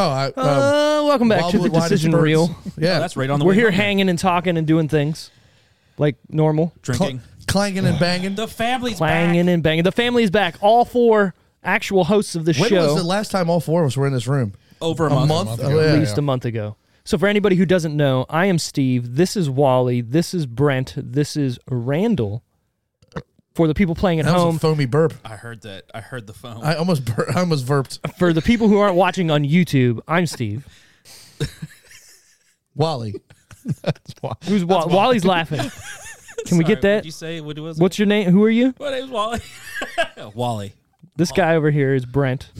Oh, I, um, Uh, welcome back to Wildwood the Wide decision Spurs. reel. Yeah, That's right on the We're way here home. hanging and talking and doing things like normal, Cl- drinking. clanging and banging. The family's clanging back. and banging. The family's back. All four actual hosts of the when show, was the last time all four of us were in this room? over a, month. Oh, yeah. at least a month ago. So, for anybody who doesn't know, I am Steve. This is Wally. This is Brent. This is Randall. For the people playing at That was home, a foamy burp. I heard that. I heard the phone. I almost, bur- I almost burped. for the people who aren't watching on YouTube, I'm Steve. Wally, Who's Wa- Wally's laughing? Can we get that? Did you say what was What's your name? Who are you? it? My name's Wally. Wally. This guy over here is Brent.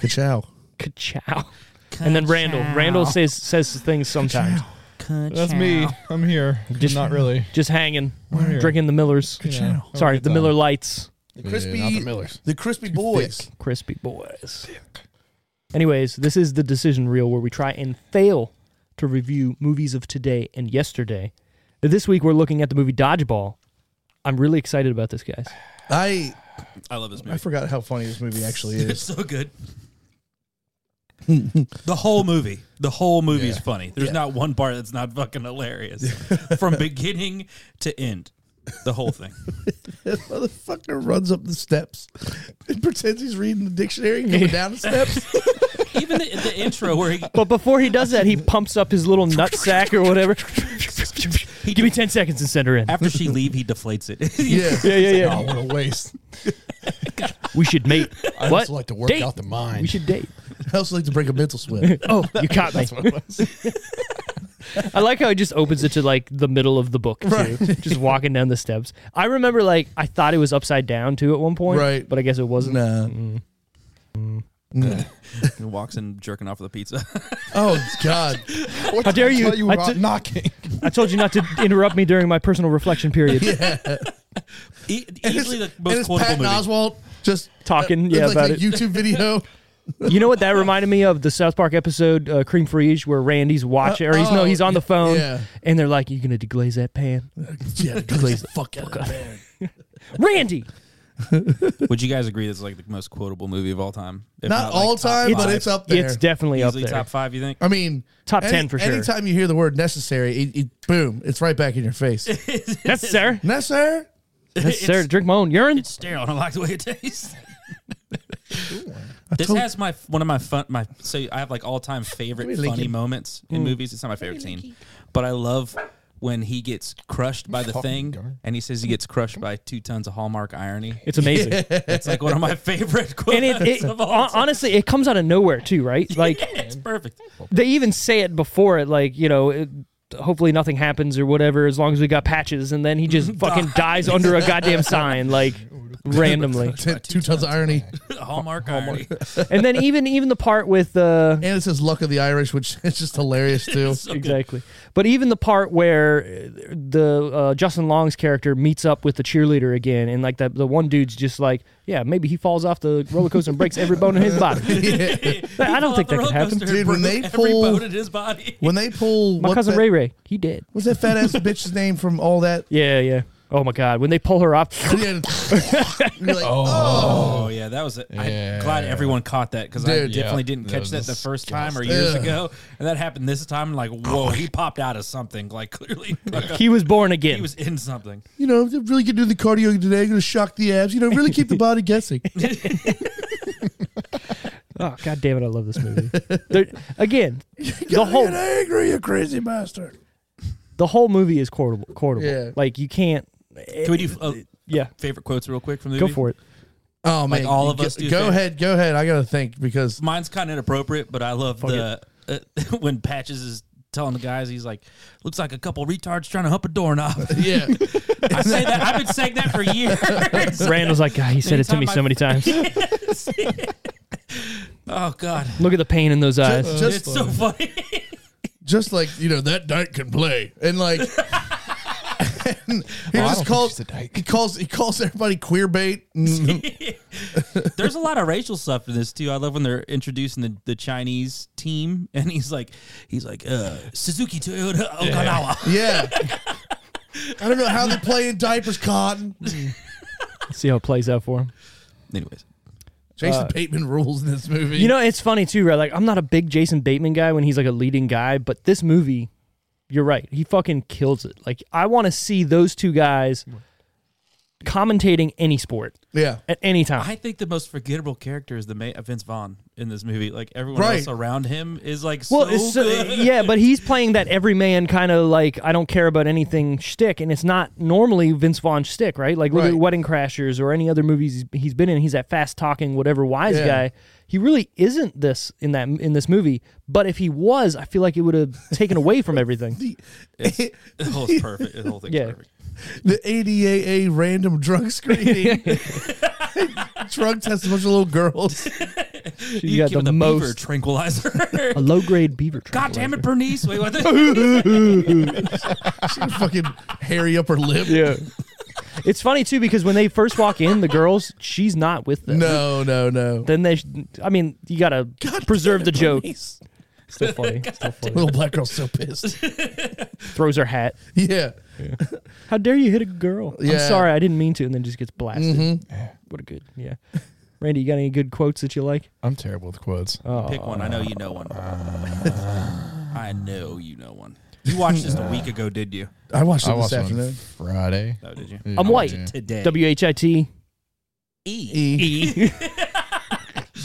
ka-chow. Ka-chow. And then Randall. Randall says says things sometimes. That's me. I'm here. Just- not really. Just hanging, here. drinking the Millers. You know, have a Sorry, good the time. Miller Lights. The crispy, not the Millers. the crispy boys. Crispy boys. Anyways, this is the decision reel where we try and fail to review movies of today and yesterday. This week we're looking at the movie Dodgeball. I'm really excited about this, guys. I, I love this movie. I forgot how funny this movie actually It's is. so good. the whole movie. The whole movie is funny. There's not one part that's not fucking hilarious. From beginning to end. The whole thing. This motherfucker runs up the steps and pretends he's reading the dictionary and coming down the steps. Even the, the intro where he But before he does that, he pumps up his little nut sack or whatever. Give me ten seconds and send her in. after she leave, he deflates it. yeah. Yeah, yeah, yeah. Oh, what a waste. We should mate. I what? just like to work Date. out the mind. We should date. I also like to break a mental sweat. Oh, you caught me. I like how he just opens it to like the middle of the book too, just walking down the steps. I remember like I thought it was upside down too at one point, Right. But I guess it wasn't. Nah. Mm-hmm. He walks in jerking off the pizza. Oh God. What How did dare I you? tell I about t- knocking? I told you not to interrupt me during my personal reflection period. E- And easily the it's- and most it's quotable Patton movie. Oswalt just Talking, uh, yeah, like about a it. YouTube video. You know what that reminded me of? The South Park episode uh, Cream Frige, where Randy's watching, or he's no, oh, he's on the phone, yeah. and they're like, "You gonna deglaze that pan, yeah, please fuck out of there. Randy?" Would you guys agree this is like the most quotable movie of all time? If Not all like, top time, but five? it's up there. It's definitely easily up there. top five. You think? I mean, Top 10 for sure. Anytime you hear the word necessary, it, it, boom, it's right back in your face. Yes, sir. necessary? Yes, sir. Drink my own urine. It's sterile. I like the way it tastes. this has my one of my fun my so I have like all time favorite Give me funny Lincoln. Hmm. moments in movies. It's not my favorite scene, but I love when he gets crushed by the thing, darn. and he says he gets crushed by two tons of Hallmark irony. It's amazing. It's like one of my favorite quotes and it, it of all hon- time. honestly it comes out of nowhere too right like It's perfect. they even say it before it like you know it, hopefully nothing happens or whatever as long as we got patches and then he just fucking dies under a goddamn sign like randomly Ten, two tons of irony. Hallmark, irony. and then even even the part with uh And it says luck of the Irish, which is just hilarious too. So good. exactly but even the part where uh, the uh, justin long's character meets up with the cheerleader again and like that the one dude's just like yeah maybe he falls off the roller coaster and breaks every bone in his body Yeah. i don't Off think that the could roller happen coaster, Dude, when broke they every pull- bone in his body. When they pull my what's cousin that, ray ray he did was that fat ass bitch's name from all that? Yeah, yeah. Oh my God, when they pull her off, Yeah. You're like, oh, Oh yeah, that was. A, I'm glad Yeah. everyone caught that because I Dude. definitely Yeah. didn't That catch was that the first time or disgusting. years Ugh. ago, and that happened this time. Like, whoa, he popped out of something. Like, clearly, like, he was born again. he was in something. you know, really gonna do the cardio today, gonna shock the abs, you know, really keep the body guessing. oh God damn it, I love this movie. There- again, the whole Get angry, you crazy bastard. the whole movie is quotable. quotable. Yeah. Like you can't. Can we do uh, Yeah, favorite quotes real quick from the go movie? for it. Oh man, Like all of go, us do Go things. ahead, go ahead. I gotta think because Mine's kind of inappropriate, but I love the uh, when Patches is telling the guys, he's like, "Looks like a couple retards trying to hump a doorknob." yeah, I say that I've been saying that for years. Randall's like, God, he said it to me so many times. see it. Oh God, Look at the pain in those eyes. Just, just, it's so funny. Uh, just like you know that dyke can play, and like and he I don't just think calls she's a dyke. he calls he calls everybody queer bait. Mm, And There's a lot of racial stuff in this too. I love when they're introducing the, the Chinese team, and he's like, he's like uh, Suzuki Toyota Okinawa. yeah, I don't know how they play in diapers, cotton. See how it plays out for him. Anyways, Jason Bateman rules in this movie. You know, it's funny too, right? Like, I'm not a big Jason Bateman guy when he's like a leading guy, but this movie, you're right. He fucking kills it. Like, I want to see those two guys commentating any sport yeah, at any time. I think the most forgettable character is the ma- uh, Vince Vaughn in this movie. Like everyone Right. else around him is like well, so it's so- good. yeah, but he's playing that everyman kind of like I don't care about anything shtick, and it's not normally Vince Vaughn shtick, right? Like look Right. at Wedding Crashers or any other movies he's- he's been in. He's that fast talking, whatever wise Yeah. guy. He really isn't this in that in this movie. But if he was, I feel like it would have taken away from everything. The whole is perfect. The whole thing's Yeah. perfect. the ADAA random drug screening. drug test a bunch of little girls. She You got give the, him the beaver most tranquilizer. a low grade beaver. God damn it, tranquilizer. Bernice! Wait, what? The- fucking hairy upper lip. Yeah, it's funny too because when they first walk in, the girls, she's not with them. No, no, no. Then they, sh- I mean, you gotta preserve the joke. Bernice. Still funny. Still funny. Little black girl's so pissed. Throws her hat. Yeah. How dare you hit a girl? I'm Yeah. sorry, I didn't mean to, and then just gets blasted. Mm-hmm. What a good, yeah. Randy, you got any good quotes that you like? I'm terrible with quotes. Pick one. I know you know one. I know you know one. You watched this a week ago, did you? I watched it I this watched it on afternoon. Friday. Oh, did you? Yeah, I'm white. yeah. Today. W H I T. E.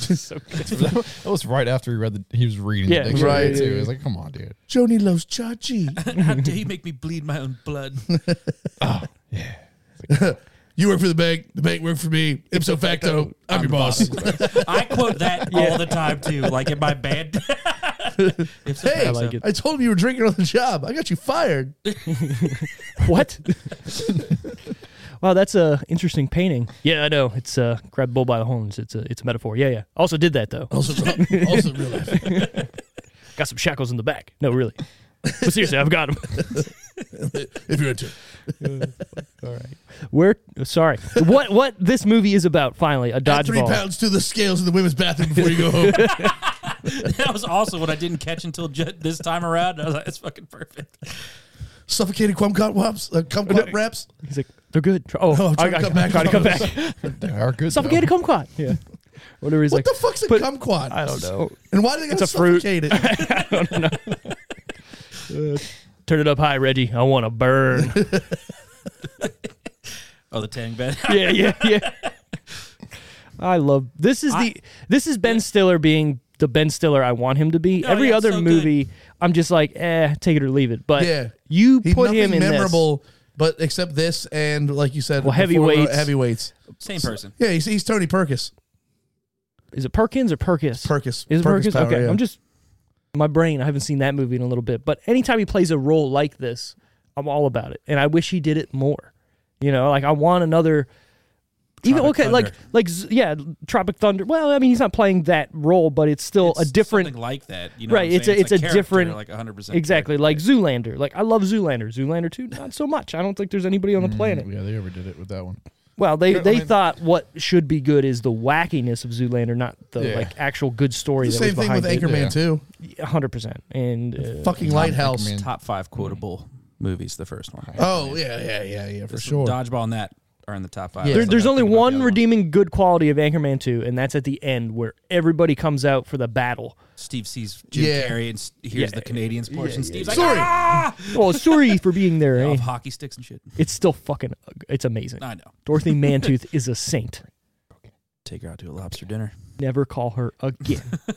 That was right after he read the. He was reading. the Yeah, dictionary, right. Too. It was like, come on, dude. Joni loves Chachi. How dare you make me bleed my own blood? Yeah. You work for the bank. The bank worked for me. Ipso facto, I'm your boss. I quote that all the time too. Like in my band. If so, Hey, I, if so. like it. told him you were drinking on the job. I got you fired. What? wow, that's a interesting painting. Yeah, I know. It's uh, grab the bull by the horns. It's a, it's a metaphor. Yeah, yeah. Also did that though. Also, also real life. Got some shackles in the back. No, really. But seriously, I've got them. If you're into it. All right. Where? Sorry. What? What? This movie is about finally a Add three dodgeball. pounds to the scales in the women's bathroom before you go home. That was also what I didn't catch until ju- this time around. I was like, that's fucking perfect. Suffocated kumquat whops, uh, kumquat wraps. He's like, they're good. Try- Oh, Oh, I try to got cut back Try to on come those. back. They are good. though. Suffocated kumquat. Yeah. Whatever he's What like. the fuck's a but- kumquat? I don't know. And why do they got to It's a fruit. suffocate it? Uh, Turn it up high, Reggie. I want to burn. Oh, the tanning bed. yeah, yeah, yeah. I love this is the this is Ben Stiller being the Ben Stiller I want him to be. Oh, Every yeah, other so good. movie, I'm just like, eh, take it or leave it. But Yeah. you He- put nothing him in memorable, but except this and like you said, Well, before, heavyweights. heavyweights. Same person. Yeah, he's, he's Tony Perkis. This. Is it Perkins or Perkis? Perkis. Is it Perkins? Power, okay, yeah. I'm just my brain. I haven't seen that movie in a little bit, but anytime he plays a role like this, I'm all about it, and I wish he did it more. You know, like I want another. Even Tropic okay, like Thunder. like z- yeah, Tropic Thunder. Well, I mean, he's not playing that role, but it's still a It's different, something like that. You know, what Right, I'm it's saying? a- it's a character, different- like 100. percent exactly like Zoolander. Like I love Zoolander. Zoolander two, not so much. I don't think there's anybody on the planet. Yeah, they overdid it with that one. Well, they Yeah, I they mean- thought what should be good is the wackiness of Zoolander, not the Yeah. like actual good story. The that same was thing with behind Anchorman Yeah. too. it. Hundred percent. And uh, Fucking Lighthouse. Anchorman. Top five quotable movies. The first one. Oh yeah, yeah, yeah, yeah, for There's sure. Dodgeball and that are in the top five. Yeah. I There, was there's like, only thinking about the other one redeeming good quality of Anchorman 2, and that's at the end where everybody comes out for the battle. Steve sees Jim Yeah. Carrey and s- hears Yeah. the Canadians portion. Steve's like, Sorry. ah! Well, Oh, sorry for being there. eh? off hockey sticks and shit. It's still fucking, it's amazing. I know. Dorothy Mantooth is a saint. Take her out to a lobster dinner. Never call her again.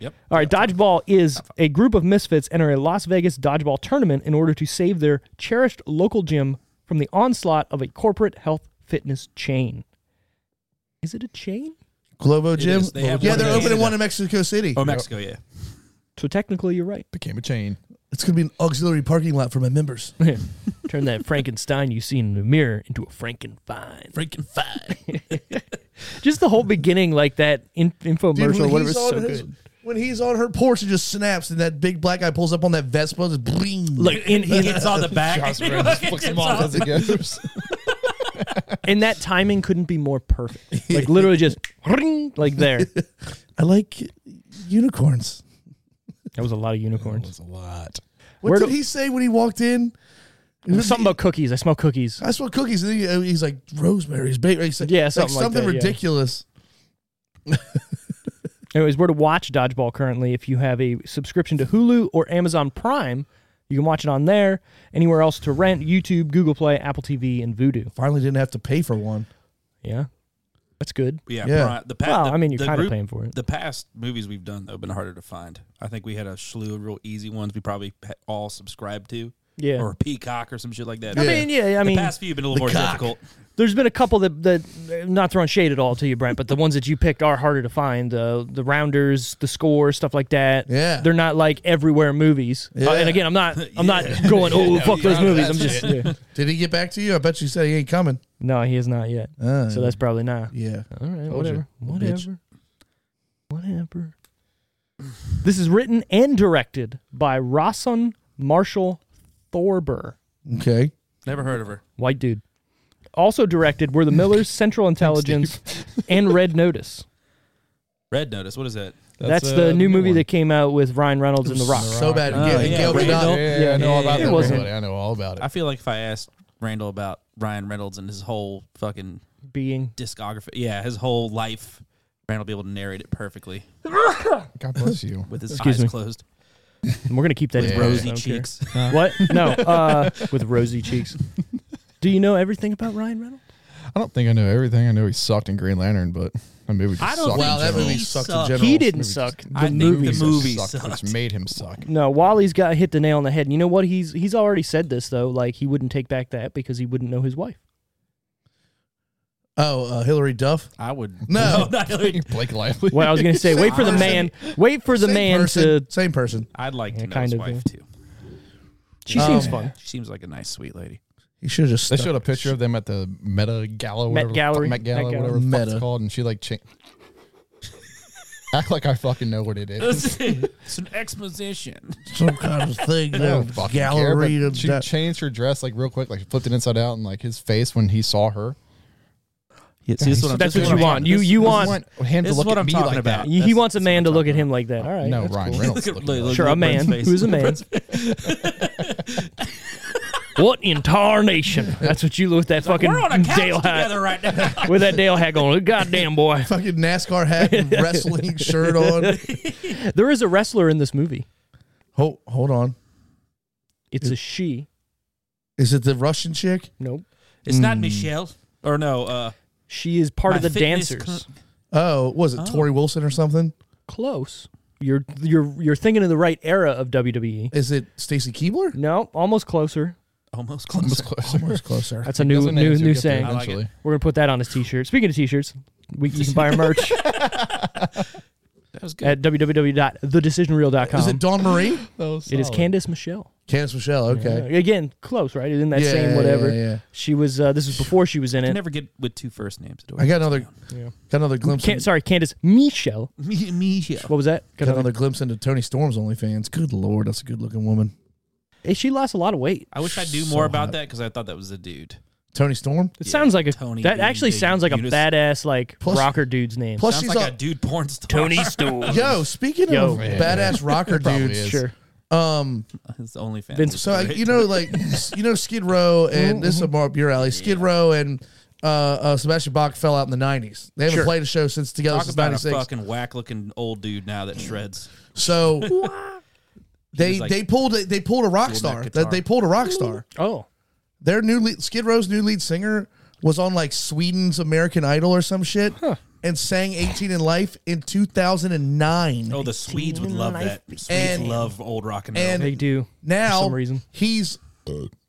Yep. All right, Dodgeball is a group of misfits enter a Las Vegas dodgeball tournament in order to save their cherished local gym from the onslaught of a corporate health fitness chain. Is it a chain? Globo Gym. is. They have yeah, one they're in opening Canada. one in Mexico City. Oh, Mexico, yeah. So technically, you're right. Became a chain. It's gonna be an auxiliary parking lot for my members. Turn that Frankenstein you see in the mirror into a Frankenfine. Freaking fine. Just the whole beginning, like that in- Dude, infomercial, when, whatever, he's is on so his- good. when he's on her porch, it just snaps, and that big black guy pulls up on that Vespa. Just bling. Like in, He in gets on the back. Josh and Brolin just flicks them all gets on- together. and that timing couldn't be more perfect. Like literally just ring, like there. I like unicorns. That was a lot of unicorns. was a lot. What Where did do- he say when he walked in? Something about cookies. I smell cookies. I smell cookies. And then he- uh, he's like Rosemary's baby. He's like, Yeah, like something like something that, yeah. ridiculous. Anyways, where to watch Dodgeball currently? If you have a subscription to Hulu or Amazon Prime, you can watch it on there. Anywhere else to rent: YouTube, Google Play, Apple TV, and Vudu. Finally, didn't have to pay for one. Yeah, that's good. Yeah, Yeah. Brian- the pa- Well, the- I mean, you're the kind of group- paying for it. The past movies we've done though have been harder to find. I think we had a slew of real easy ones we probably ha- all subscribed to, Yeah. or Peacock or some shit like that. I mean, yeah. I the mean, past few have been a little more difficult. There's been a couple that that not throwing shade at all to you, Brent, but the ones that you picked are harder to find. The the rounders, the score, stuff like that. Yeah. they're not like everywhere movies. Uh, and Yeah. again, I'm not I'm not going oh fuck those movies. I'm just yeah. Did he get back to you? I bet you said he ain't coming. no, he is not yet. Uh, So that's probably not. yeah. All right, Told whatever, you, whatever, bitch. whatever. This is written and directed by Rosson Marshall Thorber, Okay. Never heard of her. white dude. Also directed were The Millers, Central Intelligence, and Red Notice. Red Notice. What is that? That's, the new movie that came out with Ryan Reynolds and The Rock. So bad. Oh, yeah, yeah, Gail Randall. Gadot. Yeah, I know all about It that. wasn't- Wasn't. I know all about it. I feel like if I asked Randall about Ryan Reynolds and his whole fucking Being discography, yeah, his whole life, Randall would be able to narrate it perfectly God bless you. with his Excuse eyes me. closed, and we're gonna keep that With in there, rosy I don't care. cheeks. What? No, uh, with rosy cheeks. Do you know everything about Ryan Reynolds? I don't think I know everything. I know he sucked in Green Lantern, but that movie just I don't sucked. think in Wow, that general. movie He sucked in sucked. general. He didn't movie suck. I The think the movie. just movie which sucked. made him suck. No, Wally's got hit the nail on the head. And you know what? He's he's already said this though. Like he wouldn't take back that because he wouldn't know his wife. Oh, uh, Hillary Duff. I would No. not really. Blake Lively. Well, I was gonna say, wait for the man. Wait for the Same man person. to. Same person. I'd like Yeah, to know kind his of, wife too. She Um, seems fun. She seems like a nice, sweet lady. He should have just. They stuck- showed a picture of them at the Meta Gala, Met whatever, the Gallery. fuck- Met Gala, Met Gala. whatever the fuck Meta. it's called, and she like cha- act like I fucking know what it is. it's an exposition. some kind of thing. I don't uh, fucking care, gallery but of she that- changed her dress like real quick, like she flipped it inside out, and like his face when he saw her. That's what you want. You you This want. is what- him to this is look what at I'm me talking like about. that. He That's- wants a that's man what to I'm look at talking him like that. All right. no, that's Ryan cool. Look Reynolds. at- looking look- at look me. Sure, a at Brent's man face. who's a man. What in tarnation? That's what you look with that fucking We're on a couch Dale hat. together right now. With that Dale hat going, goddamn boy. Fucking NASCAR hat, and wrestling shirt on. There is a wrestler in this movie. Hold, hold on. It's a she. Is it the Russian chick? Nope. It's not Michelle. Or no, uh, She is part My of the fitness dancers. cl- Oh, was it Tori Wilson or something? Close. You're you're you're thinking of the right era of WWE. Is it Stacy Keebler? Oh, No, almost closer. almost close. Almost closer. That's a new Doesn't new answer, new get there saying. I like it. eventually. We're gonna put that on his t-shirt. Speaking of t-shirts, we you can buy our merch That was good. at E www.thedecisionreel.com. Is it Dawn Marie? it is Candace Michelle. Candice Michelle. Okay. Uh, again, close, right? In that Yeah, same yeah, whatever. yeah, yeah. She was. Uh, this was before she was in I it. never get with two first names. I got another. Got another glimpse. Can, sorry, Candace Michelle. Me, Michelle. What was that? Got another glimpse into Tony Storm's OnlyFans. Good lord, that's a good-looking woman. Hey, she lost a lot of weight. I wish I knew So more about hot. that because I thought that was a dude. Tony Storm. It Yeah, sounds like a Tony that B. actually Big sounds like a Unis. badass like Plus- rocker dude's name. Plus, Sounds she's like like a dude porn star. Storm. yo. Speaking Yo. of Yeah. badass rocker Probably dudes, is. Sure. um, His only fan. Vince- So I, you know, like you know, Skid Row Mm-hmm. and this is more up your alley. Skid Row and uh, uh, Sebastian Bach fell out in the nineties. They haven't Sure. played a show since together talk since about a '96. fucking whack looking old dude now that shreds. So they He's like- they pulled a, they pulled a rock star. that They, guitar. they pulled a rock star. Oh, Their new lead, Skid Row's new lead singer was on like Sweden's American Idol or some shit. And sang 18 in Life in 2009. Oh, the Swedes would love that. Swedes And- love old rock and roll. and they do. now for some reason. he's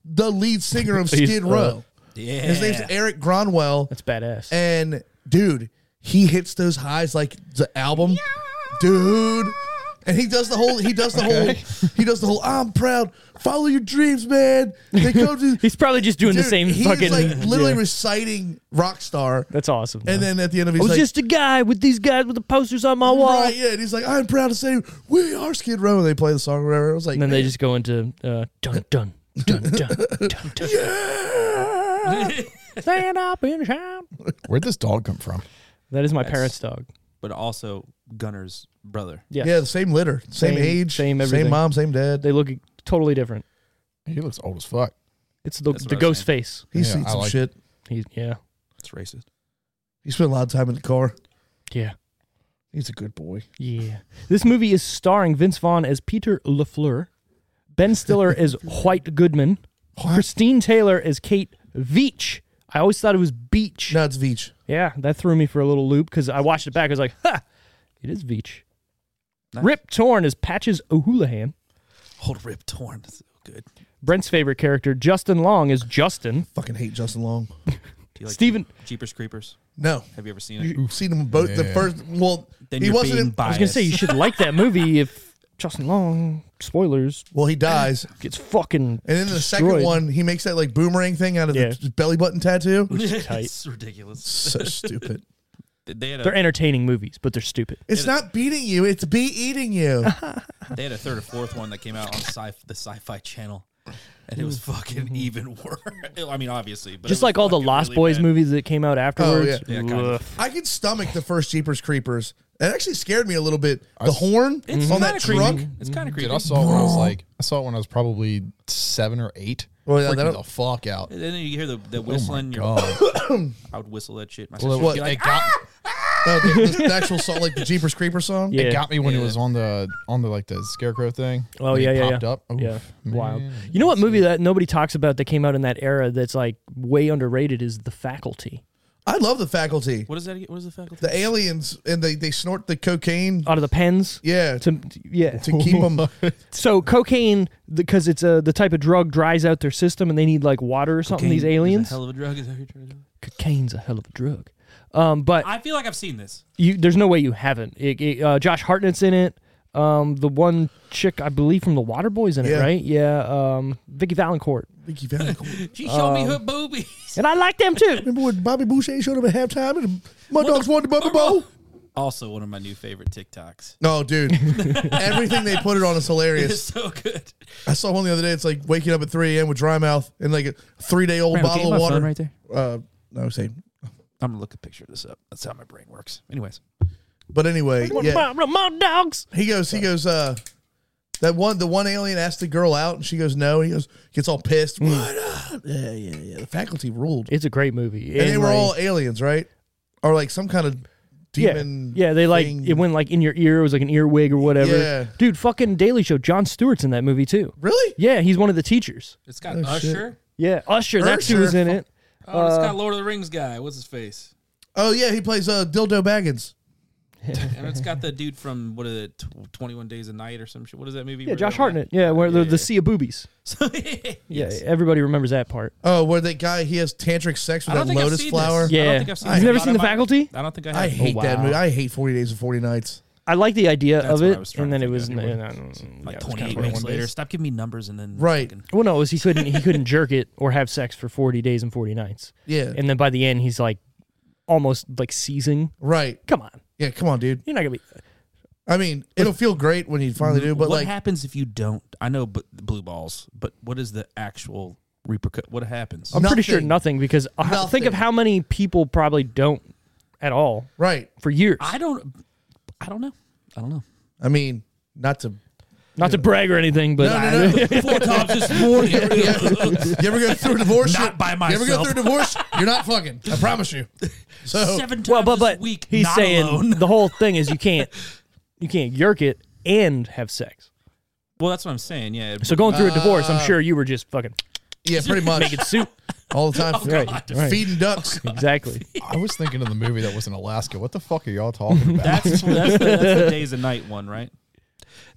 the lead singer of He's- Skid Row. uh, yeah. His name's Eric Gronwell. That's badass. And dude, he hits those highs like the album. Dude, And he does the whole. He does the whole. He does the whole. I'm proud. Follow your dreams, man. They go to. He's probably just doing the Dude, same he's fucking. like literally yeah. reciting Rockstar, That's awesome. and then at the end of it, I he's was like, just a guy with these guys with the posters on my wall. right, yeah. And he's like, I'm proud to say we are Skid Row. And they play the song, or whatever. I was like, And then they "Man, just go into uh, dun dun dun dun dun dun. Stand up and shout. Where'd this dog come from? That is my parents' dog. but also Gunner's brother. Yes. yeah, the same litter, same, Same- age, same same, everything. mom, same dad. They look totally different. He looks old as fuck. It's the, That's what the I was ghost face. He's Yeah, seen I some like- shit. He's yeah It's racist. He spent a lot of time in the car. yeah He's a good boy. yeah. This movie is starring Vince Vaughn as Peter Lafleur, Ben Stiller as White Goodman, Christine Taylor as Kate Veach. I always thought it was Beach. No, it's Veach. Yeah, that threw me for a little loop because I watched it back. I was like, ha, it is Veach. Nice. Rip Torn is Patches O'Houlihan. Hold Rip Torn. That's so good. Brent's favorite character, Justin Long, is Justin. Fucking hate Justin Long. Do you like Steven- Jeepers Creepers? No, Have you ever seen it? You've seen him both the Yeah. first. Well, Then he you're wasn't. in- I being was biased. going to say, you should like that movie if Justin Long, spoilers, well, he dies, gets fucking. and then the second destroyed. one, he makes that like boomerang thing out of Yeah. the belly button tattoo. tight. it's ridiculous. so stupid. They had, They're a, entertaining movies, but they're stupid. It's not beating you; it's be eating you. they had a third or fourth one that came out on sci- the Sci-Fi Channel, and it was fucking even worse. I mean, obviously, Mm. Mm-hmm. Just but it was like all the fucking Lost really Boys bad. movies that came out afterwards. Oh, yeah. Yeah, kind of. Ugh. I could stomach the first Jeepers Creepers. That actually scared me a little bit. The horn It's Mm-hmm. on kinda that creepy. trunk. It's kind of creepy. Dude, I saw it when I was like, I saw it when I was probably seven or eight. Well, yeah, Freaked me that'll- the fuck out. And then you hear the, Oh the whistling. you're, God. I would whistle that shit. My Well, sister it, would be it like, got, No, uh, the, the actual song, like the Jeepers Creeper song. Yeah. it got me when it was on the on the like the scarecrow thing. Oh When he yeah, yeah, popped yeah. up. Oof, yeah, wild. man. You know what movie that nobody talks about that came out in that era that's like way underrated is The Faculty. I love the faculty. what is that? again? What is the faculty? The aliens and they they snort the cocaine. Oh. Out of the pens. Yeah, to, To, yeah. to keep them. So cocaine, because it's a the type of drug dries out their system, and they need like water or something. Cocaine These is a aliens. hell of a drug. Is that what you're trying to do? Cocaine's a hell of a drug. Um, but I feel like I've seen this. you, there's no way you haven't. It, it, uh, Josh Hartnett's in it. Um, the one chick I believe from the Water Boys in it, Yeah. right? Yeah. Um, Vicky Valancourt, Think you found it. She showed me her boobies. and I like them too. Remember when Bobby Boucher showed up at halftime and Mud Dogs won the Bubble Bowl? Also, one of my new favorite TikToks. No, dude. Everything they put it on is It's hilarious. so good. I saw one the other day. It's like waking up at 3 a.m. with dry mouth and like a three day old bottle of water. there. Uh, no, same. I'm gonna look a picture of this up. That's how my brain works. Anyways, But anyway, yeah. My, my dogs. He goes, he goes, uh, that one, the one alien asked the girl out and she goes, no. And he goes, gets all pissed. What up? Yeah, yeah, yeah. The faculty ruled. It's a great movie. and they were like- all aliens, right? Or like some kind of demon. Yeah, yeah they like thing. it went like in your ear. It was like an earwig or whatever. Yeah. Dude, fucking Daily Show. John Stewart's in that movie too. Really? Yeah, he's one of the teachers. it's got Usher. Yeah, Usher. That's who was Usher. in it. Oh, it's got Lord of the Rings guy. What's his face? Oh, yeah. He plays uh, Dildo Baggins. And it's got the dude from what is it, tw- Twenty One Days a Night or some shit. What is that movie? Yeah, Josh Hartnett. Yeah, where the, the sea of boobies. Yeah, everybody remembers that part. Oh, where that guy, he has tantric sex I with don't that think I've lotus seen flower. this. I don't Yeah, think I've seen you've it. never Not seen in the my- Faculty? I don't think I I have. hate that Oh, wow. movie. I hate 40 Days and 40 Nights. I like the idea That's of what I it, was trying and then to it think was of. no, no, yeah, like it was twenty eight kinda weird. weeks later. Stop giving me numbers and then Right. fucking- Well, no, it was he couldn't he couldn't jerk it or have sex for forty days and forty nights, Yeah. and then by the end he's like almost like seizing. Right. Come on, Yeah, come on, dude. you're not gonna be. I mean, it'll feel great when you finally do, but what like, happens if you don't? I know, but the blue balls. But what is the actual repercut? What happens? I'm pretty sure Nothing. nothing because I think Nothing. of how many people probably don't at all right. for years. I don't. I don't know. I don't know. I mean, not to. Not to brag or anything, but No, no, no. Four times this morning. you ever go through a divorce? Not by You ever go myself. through a divorce? You're not fucking. I promise you. So, Seven times well, but but this week. he's not saying alone. the whole thing is you can't you can't yerk it and have sex. Well, that's what I'm saying. Yeah. So going through a divorce, I'm sure you were just fucking yeah, pretty much. soup. All the time. Oh, Right, right. Feeding ducks. Exactly. I was thinking of the movie that was in Alaska. What the fuck are y'all talking about? That's that's the, that's the days and night one, right?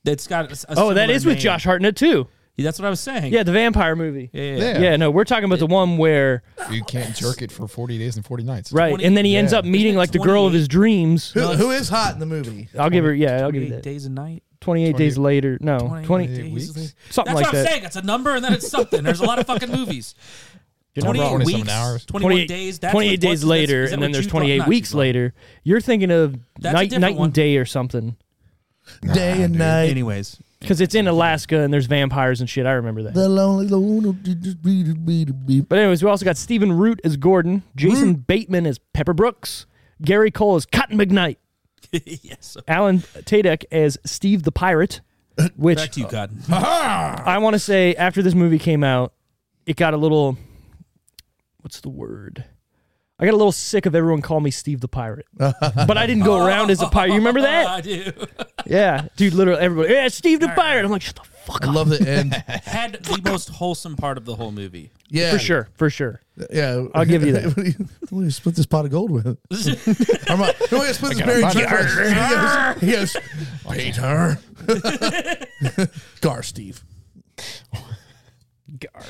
That's got. A, a Oh, that similar is with name. Josh Hartnett too. Yeah, that's what I was saying. Yeah, the vampire movie. Yeah. yeah, yeah. Yeah. Yeah, no, we're talking about the one where You can't jerk it for 40 days and 40 nights. right, and then he ends Yeah. up meeting like the girl of his dreams. Who, who is hot in the movie? I'll give her. Yeah, I'll give you 28 that. days and night. 28 days later. No, 20, 28 days days. later. something That's like what I'm that. saying. It's a number and then it's something. There's a lot of fucking movies. You're not 28 wrong. Twenty weeks, something hours. 21 28 days. That's 28 what- days what's- later, is that and what then there's you thought? 28 Not weeks you thought. later. You're thinking of That's a night, different night one. and day or something Day and night. Anyways, because it's in Alaska and there's vampires and shit. I remember that. The lonely loner. But anyways, we also got Stephen Root as Gordon, Jason Bateman as Pepper Brooks, Gary Cole as Cotton McKnight, yes. Alan Tadek as Steve the Pirate, which Back to you, God. I want to say after this movie came out, it got a little. What's the word? I got a little sick of everyone calling me Steve the Pirate, but I didn't go around as a pirate. You remember that? I do. Yeah, dude. Literally, everybody. Yeah, Steve the Pirate. I'm like, shut the fuck I up. love the end. Had the most wholesome part of the whole movie. Yeah, For sure, for sure. Yeah, I'll give you that. what do you, what do you split this pot of gold with? I'm like, no, I split this berry bunch drink of- with. He goes, he goes Peter. Gar Steve. Gar.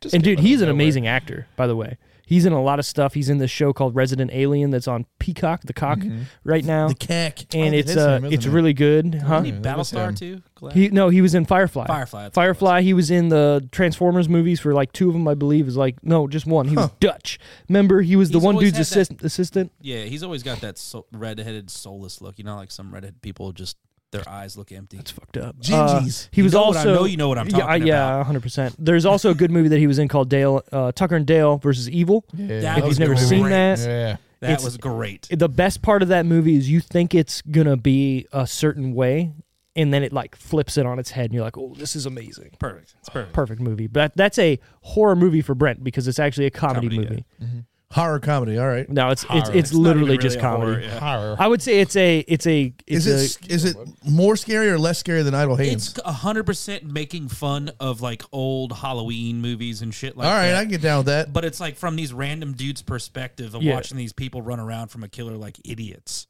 Just And came dude, out of he's an nowhere. amazing actor, by the way. He's in a lot of stuff. He's in this show called Resident Alien that's on Peacock, the cock, Mm-hmm. right now, The cack. and it it's is uh, him, isn't it's it? really good, huh? Any that was him. Battlestar too? Glad. He no, he was in Firefly. Firefly, that's what it Firefly. He was in the Transformers movies for like two of them, I believe. Is like no, just one. He was Dutch. Remember, he was the He's one always dude's had that- assist- assistant. yeah, he's always got that so- red-headed, soulless look. You know, like some redheaded people just their eyes look empty. It's fucked up. Uh, Gingies. he was know what I also. know you know what I'm yeah, talking yeah, about. hundred percent. There's also a good movie that he was in called Dale uh, Tucker and Dale versus Evil. Yeah, That that If was you've never great. seen great. that, Yeah. That It's- was great. the best part of that movie is you think it's gonna be a certain way, and then it like flips it on its head, and you're like, "Oh, this is amazing." perfect. It's perfect. Perfect movie, but that's a horror movie for Brent because it's actually a comedy, Comedy, yeah. movie. Horror comedy. All right. No, it's it's, Horror. it's It's It's not even literally really just a comedy. horror, yeah. Horror. I would say it's a it's a it's Is a it is it more scary or less scary than Idle Hands? It's hundred percent making fun of like old Halloween movies and shit like All right, that. I can get down with that. but it's like from these random dudes' perspective of Yeah. watching these people run around from a killer like idiots.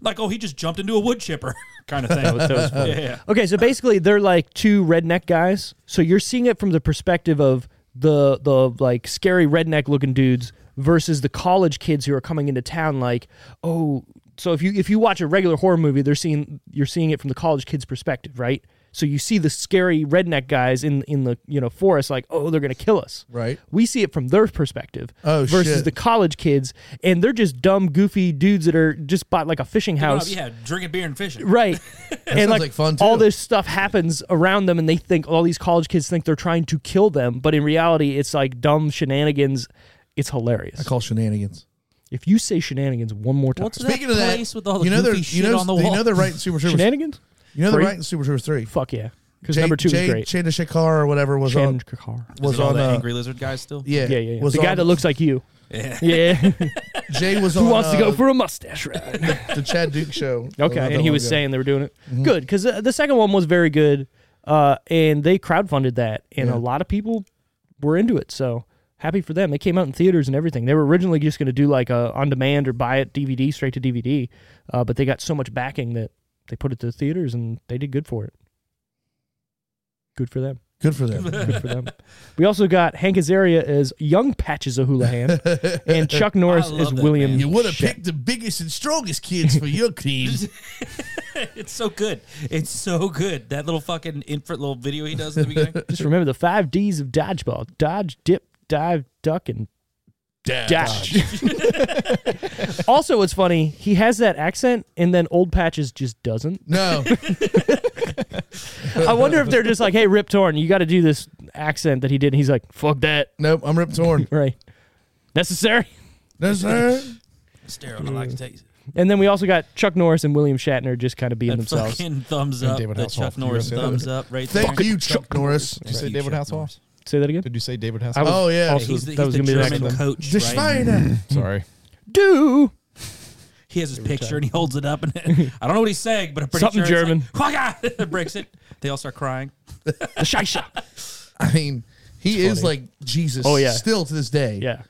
Like, oh, he just jumped into a wood chipper kind of thing. that was funny. yeah, yeah. okay. So basically, they're like two redneck guys. So you're seeing it from the perspective of the the like scary redneck looking dudes versus the college kids who are coming into town. Like, oh, so if you if you watch a regular horror movie, they're seeing you're seeing it from the college kids' perspective, right? So you see the scary redneck guys in in the you know forest, like, oh, they're gonna kill us, Right. We see it from their perspective Oh, versus shit. the college kids, and they're just dumb, goofy dudes that are just bought like a fishing Oh, house. yeah, drinking beer and fishing. Right. and sounds like, like fun, all too. this stuff happens around them and they think all these college kids think they're trying to kill them, but in reality it's like dumb shenanigans. It's hilarious. I call shenanigans. if you say shenanigans one more time. What's that of place with all the you know they're goofy you shit know on the you wall? know they're right in Super Troopers. shenanigans? You know they're Three? right in Super Troopers three. Fuck yeah. Cuz Jay- number 2 Jay, is great. Jay Nishikar or whatever was on. Change Kakar. Was Was it all on. the uh, angry lizard guys still? Yeah, Yeah, yeah. yeah. Was The guy on- that looks like you. Yeah. Yeah. Jay was on. Who wants to uh, go for a mustache ride? the Chad Duke show? Okay, Not that and he long was ago. saying they were doing it good because uh, the second one was very good, uh, and they crowdfunded that, and a lot of people were into it. So happy for them. They came out in theaters and everything. They were originally just going to do like a on demand or buy it DVD straight to DVD, uh, but they got so much backing that they put it to the theaters and they did good for it. Good for them. good for them. Good for them. We also got Hank Azaria as young Patches O'Houlihan and Chuck Norris love as that William. man. you would have Shatner. picked the biggest and strongest kids for your team. It's so good. It's so good. That little fucking infant little video he does in the beginning. Just remember the five D's of dodgeball: dodge, dip, dive, duck, and Dad. dash. also, what's funny, he has that accent, and then Old Patches just doesn't. No, I wonder if they're just like, "Hey, Rip Torn, you got to do this accent that he did." And he's like, "Fuck that, nope. I'm ripped torn. right? Necessary." No, sir. Sterile, I like to taste. And then we also got Chuck Norris and William Shatner just kind of being That themselves. fucking thumbs up. David The Hasselhoff, Chuck you Norris remember thumbs up right there. Thank you, Chuck Norris. Did you say you, David Chuck Hasselhoff? Norris. Say that again, Did you say David I was- Mm. Hasselhoff? Oh yeah, Also- He's the, That he's was the gonna be the next German one. coach, the right? Schweiner. Oh, Sorry. do. He has his picture and he holds it up, and I don't know what he's saying, but I'm pretty Something sure it's like, "Quagga!" breaks it. They all start crying. The Shisha. I mean, he is like Jesus. Oh, yeah. still to this day. Yeah,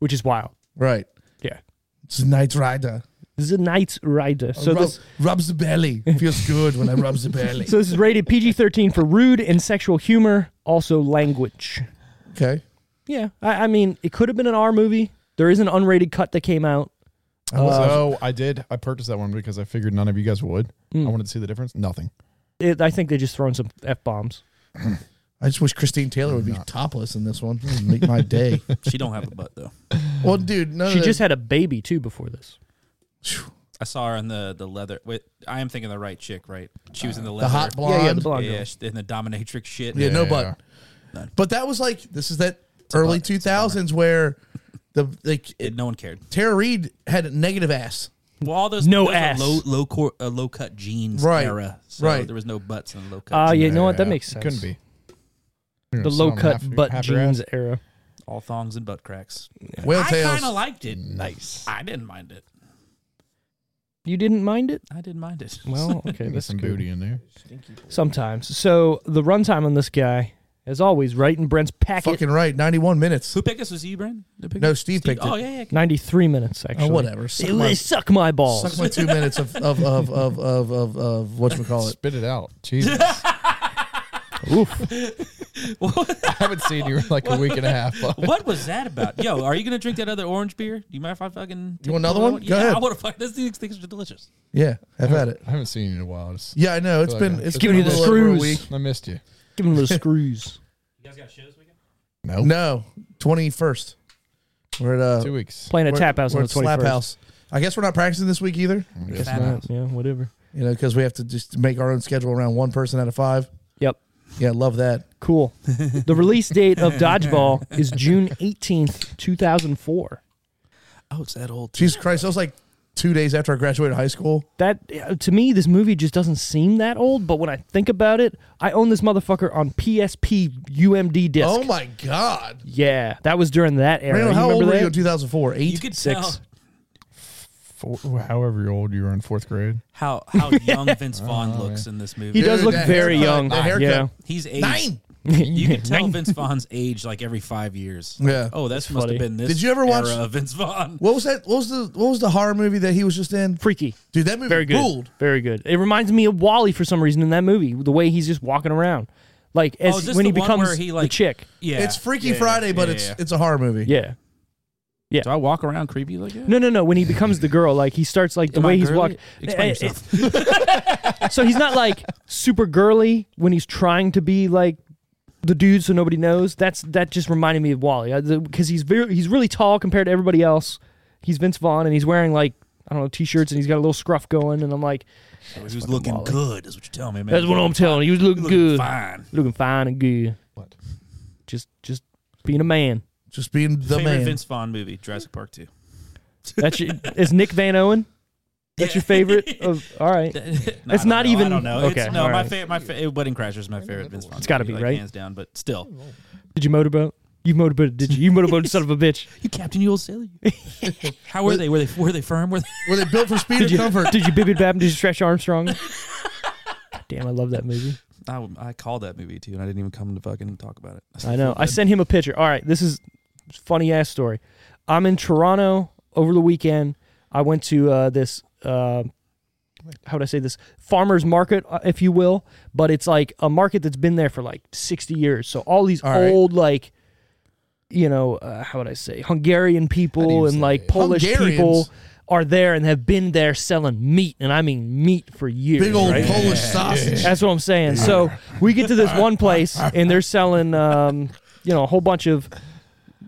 which is wild. right. Yeah, It's a Knight Rider. this is a Knight Rider. So So this. rubs the belly. Feels good when I rubs the belly. So this is rated PG-13 for rude and sexual humor, also language. okay, Yeah, I, I mean, it could have been an R movie. There is an unrated cut that came out. Oh, Mm. so I did. I purchased that one because I figured none of you guys would. I wanted to see the difference. Nothing. it, I think they just thrown some f bombs. I just wish Christine Taylor would be topless in this one. This would make my day. She don't have a butt though. well, dude, no, She just had a baby too before this. I saw her in the the leather. Wait, I am thinking the right chick, right? She was in the the leather. hot blonde. Yeah, yeah, the blonde Yeah, girl. she- in the dominatrix shit. Yeah, no Yeah. butt. None. But that was like this is that early butt. two It's a bummer. thousands where the like It- no one cared. Tara Reed had a negative ass. Well, all those No those were ass. low low cor- uh, low cut jeans Right, era. So right. There was no butts in the low cut. Ah, jeans. yeah, you know what? That Yeah, makes sense. Couldn't be the low cut butt jeans era. All thongs and butt cracks. Whale I tails. kind of liked it. Nice. I didn't mind it. You didn't mind it? I didn't mind it. Well, okay, There's that's some good. booty in there. Sometimes. So the runtime on this guy, as always, right in Brent's packet, Fucking right. Ninety one minutes. Who picked this? Was it you, Brandon? Did pick No, it? Steve picked Oh it. yeah, yeah. ninety-three minutes actually. Oh, whatever. Suck It- my, it suck my balls. suck my two minutes of of of of of of, of what you call it. Spit it out. Jesus. Oof. I haven't seen you in like a week and a half. What was that about? Yo, are you gonna drink that other orange beer? Do you mind if I fucking? You want another one? Yeah, Go ahead. I want to fuck. This these things are delicious. Yeah, I've had it. I haven't seen you in a while. It's- Yeah, I know. It's Like, been uh, it's giving been you a the little over a screws. week. I missed you. Give him those screws. You guys got shows this weekend? No. No, twenty first. We're at uh, Two weeks. Playing a we're- tap house we're on the at Slap twenty-first. House. I guess we're not practicing this week either. Guess Fat not. house. Yeah, whatever. You know, because we have to just make our own schedule around one person out of five. Yep. Yeah, love that. Cool. the release date of Dodgeball is June 18th, 2004. Oh, it's that old. Jesus Christ, that was like two days after I graduated high school. That uh, to me this movie just doesn't seem that old, but when I think about it, I own this motherfucker on PSP UMD disc. Oh my God. Yeah, that was during that era. Randall, you how old were remember that? you in 2004? Eight? You could Six. tell Four, however old you were in fourth grade. how how young Vince Vaughn Oh, looks in this movie. He does Dude, look that very haircut, young. that Yeah. haircut. He's aged. Nine. You can tell Vince Vaughn's age like every five years. Yeah. Oh, that's must funny. have been this. Did you ever watch- era of Vince Vaughn? What was that? What was the what was the horror movie that he was just in? Freaky. Dude, that movie Very good. ruled. Very good. It reminds me of Wally for some reason in that movie. The way he's just walking around, like Oh, is as this when the he one becomes where he, the like- chick. Yeah. It's Freaky Yeah, Friday, yeah, but yeah, it's yeah. it's a horror movie. Yeah. Do I walk around creepy like that? No, no, no. When he becomes the girl, like he starts like the Am I way he's Eh, girly? walking. Explain yourself. so he's not like super girly when he's trying to be like the dude, so nobody knows. That's that just reminded me of Wally because he's very, he's really tall compared to everybody else. He's Vince Vaughn and he's wearing like I don't know t-shirts and he's got a little scruff going and I'm like He was looking good, is what you're telling me, man. that's what I'm telling you. He was looking, looking good, Fine. looking fine and good. What? Just just being a man. Just being the Favorite man. Vince Vaughn movie, Jurassic Park 2. That's your, is Nick Van Owen. That's your favorite of all right. No, I It's don't not know. even- I don't know. okay, It's, no, my alright. favorite. My fa- Wedding Crashers is my favorite Vince Vaughn. It's gotta movie, be, like, right? hands down. But still, Did you motorboat? You motorboated, did you? You motorboated, son of a bitch. you captain, you old silly. How were they? Were they? Were they firm? Were they? Were they built for speed or comfort? Did you bibby bab? Did you stretch Armstrong? God damn, I love that movie. I, I called that movie too, and I didn't even come to fucking talk about it. I know. I sent him a picture. All right, this is funny ass story. I'm in Toronto over the weekend. I went to uh, this uh, how would I say this farmers market, uh, if you will, but it's like a market that's been there for like 60 years. So all these All right. old like you know uh, how would I say Hungarian people and like Polish people Hungarians? are there and have been there selling meat, and I mean meat for years. Big old right? Polish sausage. That's what I'm saying. So we get to this one place and they're selling, um, you know, a whole bunch of,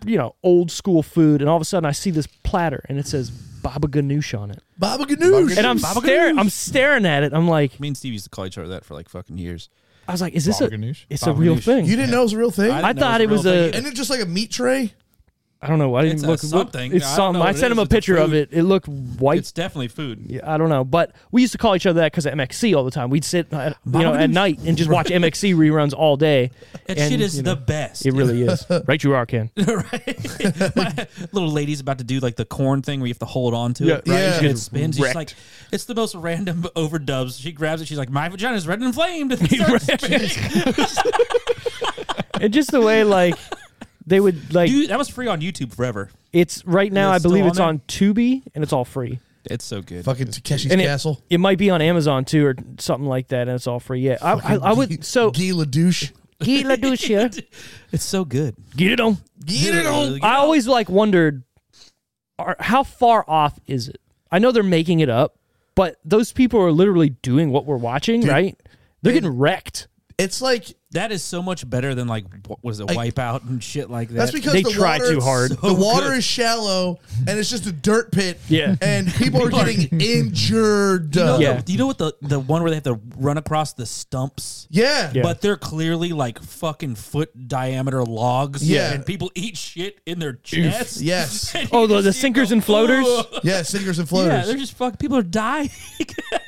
you know, old school food. And all of a sudden I see this platter and it says Baba Ganoush on it. Baba Ganoush. And I'm Baba staring. Ganoush. I'm staring at it. I'm like, Me and Steve used to call each other that for like fucking years. I was like, is this Baba a? Ganoush? It's Baba a real Ganoush. thing. you didn't know it was a real thing? I I didn't know thought it it was was real a. thing. Isn't it just like a meat tray? I don't know. I didn't It's a look. look- something. It's I don't something. I know what it sent him is. a It's a picture of food. it. It looked white. It's definitely food. Yeah, I don't know, but we used to call each other that because at MXC all the time. We'd sit, uh, you know, at night and just watch MXC reruns all day. That And, shit is you the know, best. It really is. Right, you are, Ken. right? My little lady's about to do like the corn thing where you have to hold on to it. Yeah. Right? Yeah. And it spins. She's Wrecked. like, it's the most random overdubs. She grabs it. She's like, my vagina's red and inflamed. And starts spinning. and just the way like they would like Dude, that was free on YouTube forever. it's right now Is it i still believe on it's there? on tubi and it's all free It's so good. Fucking Takeshi's And it- Castle. it might be on amazon too or something like that and it's all free yeah i, I, I would so Gila douche. get It's so good. it on Get it on. i always like wondered are, how far off is it i know they're making it up but those people are literally doing what we're watching right They're getting wrecked. It's like That is so much better than like what was it, I- Wipeout and shit like that. that's because They the try water- too hard. the So water good. is shallow and it's just a dirt pit. Yeah. and people are getting injured. You know, Yeah. the, you know what the the one where they have to run across the stumps. yeah. Yeah. But they're clearly like fucking foot diameter logs. Yeah. And people eat shit in their chests. Yes. And Oh, you the, just the see sinkers them- and floaters. Yeah, sinkers and Yeah, floaters. they're just fuck. People are dying.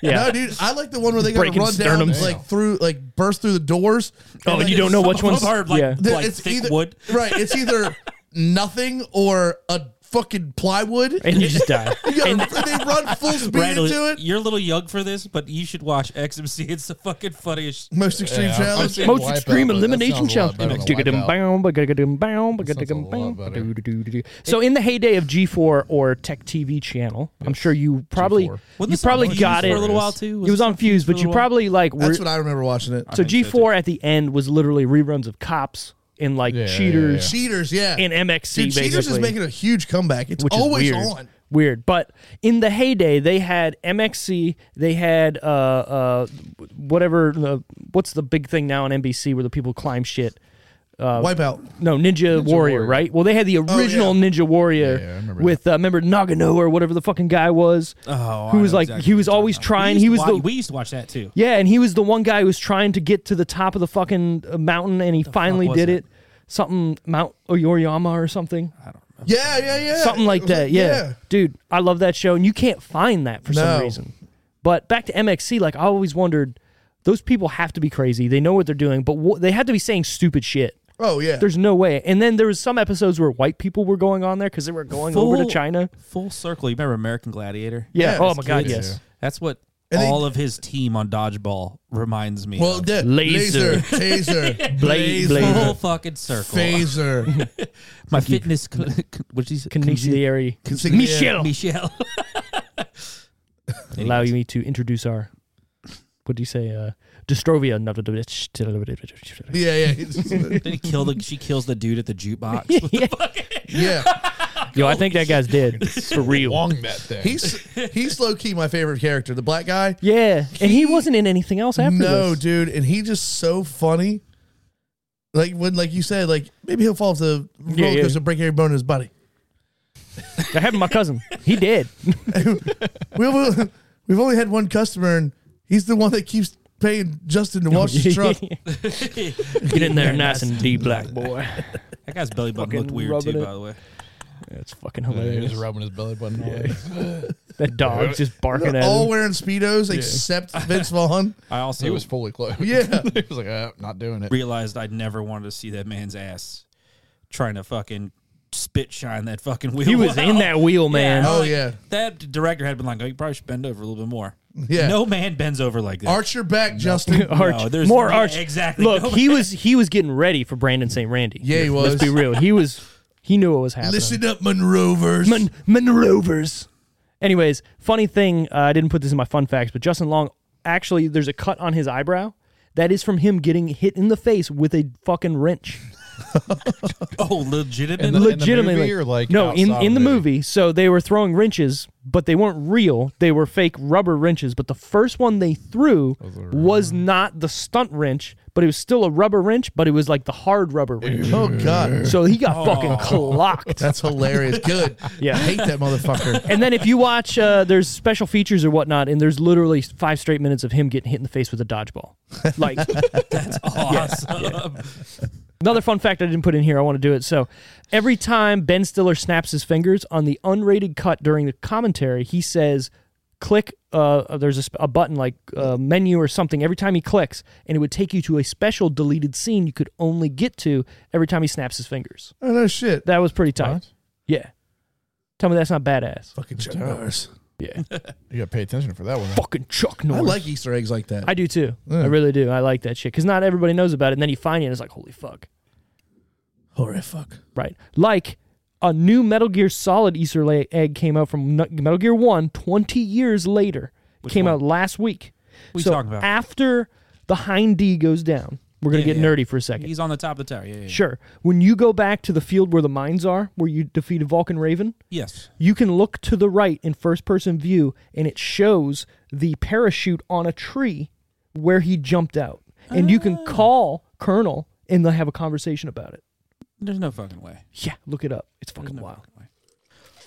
Yeah. No, dude, I like the one where they got to Breaking run down, sternums. like through, like burst through the doors. Oh, like, you don't know which Some one's. of them are, like, yeah. th- like thick either, wood. right? It's either nothing or a fucking plywood. And you just die. You gotta- they run full speed into it. you're a little young for this, but you should watch XMC. It's the fucking funniest. Most extreme Yeah, I've challenge. seen Most Wipeout, extreme but that elimination sounds a lot challenge. better than Wipeout. Sounds a lot better. So in the heyday of G4 or Tech TV channel, I'm sure you probably Wasn't you this on probably Fuse got it for a little while, too? It was on Fuse, for a but you little while? probably like were, That's what I remember watching it. so G4 at the end was literally reruns of cops and like Yeah, yeah, cheaters Cheaters, yeah. and MXC Dude, basically. Cheaters is making a huge comeback. It's which always is weird. on. Weird, but in the heyday, they had MXC, they had uh, uh, whatever. The, what's the big thing now on NBC where the people climb shit? Uh, Wipeout. No, Ninja, Warrior, Warrior. right? Well, they had the original Ninja Warrior Yeah, yeah, I remember with uh, remember Nagano or whatever the fucking guy was, Oh, who I was know like exactly he what was you're talking always about. We trying. used He to was wa- the we used to watch that too. yeah, and he was the one guy who was trying to get to the top of the fucking uh, mountain, and he finally was did it? it. Something Mount Oyoriyama or something, Yeah, yeah, yeah. something It like was that. yeah. dude, I love that show, and you can't find that for some No. reason. But back to MXC, like I always wondered, those people have to be crazy. They know what they're doing, but wh- they had to be saying stupid shit. Oh yeah. There's no way. And then there was some episodes where white people were going on there because they were going over to Full- China. Full circle. You remember American Gladiator? Yeah. Yeah, oh it's my god. kids. Yes. That's what And they- all of his team on dodgeball reminds me. well, of. the Laser. laser, taser, Blade- the blade. whole fucking circle. phaser, My fitness, cl- what'd you say? Kinesiary. Consigniere. Michelle. Michelle. Allow me to introduce our. What do you say? Uh, Dystrovia. Yeah. Yeah, yeah, Then he killed. The, she kills the dude at the jukebox. yeah. Yo, I think that guy's dead for real. Wong that thing. He's he's low key my favorite character, the black guy. Yeah, and he wasn't in anything else after No, this. dude, and he just so funny. Like when, like you said, like maybe he'll fall off the roller Yeah, yeah. coaster, and break every bone in his body. That happened to my cousin. He did. We've we've only had one customer, and he's the one that keeps paying Justin to wash his truck. Get in there, nice and deep, black boy. that guy's belly button Fucking looked weird rubbing too. it. By the way, That's fucking Yeah, he was hilarious. rubbing his belly button. all over. That dog's just barking They're at all him. wearing speedos except Vince Vaughn. I also He was fully clothed. Yeah. he was like, uh, not doing it. realized I never wanted to see that man's ass trying to fucking spit shine that fucking wheel. He was in that wheel, man. Oh, like, yeah. Mm. That director had been like, "Oh, you probably should bend over a little bit more." Yeah. No man bends over like that. Arch your back, Justin. Arch. No, there's- more yeah, arch. exactly. Look, No, he was he was getting ready for Brandon St. Randy. Yeah, he was. Let's be real. He was he knew what was happening. Listen up, Monrovers. Mon- Monrovers. Anyways, funny thing, uh, I didn't put this in my fun facts, but Justin Long actually there's a cut on his eyebrow. That is from him getting hit in the face with a fucking wrench. oh, legitimate. the- in the legitimately movie or, like, no in, outside in the the movie? movie so they were throwing wrenches but they weren't real they were fake rubber wrenches but the first one they threw was not the stunt wrench but it was still a rubber wrench but it was like the hard rubber wrench Oh God, so he got Oh. fucking clocked that's hilarious. Good. Yeah. I hate that motherfucker. and then if you watch uh, there's special features or whatnot and there's literally five straight minutes of him getting hit in the face with a dodgeball like That's awesome. Another fun fact I didn't put in here, I want to do it. So, every time Ben Stiller snaps his fingers on the unrated cut during the commentary, he says, click, uh, there's a, sp- a button like uh, menu or something every time he clicks, and it would take you to a special deleted scene you could only get to every time he snaps his fingers. Oh no, shit. That was pretty tight. Yeah. Tell me that's not badass. Fucking Chuck Norris. Yeah. You got to pay attention for that one. Fucking Chuck Norris. I like Easter eggs like that. I do too. I really do. I like that shit because not everybody knows about it. And then you find it and it's like, holy fuck. Horrific. Right. Like a new Metal Gear Solid Easter la- egg came out from Nu- Metal Gear 1 20 years later. It came out last week. What you so talking about? after the hind D goes down, we're going to Yeah, get yeah. nerdy for a second. He's on the top of the tower. Yeah, yeah, yeah. sure. When you go back to the field where the mines are, where you defeated Vulcan Raven, Yes. you can look to the right in first person view and it shows the parachute on a tree where he jumped out, and you can call Colonel and they have a conversation about it. There's no fucking way. Yeah, look it up. It's fucking No wild. fucking way.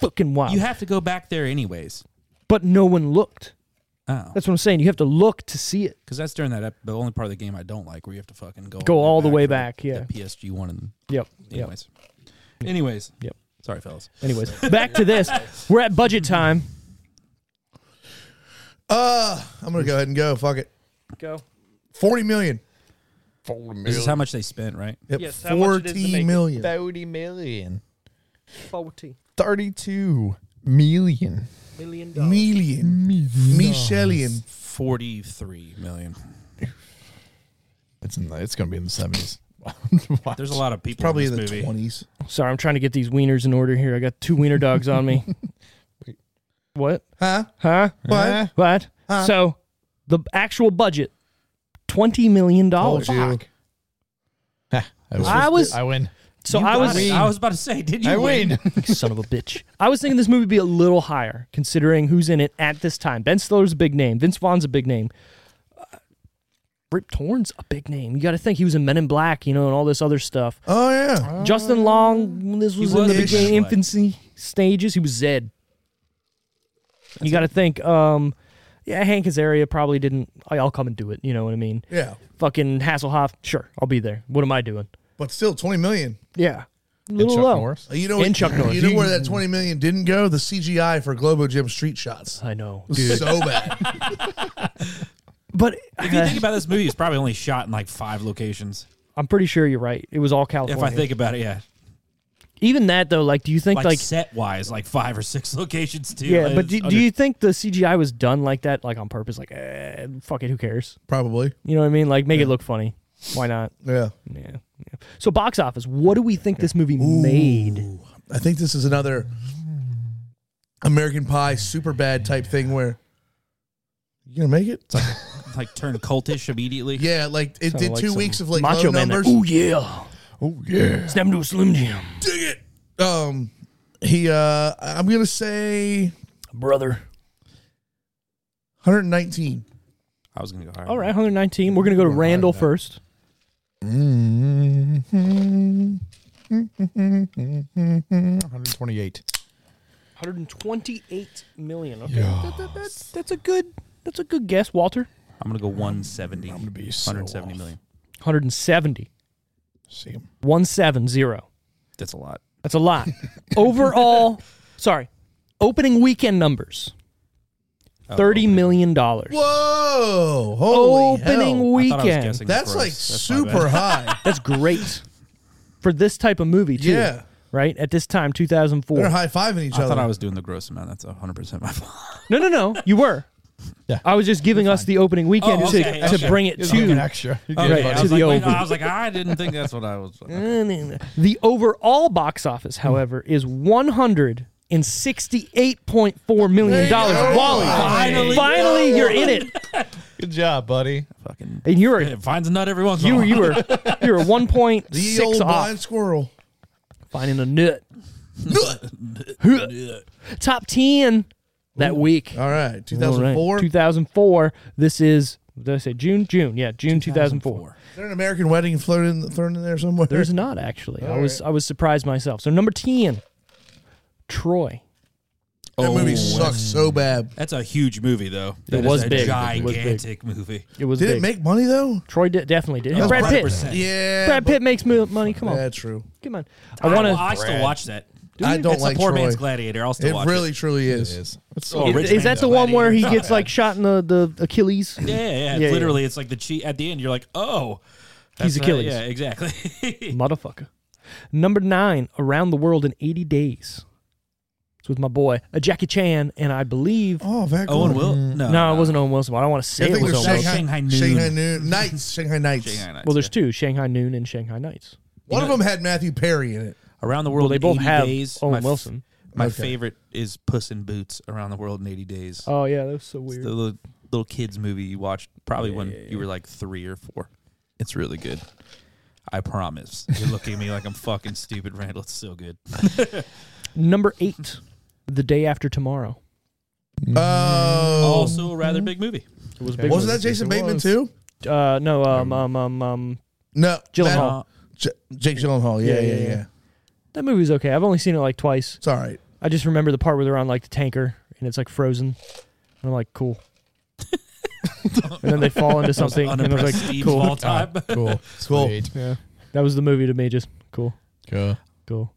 Fucking wild. You have to go back there anyways. but no one looked. Oh, That's what I'm saying. You have to look to see it. because that's during that ep- the only part of the game I don't like where you have to fucking go Go all the way back, for yeah. the PSG one and Yep. Yep. anyways, anyways, Yep. Sorry, fellas. Anyways, back to this. We're at budget time. Uh, I'm gonna go ahead and go. Fuck it. Go. Forty million. This is how much they spent, right? Yep. Yes, how much it is to make Forty it. million. 30 million. 40 32 million. million dollars. Million. Michelian. Forty three million. It's in the, it's going to be in the 70s. There's a lot of people. Probably in in this the movie. twenties. Sorry, I'm trying to get these wieners in order here. I got two wiener dogs on me. Wait. What? Huh? Huh? What? Eh, What? Huh? So the actual budget, twenty million Told dollars. Oh, you. Oh, I was- I win. So You I got was it. I was about to say, did you I win? win. son of a bitch. I was thinking this movie would be a little higher, considering who's in it at this time. Ben Stiller's a big name. Vince Vaughn's a big name. Uh, Rip Torn's a big name. You got to think he was in Men in Black, you know, and all this other stuff. Oh yeah. Justin Long, this was, in was the in beginning, Men in Black. infancy stages. He was Zed. you got to think. Um, yeah, Hank Azaria probably didn't. "Oh, I'll come and do it. You know what I mean? Yeah. Fucking Hasselhoff. Sure, I'll be there. What am I doing? But still, twenty million. Yeah, a little Chuck low. Norris. Uh, You know, And what- Chuck Norris. You know where that twenty million didn't go? The CGI for Globo Gym street shots. I know, It was so bad. but If you think about this movie, it's probably only shot in like five locations. I'm pretty sure you're right. It was all If California. I think about it, yeah. Even that though, like, do you think Like, like, set wise, like five or six locations too. yeah? Like, But do, it's do under- you think the CGI was done like that, like on purpose? Like, eh, fuck it, who cares? Probably. You know what I mean? Like, make it look funny. Why not? Yeah. Yeah. yeah. So box office, what do we think this movie made? I think this is another American Pie super bad type thing where you gonna make it? like turn cultish immediately? Yeah, like it Kinda did like two some weeks of like Macho low Man. numbers. Oh yeah, Oh, yeah. snap into a Slim Jim, Dig it. Um, he. Uh, I'm gonna say brother. 119. I was gonna go higher. All right, 119. We're gonna go to Randall first. Mm. 128. 128 million. Okay, Yeah. That- that- that's that's a good that's a good guess, Walter. I'm gonna go 170. I'm gonna be so 170 off. million. 170, See him. 170. That's a lot. That's a lot. Overall, sorry, opening weekend numbers Oh, thirty million dollars. Whoa! Holy Opening hell. I thought I was weekend. guessing That's gross. like my super bad. high. That's great for this type of movie too. Yeah. Right at this time, two thousand four. They're high fiving each I other. thought I was doing the gross amount. That's 100 percent my fault. No, no, no. You were. Yeah. I was just giving us the opening weekend Oh, okay, to, to okay. bring it An to. extra. You Okay. get Right. it, I to was the like, wait, over. I was like, I didn't think that's what I was. The overall box office, however, is one hundred and sixty-eight point four million dollars. Hey, Wally, finally. finally, you're in it, Good job, buddy. Fucking and you're a it finds a nut every once. in a You were while. you were you were one point the six old off blind squirrel. finding a nut. Huh. Top ten that week. All right, 2004. Uh, Two thousand four. This is did I say June? June. Yeah, June two thousand four. Is there an American wedding floating in, thrown in there somewhere? There's not actually. I was I was surprised myself. So number ten, Troy. that movie Oh. sucks so bad. That's a huge movie, though. That is was a big. It was big. Gigantic movie. It was Did big. it make money though? Troy de- definitely did. Brad Pitt. 100%. Yeah. Brad but- Pitt makes mo- money. Come on, Yeah, true. come on. I want I to. still watch that. I don't it's like a poor Troy. man's Gladiator. I'll still It watch really, truly is. It is. Oh, Rich Is, is Man that the one where he gets like shot in the the Achilles? Yeah, yeah, yeah. Yeah, literally, it's like the cheat at the end. You're like, oh, He's that's right. Achilles. Yeah, exactly. Motherfucker. Number nine, Around the World in 80 Days. It's with my boy, uh, Jackie Chan, and I believe. Oh, that Owen good. Will? No, Mm-hmm. no, it wasn't Owen Wilson. but I don't want I to say it think was there's Owen Wilson. Shanghai, Shanghai Shanghai Noon. Noon. Nights. Shanghai Nights. Shanghai Nights, Well, there's yeah. two Shanghai Noon and Shanghai Nights. One of them had Matthew Perry in it. around the Well, world. they in both 80 have days. Owen my f- Wilson. my Okay. favorite is Puss in Boots. Around the world in 80 days. Oh, yeah, that was so It's weird. the little, little kids movie you watched probably when you were like three or four. It's really good. I promise. You're looking at me like I'm fucking stupid, Randall. It's so good. Number eight, The Day After Tomorrow. Oh, Also, a rather big movie. It was a wasn't big. movie. Oh. that Jason It Bateman was. too? Uh, no, um, um, um, um, No, Gyllenhaal. that- J- Jake Gyllenhaal. Yeah, yeah, Yeah, yeah. yeah, yeah. That movie's okay. I've only seen it like twice. It's all right. I just remember the part where they're on like the tanker and it's like frozen. And I'm like, cool. and then they fall into something. and I was Unimpressed like, Steve cool. of all time. Cool. Cool. Sweet. Yeah. That was the movie to me. Just cool, Cool. cool.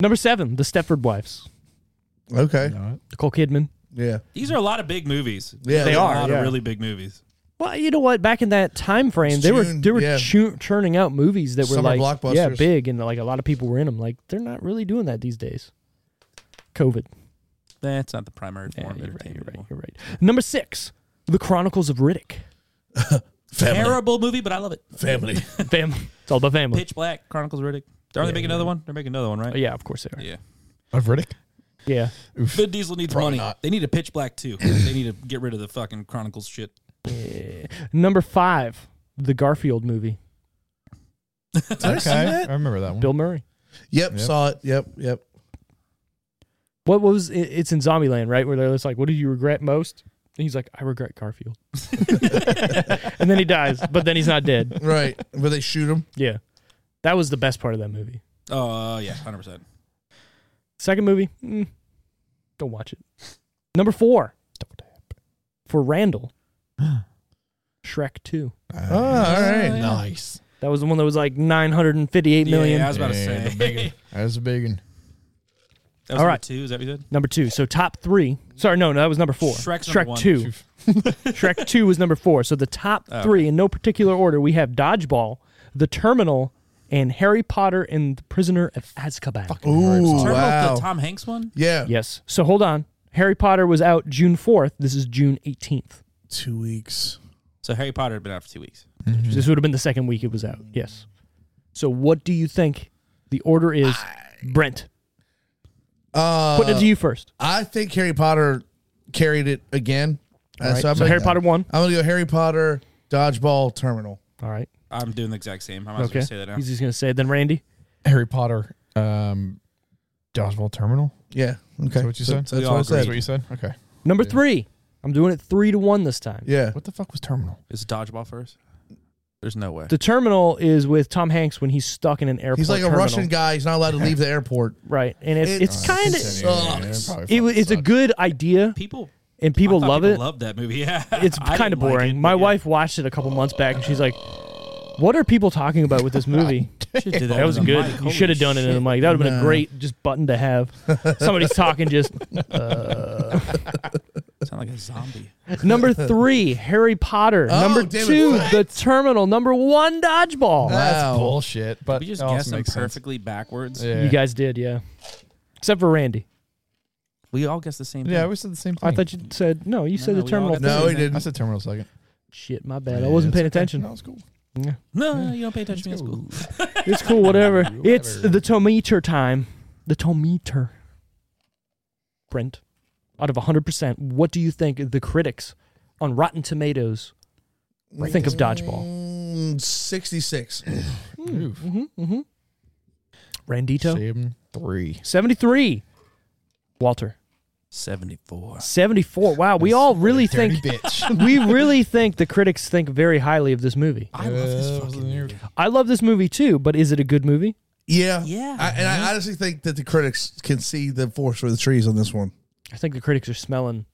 Number seven, The Stepford Wives. Okay. Alright. Nicole Kidman. Yeah. These are a lot of big movies. Yeah, They they a are. lot yeah. of really big movies. Well, you know what? Back in that time frame, they were June, they were yeah. chu- churning out movies that were Summer like yeah, blockbusters. big, and like a lot of people were in them. Like they're not really doing that these days. COVID. That's not the primary Yeah, form. of you're right. You're entertainment right. anymore. You're right. Number six, The Chronicles of Riddick. Family. Terrible movie, but I love it. Family. Family. It's all about family. Pitch Black, Chronicles of Riddick. Yeah, Aren't they making another one? They're making another one, Oh, right? yeah, of course they are. Yeah. Of Riddick? Yeah. Vin Diesel needs money. Probably not. They need a Pitch Black too. they need to get rid of the fucking Chronicles shit. Yeah. Eh, Number five, The Garfield movie. Did I see that? I remember Oh. that one. Bill Murray. Yep, Yep. Saw it. Yep. Yep. What was it, it's in Zombieland, right? Where they're just like, "What do you regret most?" And he's like, "I regret Garfield." and then he dies, but then he's not dead. Right. Where they shoot him. Yeah, that was the best part of that movie. Oh yeah, hundred percent. Second movie, mm, don't watch it. Number four, for Randall, Shrek Two. Oh, all right. Nice. That was the one that was like nine hundred and fifty-eight million. Yeah, I was about to Yeah, say. the big one. That was a big one. That was All number right. two. Is that what you said? Number two. So top three. Sorry, no, no, that was number four. Shrek's Shrek number one. two. Shrek two was number four. So the top Oh, three in no particular order, we have Dodgeball, The Terminal, and Harry Potter and the Prisoner of Azkaban. Ooh, Terminal, wow. the Tom Hanks one. Yeah. Yes. So hold on. Harry Potter was out June fourth. This is June 18th Two weeks. So Harry Potter had been out for two weeks. This would have been the second week it was out. Yes. So what do you think the order is? Brent, Uh, putting it to you first. I think Harry Potter carried it again. Uh, All right. So, So, I'm gonna- Harry Potter one. I'm gonna go Harry Potter, Dodgeball, Terminal. All right. I'm doing the exact same. I might Okay. as well say that now. He's just gonna say it. Then Randy. Harry Potter, um, Dodgeball Terminal. Yeah. Okay. that what you said? That's We what all I agree. That's said. what you said? Okay. Number three. I'm doing it three to one this time. Yeah. What the fuck was Terminal? Is dodgeball first? There's no way. The terminal is with Tom Hanks when he's stuck in an airport. He's like a terminal. Russian guy. He's not allowed to leave the airport. right? And it's Uh, It- it's kind of Continue. Sucks. probably it, wa- it's a fucking good idea, people and people I thought love people it. Love that movie. Yeah, it's I kind of didn't like boring. it, My but yeah. wife watched it a couple months back, and she's like, "What are people talking about with this movie?" Should've did That was with a good. mic. you Holy should have done it in the mic. That would have been a No. great just button to have. Somebody's talking just. Uh. shit. Sound like a zombie. Number three, Harry Potter. Oh, Number damn it. two, What? The Terminal. Number one, Dodgeball. That's Wow. bullshit. But We just it Uh, also guessed them makes sense. perfectly backwards. Yeah. You guys did, yeah. Except for Randy. We all guessed the same thing. yeah, we said the same thing. I thought you said no. You No, said the no, we all terminal. got the first. No, he Yeah. I didn't. said Terminal second. Shit, my bad. I wasn't paying attention. That was cool. Yeah. no, no, you don't pay attention. That's cool. It's cool, whatever. Whatever. it's the tometer time. The tometer. Brent, out of 100%, what do you think the critics on Rotten Tomatoes? Think of Dodgeball. Mm, Sixty-six. Oof. Mm-hmm, mm-hmm. Randito, Seven, three. 73. Walter, Seventy-four. 74. Wow, we all really Dirty think, bitch. we really think the critics think very highly of this movie. I love Yeah, this it was fucking in here. movie. I love this movie too, but is it a good movie? Yeah. Yeah. I, and I honestly think that the critics can see the forest for the trees on this one. I think the critics are smelling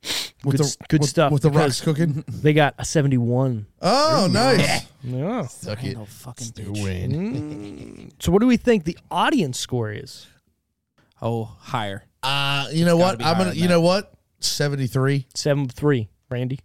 With good, the s- good with- stuff. With the rocks because cooking. They got a 71. Oh, nice. Yeah. Suck it. Randall fucking Do bitch. it. Mm. So what do we think the audience score is? Oh, higher. Uh, you know Gotta what? be I'm higher gonna. than You that. know what? Seventy-three. Seven three, Randy.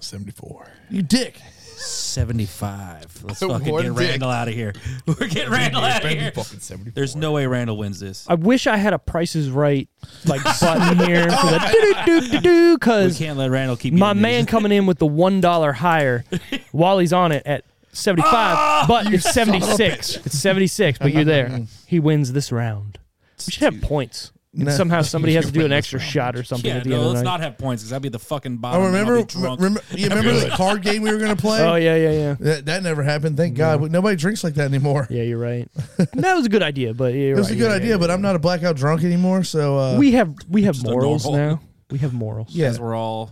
74. You dick. 75. Let's fucking One get dick. Randall out of here. We're getting Randall out of here. fucking 74. There's no way Randall wins this. I wish I had a prices right like button here for the do do do do We because can't let Randall keep my getting man these. coming in with the one dollar higher while he's on it at seventy five, Ah! but it's seventy six. It's seventy six, but you're Mm-hmm. there. He wins this round. We should have points. And No. somehow somebody has to do an win this extra round. shot or something Yeah, at the no, end of let's the night. not have points because that'd be the fucking bottom. I and I'll remember. be drunk. Remember, you remember the card game we were gonna play? oh yeah, yeah, yeah. That, that never happened. Thank God. Nobody drinks like that anymore. Yeah, you're right. that was a good idea, but yeah, It you're was right, a you're good right, idea, you're but right. I'm not a blackout drunk anymore. So uh, we have we have Just a morals normal. now. We have morals. yeah, Because we're all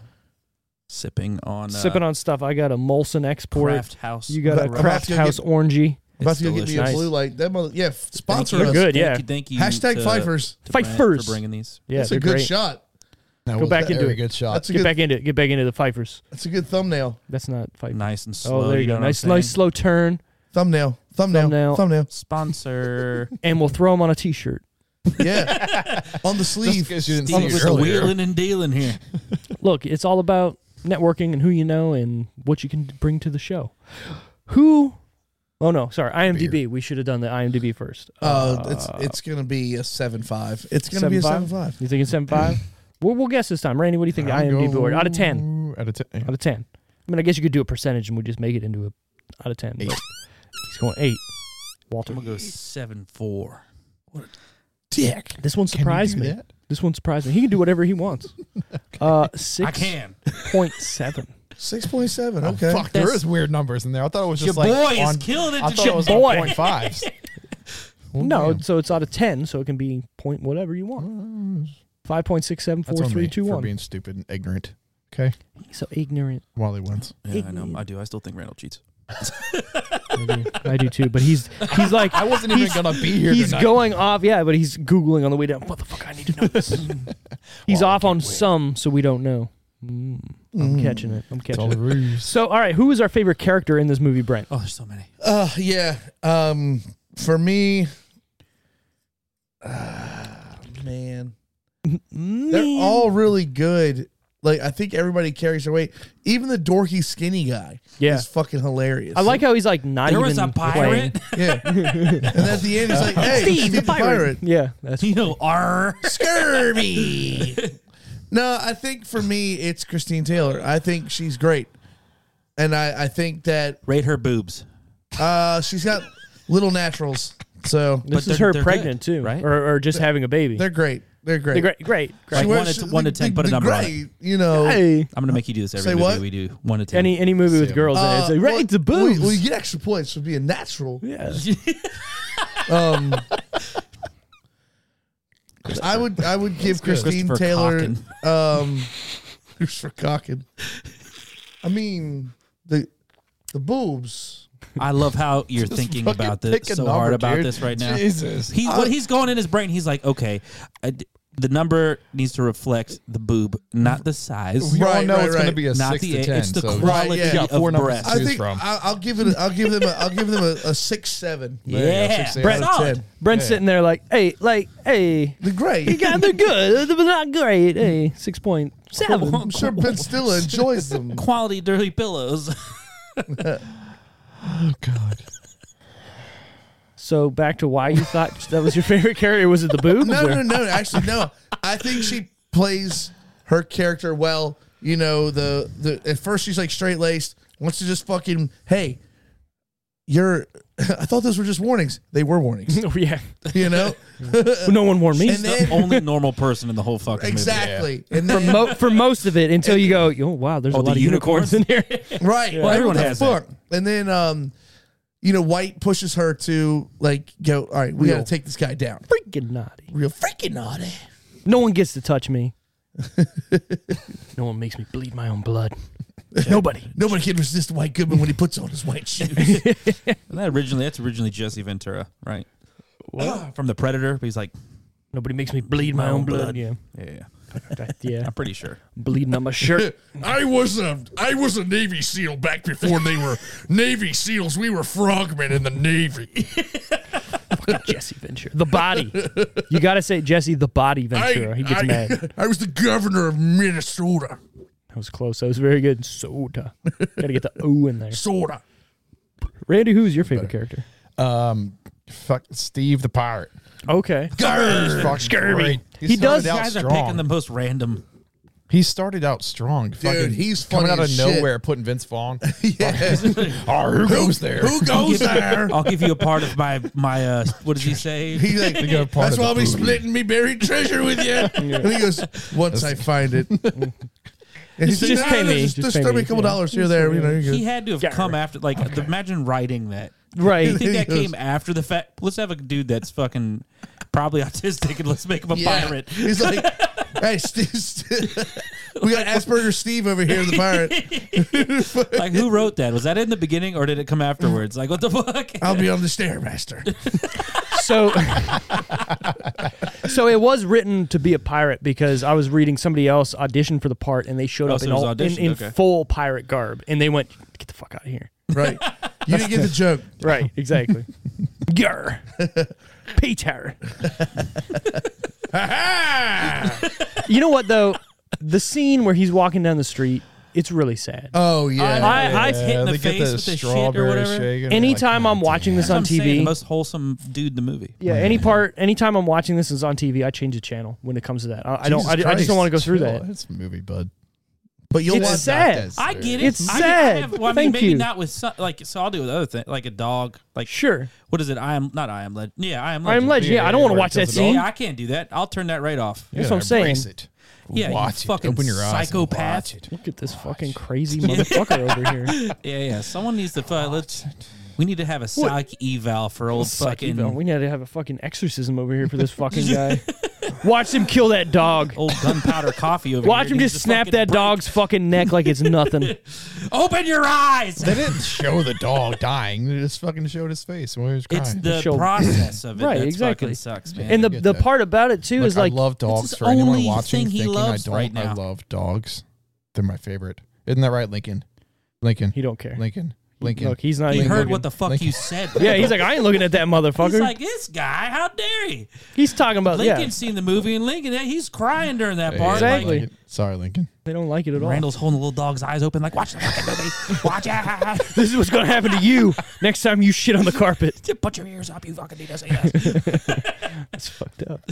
sipping on uh, Sipping on stuff. I got a Molson export. Craft House. You got a I'm about Craft to go get- House orangey. I'm about It's to go get me a delicious. blue light. That mother, yeah, f- sponsor They're us. good, Thank yeah. you, thank you. Hashtag to- Fifers. to Fight Brent first. for bringing these. Yeah, that's a they're good great. shot. Now, Go back into very it. good shot. That's a Get good. back into it. Get back into the Pfeifers. That's a good thumbnail. That's not Pfeifers. Nice and slow. Oh, there you know go. what I'm Nice, nice saying? slow turn, Thumbnail. Thumbnail. Thumbnail. Thumbnail. sponsor. and we'll throw them on a T-shirt. Yeah. On the sleeve. because you didn't Steve see with it the earlier. wheeling and dealing here. Look, it's all about networking and who you know and what you can bring to the show. Who? Oh no, sorry. IMDb. We should have done the IMDb first. Uh, it's it's gonna be a seven five. It's gonna be a seven five. Uh, You think it's seven five? we'll, we'll guess this time. Randy, what do you think? The I'll IMDb go award out of ten. Out of ten. Out of ten. I mean, I guess you could do a percentage and we just make it into a out of ten. but Eight. He's going eight. Walter, I'm gonna go seven four. dick. This one surprised do me. that? This one surprised me. He can do whatever he wants. Uh, six I can. point seven. Six point seven. Oh, Okay. Fuck, there is weird numbers in there. I thought it was Your just like boy on, is killing it. I to thought your it was boy. on point fives. Well, No, damn. so it's out of ten, so it can be point whatever you want. Five point six seven That's four on three me two for one. being stupid and ignorant. Okay, So ignorant. Wally wins. Yeah, I know. I do. I still think Randall cheats. I do too, but he's he's like I wasn't even he's- gonna be here He's tonight. going off, yeah, but he's googling on the way down. What the fuck? I need to know this. he's off on some, so we don't know. Mm, I'm catching it. I'm It's all catching a it. ruse. So, all right, who is our favorite character in this movie, Brent? Oh, there's so many. Uh, yeah. Um, for me, ah, man, they're all really good. Like I think everybody carries their weight. Even the dorky skinny guy Yeah. is fucking hilarious. I like how he's like not There even was a playing. pirate. yeah. and at the end, he's like, "Hey, Steve, the pirate. Yeah, that's you know, R. scurvy. no, I think for me, it's Christine Taylor. I think she's great, and I, I think that Rate her boobs. uh, she's got little naturals, so this But is they're- her they're pregnant good, too, right? Or, or just having a baby. they're great. They're great. They're great, great, great. Like, She wears- one to- she- one to the- ten, the- put a the number on it. great, You know, Hey, I'm gonna make you do this every Say movie what? we do. One to ten. any any movie with Sam. girls in it, it's like, Uh, well, right? It's a boobs. Well, you get extra points for being natural. yeah. Um, I would I would give Christine Christopher Taylor um, Christopher Cockin. I mean the the boobs. I love how you're thinking Fucking about pick this a so number, hard about dude. this right now. Jesus. He, what he's going in his brain, he's like, okay, I d the number needs to reflect the boob, not the size, we all Right, know right, it's going to right. be a not six the to a- ten. It's the so Right, quality yeah. You got of four numbers. breath. I choose think from. I'll, I'll give it. I'll give them. A, I'll give them a, a six seven. There you go, yeah, six, eight Brett, out solid. ten. Brent's Yeah. sitting there like, hey, like, hey, The great. you guys, they're good, but not great. Hey, six point seven. I'm sure Ben Stiller enjoys them. Oh, quality dirty pillows. Oh God. So back to why you thought that was your favorite character? Was it the boobs? No, or- no, no. Actually, no. I think she plays her character well. You know, the the at first she's like straight laced. Wants to just fucking hey, you're. I thought those were just warnings. They were warnings. Oh, yeah, You know, no one warned me. and the then only normal person in the whole fucking exactly, and for, then mo- for most of it, until you go, oh wow, there's Oh, a the lot of unicorns, in here. Right. Well, What everyone the has that. fuck? And then, um, you know, White pushes her to like go. All right, we got Real. to take this guy down. Freaking naughty. Real freaking naughty. No one gets to touch me. no one makes me bleed my own blood. Nobody. Nobody can resist White Goodman when he puts on his white shoes. movie. That originally, that's originally Jesse Ventura, right? From the Predator, but he's like, Nobody makes me bleed my own blood. Yeah. yeah, That- yeah. I'm pretty sure. Bleeding on my shirt. I was a I was a Navy SEAL back before they were Navy SEALs. We were frogmen in the Navy. Jesse Ventura. The body. You got to say Jesse the body Ventura. he gets mad. That I was the governor of Minnesota. was close. That was very good. Soda. got to get the O in there. Soda. Randy, who's your favorite character? Um, fuck Steve the pirate. Okay. Fucking great. He, He does- started out Guys are strong. picking the most random. He started out strong. Dude, fucking he's coming funny out of as shit. nowhere, putting Vince Vaughn. oh, who goes there? Who goes there? I'll give you a part of my my. Uh, what does he say? He's like, go part that's of the why I'll be booty." splitting me buried treasure with you. And he goes, once I find it. And he's "Ah, Just pay me, Just, just just pay throw me, me a couple yeah. dollars here, there. You know, you're He good. had to have come after. Like, the- imagine writing that. You Right. think that Yes. came after the fact? Let's have a dude that's fucking probably autistic and let's make him a Yeah. pirate. He's like, hey, Steve, we got Asperger Steve over here, the pirate. Like, who wrote that? Was that in the beginning or did it come afterwards? Like, what the fuck? I'll be on the stairmaster. So, so it was written to be a pirate because I was reading somebody else audition for the part and they showed Oh, up so in, it was all, in, auditioned, in okay. full pirate garb and they went, "Get the fuck out of here!" Right. You didn't get the joke. Right? Exactly. Gar, Peter. you know what though? The scene where he's walking down the street, it's really sad. Oh yeah. I, I, I've hit in the they get face with the shit or whatever. shake and anytime like, "Oh, I'm watching this That's what on I'm saying, TV, the most wholesome dude in the movie. yeah, any part, anytime I'm watching this is on TV, I change the channel when it comes to that. I, I don't, Jesus I, I just Christ, don't want to go through chill. that. Oh, It's a movie, bud. But you'll It's watch sad. That's I fair. get it. It's I get- sad. I have, well, I Thank mean, maybe you. not with some, like. So I'll do with other thing, like a dog. Like Sure, what is it? I am not. I am legend. Yeah, I am. I Legend. am legend. Yeah, I don't yeah, want to where it watch that tells it all. scene. Yeah, I can't do that. I'll turn that right off. That's what I'm saying. Embrace it. Yeah, you Watch it. fucking Open your eyes. and psychopath. watch it. Look at this fucking crazy motherfucker over here. Yeah, yeah. Someone needs to. Fuck, let's. We need to have a psych eval for old Fuck you, fucking Bill. we need to have a fucking exorcism over here for this fucking guy. Watch him kill that dog. old gunpowder coffee over Watch Oh, here. him Needs just to snap fucking that break- dog's fucking neck like it's nothing. Open your eyes. They didn't show the dog dying. They just fucking showed his face when he was crying. It's the Show- process of it. Right, that exactly. Fucking sucks, man. And the get the that. part about it too Look, is like I love It's dogs. his For anyone only watching, thing he thinking loves I don't, right now. I love dogs. They're my favorite. Isn't that right, Lincoln? Lincoln. he don't care. Lincoln. Lincoln. Look, he's not. he even heard looking. what the fuck Lincoln- you said. Yeah, he's like I ain't looking at that motherfucker. He's He's, like this guy. How dare he? talking about Lincoln Uh, yeah. seen the movie and Lincoln, yeah, he's crying during that Hey, part. Exactly. Like, Lincoln. Sorry, Lincoln. They don't like it at all. Randall's holding the little dog's eyes open, like, watch the fucking movie. Watch out. This is what's gonna happen to you next time you shit on the carpet. Put your ears up. You fucking need to see this. It's fucked up.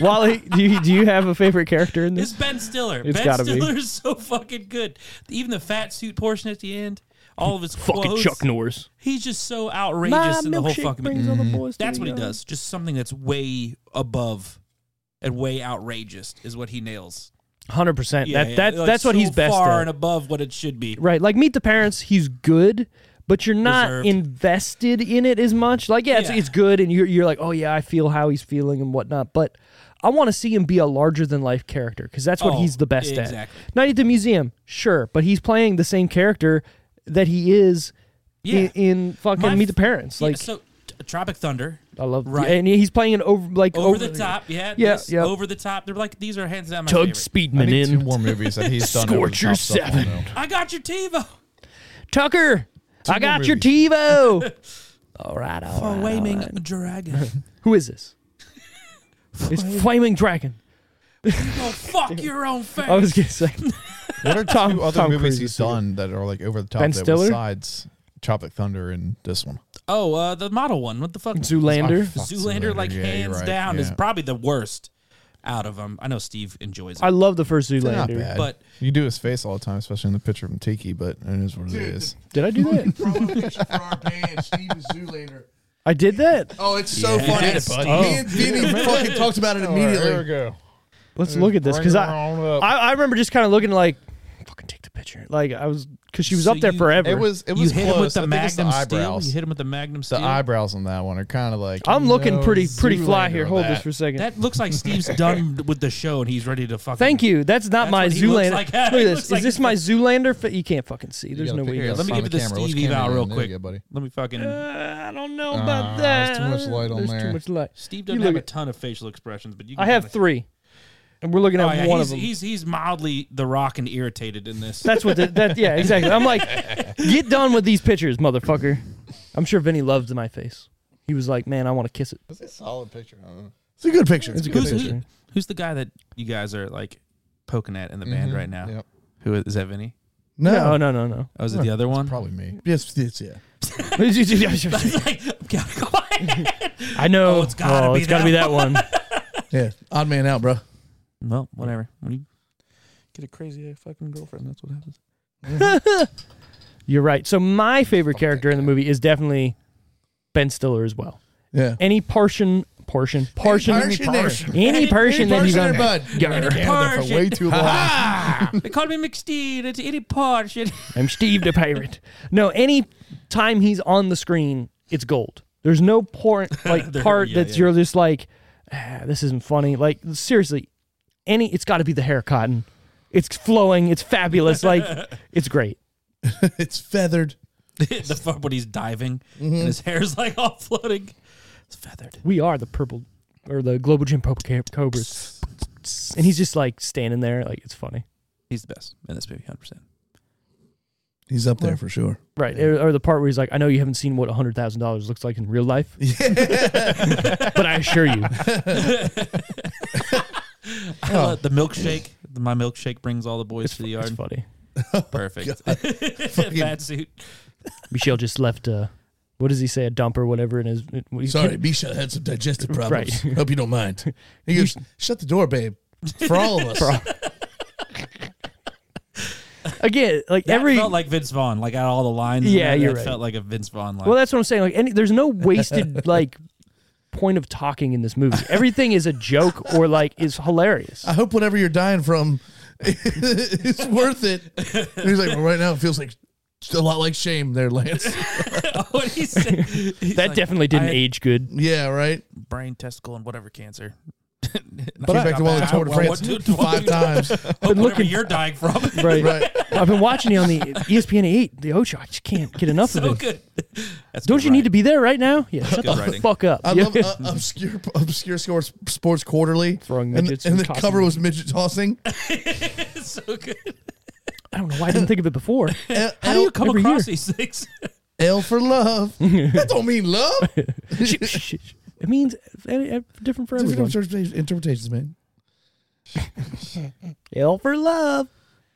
Wally, do you, do you have a favorite character in It's this? Ben Stiller. It's ben gotta be. Stiller is so fucking good. Even the fat suit portion at the end, all of his Fucking quotes, Chuck Norris. He's just so outrageous in the whole fucking movie. all the Mm-hmm. boys to That's the what he yard. does. Just something that's way above and way outrageous is what he nails. Hundred percent. That yeah. that Like, that's what so he's best far at. and above what it should be. right. Like Meet the Parents, he's good, but you're not Reserved. invested in it as much. Like yeah, Yeah. It's, it's good, and you're you're like, oh yeah, I feel how he's feeling and whatnot. But I want to see him be a larger than life character because that's what Oh, he's the best at. exactly. Night at the Museum, sure, but he's playing the same character that he is. Yeah. In, in fucking My Meet f- the Parents, Yeah, like so, t- Tropic Thunder, I love Right. and he's playing an over like over, the top, yeah, Yeah, this, yeah. over the top. They're like these are hands down my Tug favorite. I Speedman need two in more movies that he's done. over the Scorcher top stuff on, Seven. though. I got your TiVo. Tucker. I got your movies. TiVo. all right, all For right, Waming all right. Dragon. Who is this? it's Flaming Dragon. Go fuck your own face. I was gonna say. What are Tom- two other Tom movies Cruise he's is so good. done that are like over the top Ben that Stiller? besides Tropic Thunder and this one? oh, uh, the model one. What the fuck? Oh, Zoolander. fuck, Zoolander, like yeah, you're hands right, down, is yeah. probably the worst out of them. I know Steve enjoys it, I love the first They're not Zoolander. bad. but you do his face all the time, especially in the picture from Tiki. But it is what it is. Did I do that? I did that. Oh, it's so Yeah, funny. it's buddy. Me and Vinny fucking talked about it There we immediately. go. Let's look at this because Bring her I, on up. I I remember just kind of looking like, fucking take the picture. Like I was because she was So up there you- forever. it was it you was hit close. him with the I think it's Magnum the Steel. eyebrows. You hit him with the Magnum the Steel. eyebrows on that one are kind of like I'm you looking know, pretty pretty fly Zoolander here. Hold that. this for a second. That looks like Steve's done with the show and he's ready to fucking. Thank you. That's not That's my what he looks Zoolander. like. Look at He this. looks Is like this he- my Zoolander? Fa- you can't fucking see. There's gotta no way. figure you Here, it out. guys- let me give Find you the the camera. Which Steve camera eval you real in? There quick. you go, buddy. Let me fucking. Uh, I don't know Uh, about that. there's too much light on There's there. Too much light. Steve You doesn't look have a at- ton of facial expressions, but you. Can I have kinda- three, and we're looking at Oh, yeah, one he's, of them. he's he's mildly the rock and irritated in this. That's what the, that. Yeah, exactly. I'm like, get done with these pictures, motherfucker. I'm sure Vinny loved my face. He was like, man, I want to kiss it. That's a solid picture. It's a good picture. It's a good who's, who- picture. who's the guy that you guys are like poking at in the Mm-hmm. band right now? Yep. Who is, is that? Vinny? No, No, no, no, no. Oh, is it the other one? Probably me. yes, it's, yeah. like, I'm gotta go ahead. I know. Oh, it's gotta Oh, be it's gotta be that one. Yeah, odd man out, bro. Well, whatever. When you get a crazy fucking girlfriend, that's what happens. You're right. So my favorite character in the movie is definitely Ben Stiller as well. Yeah. Any portion, portion, portion, portion there. any portion that he's Person on. or bud. Gar. Canada for way too long. Ah, they called me McSteen. It's itty pod shit. I'm Steve the Pirate. No, any time he's on the screen, it's gold. There's no por- like There- part yeah, that's yeah. you're just like, ah, this isn't funny. Like seriously, any, it's got to be the hair cotton. It's flowing. It's fabulous. Like it's great. it's feathered. the fuck when he's diving and his hair's like all floating. It's feathered. We are the purple or the global gym purple Ca- cobras, and he's just like standing there. Like it's funny, He's the best in this movie, hundred percent. He's up there for sure. right? Or, or the part where he's like, "I know you haven't seen what hundred thousand dollars looks like in real life, but I assure you, The milkshake. My milkshake brings all the boys to the it's yard. funny." Perfect. Bad suit. Michelle just left. Uh, what does he say? A dump or whatever in his. he's- Sorry, Bisha had some digestive problems. Right. Hope you don't mind. He goes, shut the door, babe. For all of us. Again, like That every. felt like Vince Vaughn. Like out of all the lines. in Yeah, there, you're that right. Felt like a Vince Vaughn line. well, that's what I'm saying. Like, any, there's no wasted like point of talking in this movie. Everything is a joke or like is hilarious. I hope whatever you're dying from is worth it. And he's like, well, right now it feels like a lot like shame there, Lance. what he said. He's That like, definitely didn't I had age good. Yeah, right? Brain, testicle, and whatever cancer. Came back to one of the Tour de France five times. But looking- you're dying from. Right. Right. I've been watching you on the E ESPN 8, the Ocho. I just can't get enough so of it. good. That's Don't good you need to be there right now? Yeah, shut good the writing. fuck up. I Yeah. love uh, obscure obscure sports, sports quarterly. Throwing and, midgets and and the tossing cover them. was midget tossing. writing. so good. I don't know why I didn't think of it before. L, How do you come Every across year. these things? L for love. that don't mean love. it means uh, uh, different for everyone. Different interpretations- interpretations, man. L for love.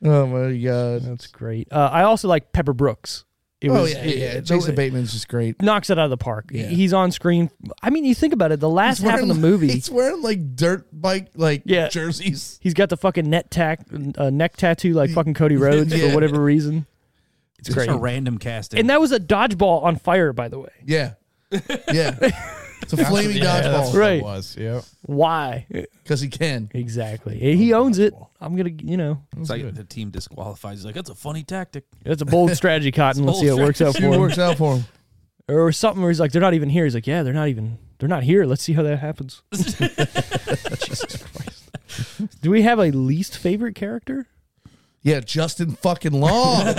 Oh my god. That's great. Uh, I also like Pepper Brooks. It Oh was- yeah, it- yeah. it- Jason it Bateman's just great. knocks it out of the park. Yeah. He's on screen. I mean, you think about it. The last half of the movie, He's wearing like dirt bike like Yeah. jerseys. he's got the fucking net tack, uh, neck tattoo like fucking Cody Rhodes Yeah. for whatever reason. It's Just great. a random casting. And that was a dodgeball on fire, by the way. Yeah. Yeah. it's a flaming dodgeball. Right. It was. Yeah. Why? Because he can. Exactly. He owns it. I'm gonna, you know, it's like the team disqualifies. He's like, that's a funny tactic. that's a bold strategy, Cotton. Let's It's a see how it bold works out See what for him. works out for him. Or something where he's like, they're not even here. He's like, yeah, they're not even, they're not here. Let's see how that happens. Jesus Christ. Do we have a least favorite character? Yeah, Justin fucking Long.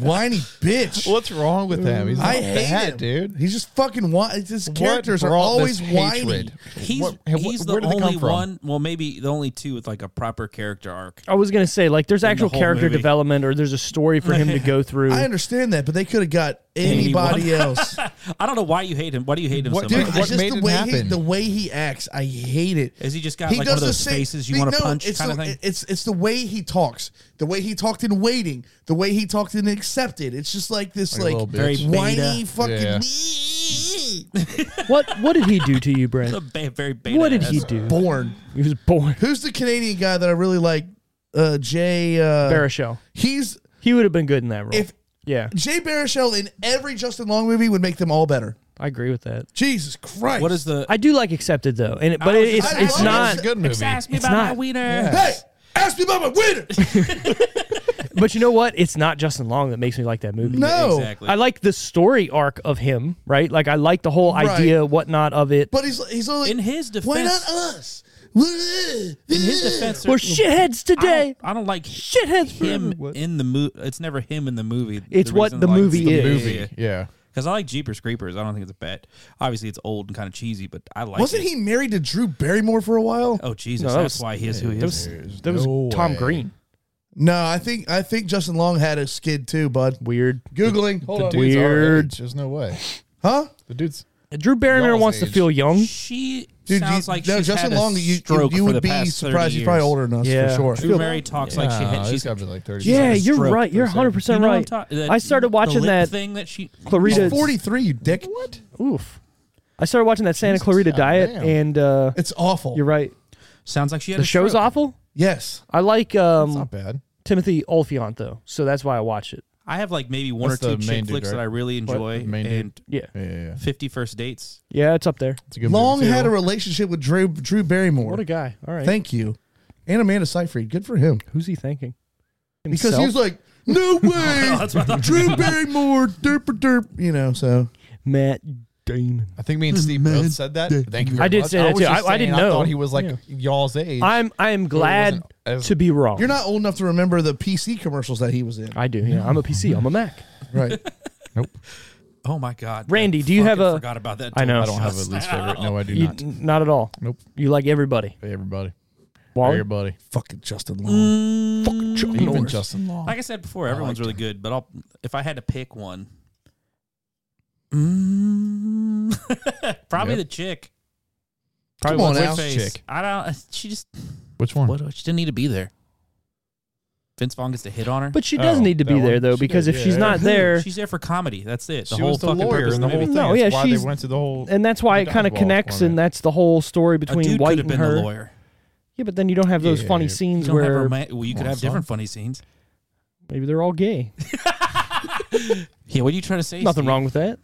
Whiny bitch. What's wrong with him? He's I not hate bad, him. dude. He's just fucking whiny. His What characters are brought always this whiny. hatred? He's What- and wh- he's where the did they come only from? one. Well, maybe the only two with like a proper character arc. I was gonna say like, there's actual whole character movie. development, or there's a story for him to go through. I understand that, but they could have got anybody else. I don't know why you hate him. Why do you hate him What- so dude, much? It's just made the it way He, happen? the way he acts, I hate it. Has he just got, like, one of does the those same- faces you see, wanna punch it's kinda the- thing? It's it's the way he talks, the way he talked in waiting, the way he talked in accepted. It's just like this Like a like, little very bitch. whiny beta. fucking. Yeah. what What did he do to you, Brent? It's a ba- very beta. What did he ass. do? born. He was born. Who's the Canadian guy that I really like? Uh, Jay. Uh, Baruchel. He's He would have been good in that role. if yeah, Jay Baruchel in every Justin Long movie would make them all better. I agree with that. Jesus Christ! What is the? I do like accepted though, and it, but was it, it's just- I it's love not. It's a good movie. Ask me It's about my not- wiener. Hey, ask me about my winner. But you know what? It's not Justin Long that makes me like that movie. No, Exactly. I like the story arc of him, right? Like I like the whole idea, whatnot of it. but he's he's only in his defense, Why not us? In in his defense, We're there- shitheads I don't- today. I don't like Shitheads him forever. in the movie. It's never him in the movie. It's what reason the I like movie is. Movie. Yeah. Because I like Jeepers Creepers. I don't think it's a bad. Obviously, it's old and kind of cheesy, but I like. Wasn't it. he married to Drew Barrymore for a while? Oh Jesus! No, that that's was- why he is who he That is. was, that was no Tom way. Green. No, I think I think Justin Long had a skid too, bud. Weird. Googling, hold The on, dude's our Weird. age. There's no way. huh? The dude's. Drew Barrymore Y'all's wants to age. feel young. She Dude, sounds you, like no, she's Justin had a Long, you- you, stroke you for would the be past 30 surprised. He's years. probably older than us Yeah. for sure. Drew Mary talks like she Uh, had. she's She's got to be like 30. Yeah, a you're stroke right. You're per se. 100 percent You know what I'm right. talking- that- I started watching the lip that thing that she. Oh, He's Clarita. forty-three. You dick. What? Oof. I started watching that Santa Clarita God Diet, damn. and uh, It's awful. you're right. Sounds like she had The a show's stroke. awful. Yes. I like It's um, not bad. Timothy Olyphant though, so that's why I watch it. I have like maybe one That's or two the main chick dude, flicks right? that I really enjoy, The main dude. and Yeah, Yeah, yeah, yeah. Fifty First Dates. yeah, it's up there. It's a good Long movie. had a relationship with Drew Drew Barrymore. What a guy! All right, Thank you, and Amanda Seyfried. Good for him. who's he thanking? Because he was like, no way, Drew Barrymore, derp derp. You know, so Matt Damon. I think me and Steve both said that. Thank you. Very I did much. say that was too. just I- I didn't saying know. thought he was like Yeah. y'all's age. I'm I am glad wasn't as- to be wrong. You're not old enough to remember the PC commercials that he was in, I do. Yeah, I'm a PC. I'm a Mac. right? Oh my God, Randy, I do you have a- fucking Forgot about that. I know. I don't have a least favorite. No, I do You, not. not. at all. Nope. You like everybody. Hey, everybody. Wally? Everybody. Fucking Justin Long. Fucking Chuck Even Norris. Justin Long. Like Oh, I said before, everyone's really good, but I'll, if I had to pick one, probably Yep. Mm. the chick. Come on What's her now. face? Chick. I don't. uh, She just Which one? what? She didn't need to be there. Vince Vaughn gets to hit on her. But she does Oh, need to that be there one. though, She because did, if she's yeah. not there, She's there for comedy. That's it. The she whole was the fucking lawyer purpose and the of whole movie. thing. No, That's yeah, why they she's- went to the whole. and that's why it kind of dodgeball connects, format. and that's the whole story between a dude White could have and been her. the lawyer. Yeah, but then you don't have those Yeah, funny you You scenes don't have where roma- well, you could have different funny scenes. maybe they're all gay. Yeah, what are you trying to say? Nothing Steve? wrong with that.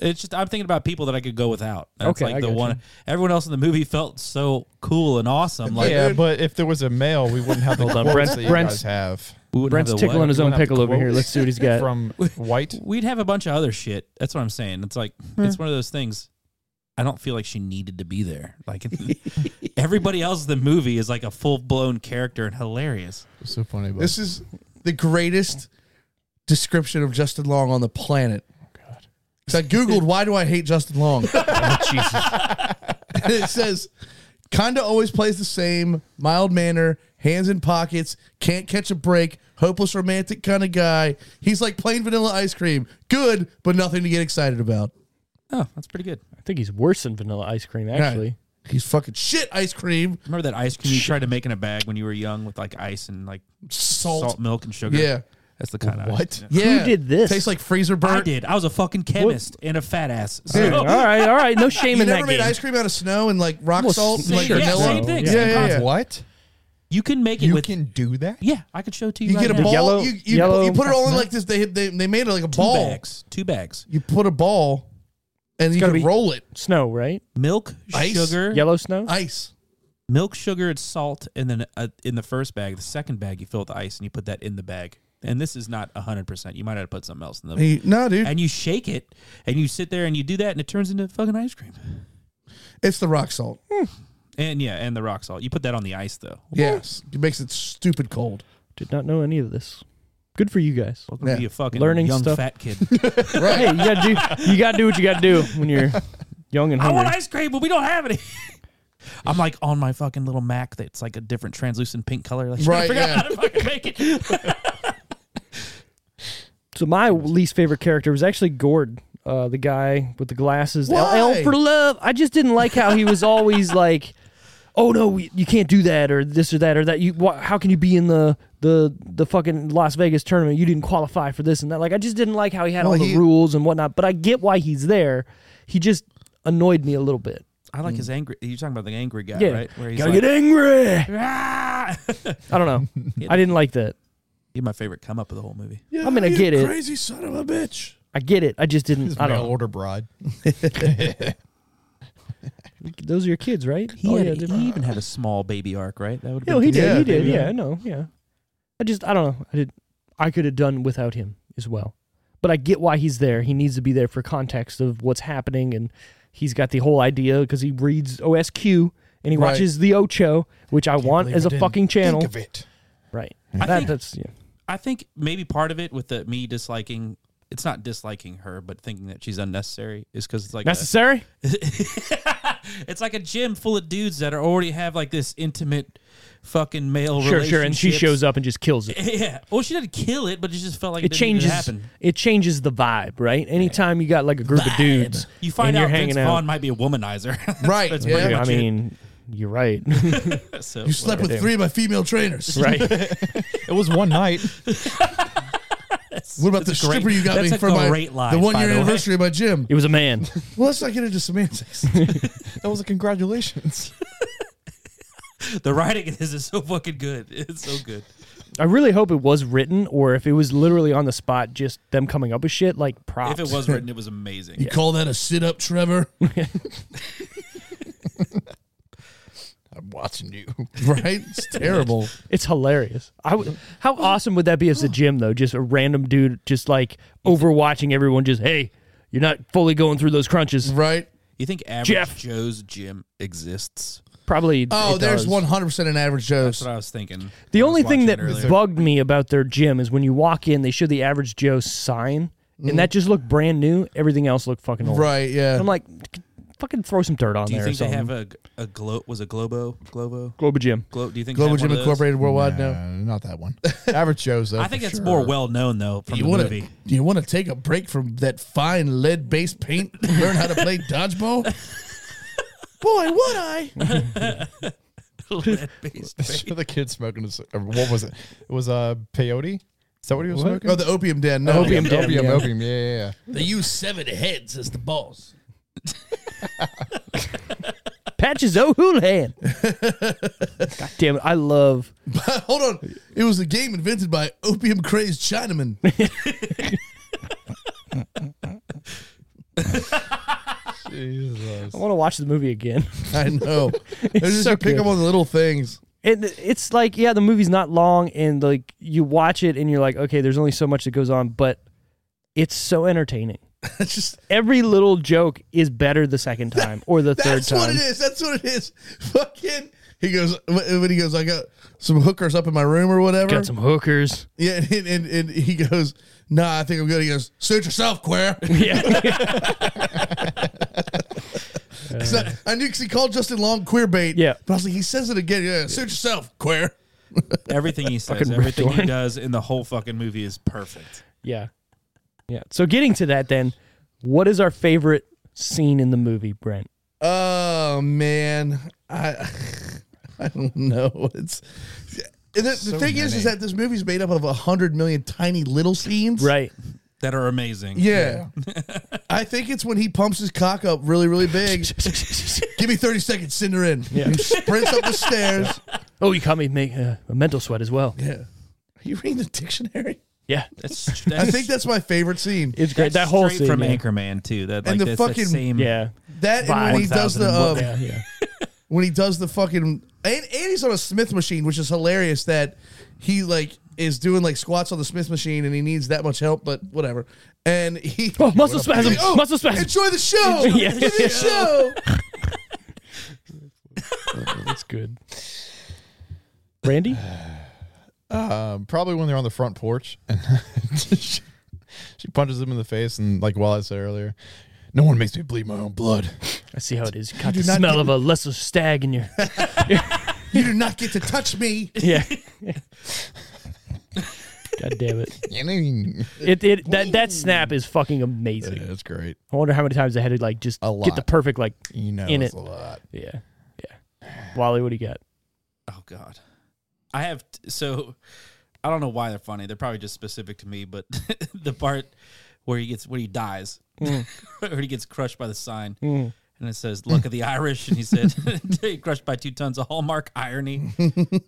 It's just I'm thinking about people that I could go without. That's Okay, like I the got one. you. Everyone else in the movie felt so cool and awesome. Like yeah, but if there was a male, we wouldn't have the Hold on, quotes Brent- that you Brent's- guys have we wouldn't Brent's have the what? tickling his own Wouldn't have pickle over here. quotes Let's see what he's got. from White. We'd have a bunch of other shit. That's what I'm saying. It's like it's one of those things. I don't feel like she needed to be there. Like everybody else in the movie is like a full blown character and hilarious. It's so funny. But This is the greatest description of Justin Long on the planet. Because I Googled, why do I hate Justin Long? Oh, And it says, kinda always plays the same, mild manner, hands in pockets, can't catch a break, hopeless romantic kind of guy. He's like plain vanilla ice cream. Good, but nothing to get excited about. Oh, that's pretty good. I think he's worse than vanilla ice cream, actually. He's fucking shit ice cream. Remember that ice cream you tried to make in a bag when you were young with like ice and like Salt. salt, milk, and sugar? Yeah. that's the kind of What? Ice. Yeah. Yeah. did this? Tastes like freezer burnt. I did. I was a fucking chemist and a fat ass. So- All right, all right. No shame You in never that made game. ice cream out of snow and like rock Well, salt and same- like yeah, vanilla? same thing. Yeah, same yeah, concept. yeah. what? You can make it You with. can do that? yeah, I could show it to you. You right get a now. ball. Yellow- you, you, yellow- you put it on like this. They they they made it like a Two ball. bags. Two bags. You put a ball, and you gotta can be- roll it. Snow, right? Milk, Ice? sugar, Yellow snow. Ice. milk, sugar, and salt, and then uh, in the first bag, the second bag, you fill with ice and you put that in the bag. And this is not hundred percent. You might have to put something else in the. Hey, no, dude, And you shake it, and you sit there and you do that, and it turns into fucking ice cream. it's the rock salt. And yeah, and the rock salt. You put that on the ice though. Yes, it makes it stupid cold. Did not know any of this. Good for you guys. Welcome to Yeah. be a fucking Learning young stuff. fat kid. Hey, you gotta do. You gotta do what you gotta do when you're young and I want hungry. ice cream, but we don't have any. I'm like on my fucking little Mac that's like a different translucent pink color. Like, Right, I forgot yeah. how to fucking make it. So my least favorite character was actually Gord, uh, the guy with the glasses. Why? LL for love. I just didn't like how he was always like, "Oh no, we- you can't do that," or this or that or that. You, wh- how can you be in the the the fucking Las Vegas tournament? You didn't qualify for this and that. Like I just didn't like how he had Well, all the he- rules and whatnot. But I get why he's there. He just annoyed me a little bit. I like Mm. his angry. You're talking about the angry guy, Yeah, right? Where he's gotta like, get angry. "Ah!" I don't know. I didn't like that. He's my favorite come up of the whole movie. Yeah, I'm gonna you get it. Crazy son of a bitch. I get it. I just didn't. I Mail don't know. order bride. Those are your kids, right? He, Oh, had, yeah, he different- even had a small baby arc, right? That would No, he did. Yeah, he did. maybe. Yeah, I know. Yeah. I just, I don't know. I did. I could have done without him as well, but I get why he's there. He needs to be there for context of what's happening, and he's got the whole idea because he reads OSQ and he Right. watches the Ocho, which I want believe as I a didn't fucking channel. Think of it. Right. I That, think- that's yeah. I think maybe part of it with the me disliking. It's not disliking her, but thinking that she's unnecessary is because it's like a- necessary. it's like a gym full of dudes that are already have like this intimate fucking male. Sure, sure. And she relationships. shows up and just kills it. Yeah. Well, she didn't kill it, but it just felt like it, It didn't changes. Even happen. It changes the vibe, right? Anytime you got like a group of dudes, You find and you're out hanging Vince out. Vaughn might be a womanizer. That's- Right, That's yeah. pretty I much mean, you're right. it. So, You slept with Damn. three of my female trainers. right. It was one night. What about the That's a great- stripper you got that's me a for my great line, the one by year the way. anniversary of my gym? It was a man. Well, let's not get into semantics. That was a congratulations. the writing in this is so fucking good. It's so good. I really hope it was written, or if it was literally on the spot, just them coming up with shit like props. If it was written, it was amazing. You call that a sit up, Trevor? I'm watching you. right? It's terrible. it's hilarious. I would. How awesome would that be as a gym though? Just a random dude, just like overwatching everyone. Just hey, You're not fully going through those crunches. right? You think average Jeff. Joe's gym exists? Probably. Oh, it there's does. one hundred percent an average That's Joe's. what I was thinking. The I was only thing watching that it earlier. bugged me about their gym is when you walk in, they show the average Joe sign, Mm-hmm. and that just looked brand new. Everything else looked fucking old. Right? Yeah. I'm like, fucking throw some dirt on do you there. think or they have something. a a glo- was a globo globo Globa Gym? Glo- do you think they Global have one Gym of those? Incorporated Worldwide. No. No, not that one. Average Joe's. Though, I for think it's sure. more well known though from You the want to movie. you want to take a break from that fine lead based paint? and Learn how to play dodgeball. Boy, would I? Lead-based paint. the kid smoking. His, or what was it? It was uh, peyote. Is that what he was smoking? Oh, the opium den. No, Opium den. opium, yeah. opium. Yeah, yeah, They use seven heads as the balls. Patches O'Houlihan. God damn it! I love. Hold on. It was a game invented by opium crazed Chinaman. yeah. Jesus. I want to watch the movie again. I know. They just so pick good. up on the little things. And it's like, yeah, the movie's not long, and like you watch it, and you're like, okay, there's only so much that goes on, but it's so entertaining. It's just Every little joke is better the second time or the third that's time. what it is. That's what it is. Fucking. He goes when when he goes. I got some hookers up in my room or whatever. Got some hookers. yeah, and, and and he goes, Nah, I think I'm good. He goes, Suit yourself, queer. Yeah, So, I knew 'cause he called Justin Long queer bait. Yeah. but I was like, he says it again. Yeah, suit yourself, queer. Everything he says, Fucking Rick everything he Dorn. does in the whole fucking movie is perfect. yeah, yeah. So getting to that, then, what is our favorite scene in the movie, Brent? Oh man, I I don't know. It's and the, the So thing is, many. is that this movie's made up of a hundred million tiny little scenes. Right. That are amazing. Yeah. I think it's when he pumps his cock up really, really big. Give me 30 seconds, send her in. Yeah. He sprints up the stairs. oh, you caught me make uh, a mental sweat as well. Yeah. Are you reading the dictionary? Yeah, That's, that's I think that's my favorite scene. it's great. That whole scene straight from yeah. Anchorman too. That like the that's that fucking- same Yeah, That and when he does the 1001 um, yeah, yeah. when he does the fucking and, and he's on a Smith machine, which is hilarious that he like is doing like squats on the Smith machine and he needs that much help, but whatever. And he Oh, muscle spasm! Oh, muscle spasm! Enjoy the show. Enjoy Yeah. the show. That's good. Randy, Um, probably when they're on the front porch and she, she punches him in the face and like Wallace said earlier, no one makes me bleed my own blood. I see how it is. You Got do the not smell get- of a lesser stag in your. You do not get to touch me. Yeah. God damn it! yeah, It it that that snap is fucking amazing. that's great. I wonder how many times they had to like just A get the lot. perfect like You know, In it's it. a lot. yeah yeah. Wally, what do you got? Oh God, I have t- so I don't know why they're funny. They're probably just specific to me. But the part where he gets where he dies, Mm. or he gets crushed by the sign, and it says "Luck of the Irish," and he said crushed by two tons of hallmark irony.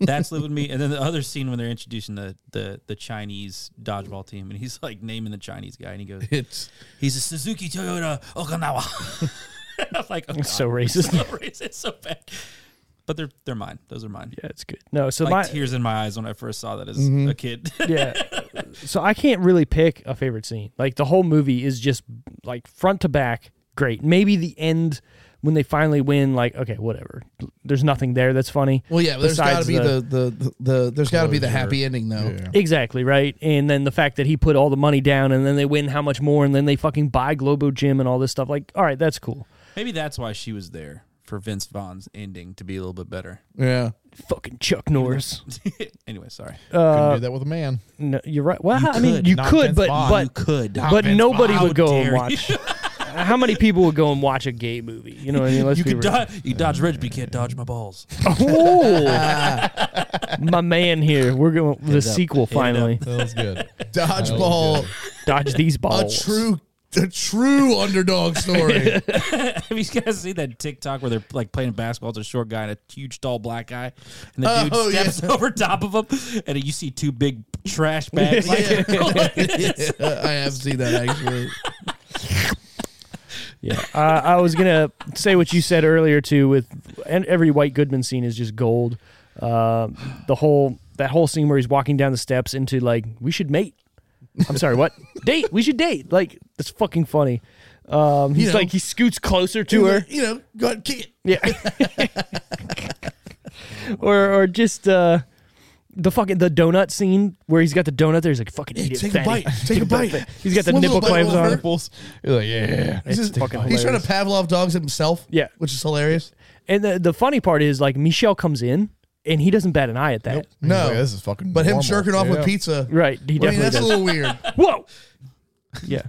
That's living me. And then the other scene when they're introducing the the the Chinese dodgeball team, and he's like naming the Chinese guy, and he goes, It's "He's a Suzuki Toyota Okinawa." I'm like, oh, God, so racist. so racist, so bad. But they're they're mine. Those are mine Yeah, it's good. No, so like my Mm-hmm. tears in my eyes when I first saw that as a kid. yeah. So I can't really pick a favorite scene. Like the whole movie is just like front to back great. Maybe the end when they finally win, like okay, whatever. There's nothing there that's funny. well, yeah. but There's got to Besides be the the the, the there's got to be the Closure. happy ending though. Yeah. Exactly right, and then the fact that he put all the money down, and then they win how much more, and then they fucking buy Globo Gym and all this stuff. Like, all right, that's cool. Maybe that's why she was there for Vince Vaughn's ending to be a little bit better. Yeah. Fucking Chuck Norris. anyway, sorry. Couldn't do that with a man. No, you're right. Well, I could, mean, you not could, Vince but Vaughn. but You could. but Vince nobody Vaughn. would go How and dare watch. How many people would go and watch a gay movie? You know what I mean? Let's you be could real. dodge, you dodge Reg, but you can't dodge my balls. Oh, my man here. We're going the sequel finally. That was good. Dodgeball. Dodge these A Oh, balls. true a true underdog story. Have you guys seen that TikTok where they're like playing basketball? It's a short guy and a huge tall black guy, and the Oh, dude steps over top of him, and you see two big trash bags. like, I have seen that actually. Yeah. Uh, I was gonna say what you said earlier too. With and every White Goodman scene is just gold. Uh, the whole that whole scene where he's walking down the steps into like we should mate. I'm sorry, what date? We should date. Like that's fucking funny. Um, he's know. like he scoots closer to her. You know, go ahead and kick it. Yeah. or or just uh the fucking the donut scene where he's got the donut there. He's like, fucking eat it, take a fatty. bite. Take a bite. He's got the One nipple little bite clamps will on. hurt. Nipples. You're like, yeah. It's He's just- fucking He's trying hilarious. to Pavlov dogs himself. Yeah. Which is hilarious. And the, the funny part is like Michelle comes in and he doesn't bat an eye at that. He's No. like, this is fucking. but him normal. jerking off Yeah. with pizza. Right. He I mean, definitely that's a does. little weird. Whoa. Yeah.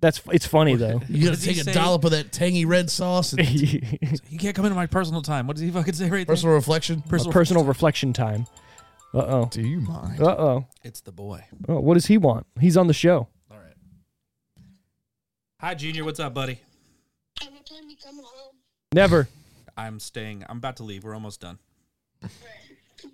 That's it's funny though. You gotta does he take a say? dollop of that tangy red sauce and You can't come into my personal time. What does he fucking say right there? personal reflection. Personal- Personal reflection time. Uh oh. Do you mind? Uh oh. It's the boy. Oh, what does he want? He's on the show. All right. Hi, Junior. What's up, buddy? Never. I'm staying. I'm about to leave. We're almost done.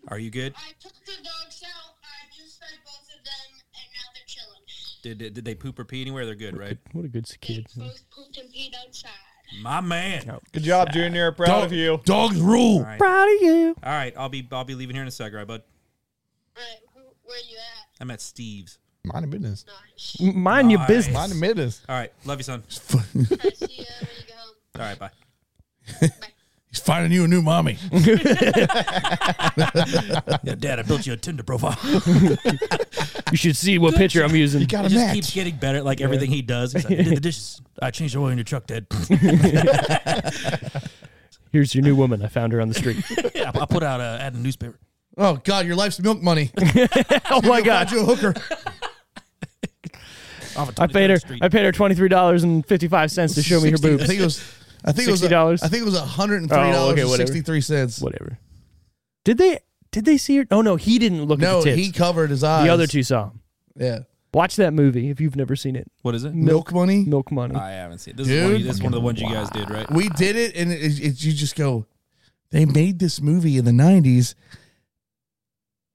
Are you good? I took the dogs out. I just fed both of them, and now they're chilling. Did, did, did they poop or pee anywhere? They're good, right? What a good They kid. both pooped and peed outside. My man. Good job, Junior. Proud of you. Dogs rule. right. Proud of you. All right. I'll be I'll be leaving here in a sec, all right, bud? Right, who, where you at? I'm at Steve's. Mind your business. Nice. M- Mind your Nice. business. Mind your business. All right. Love you, son. I see you when you go home. All right. Bye. He's finding you a new mommy. Yeah, Dad, I built you a Tinder profile. You should see what picture I'm using. You got It a just match. keeps getting better. Like everything he does, he's like, I did the dishes. I changed the oil in your truck, Dad. Here's your new woman. I found her on the street. yeah, I put out uh, ad in the newspaper. Oh God, your life's milk money. oh my Got god. you a hooker. Off of I paid her 23rd Street. I paid her twenty three dollars and fifty five cents to show me her 60 I boobs. think it was. I think it was. $60? I think it was hundred and three Oh, dollars okay, and whatever. sixty three cents. Whatever. Did they did they see her? Oh no, he didn't look No, at the tits. he covered his eyes. the other two saw him. Yeah. Watch that movie if you've never seen it. What is it? Milk, money. Milk Money. I haven't seen it. This, is one, Dude. you- this is one of the ones you guys did, right? We did it, and it, it, you just go. They made this movie in the nineties.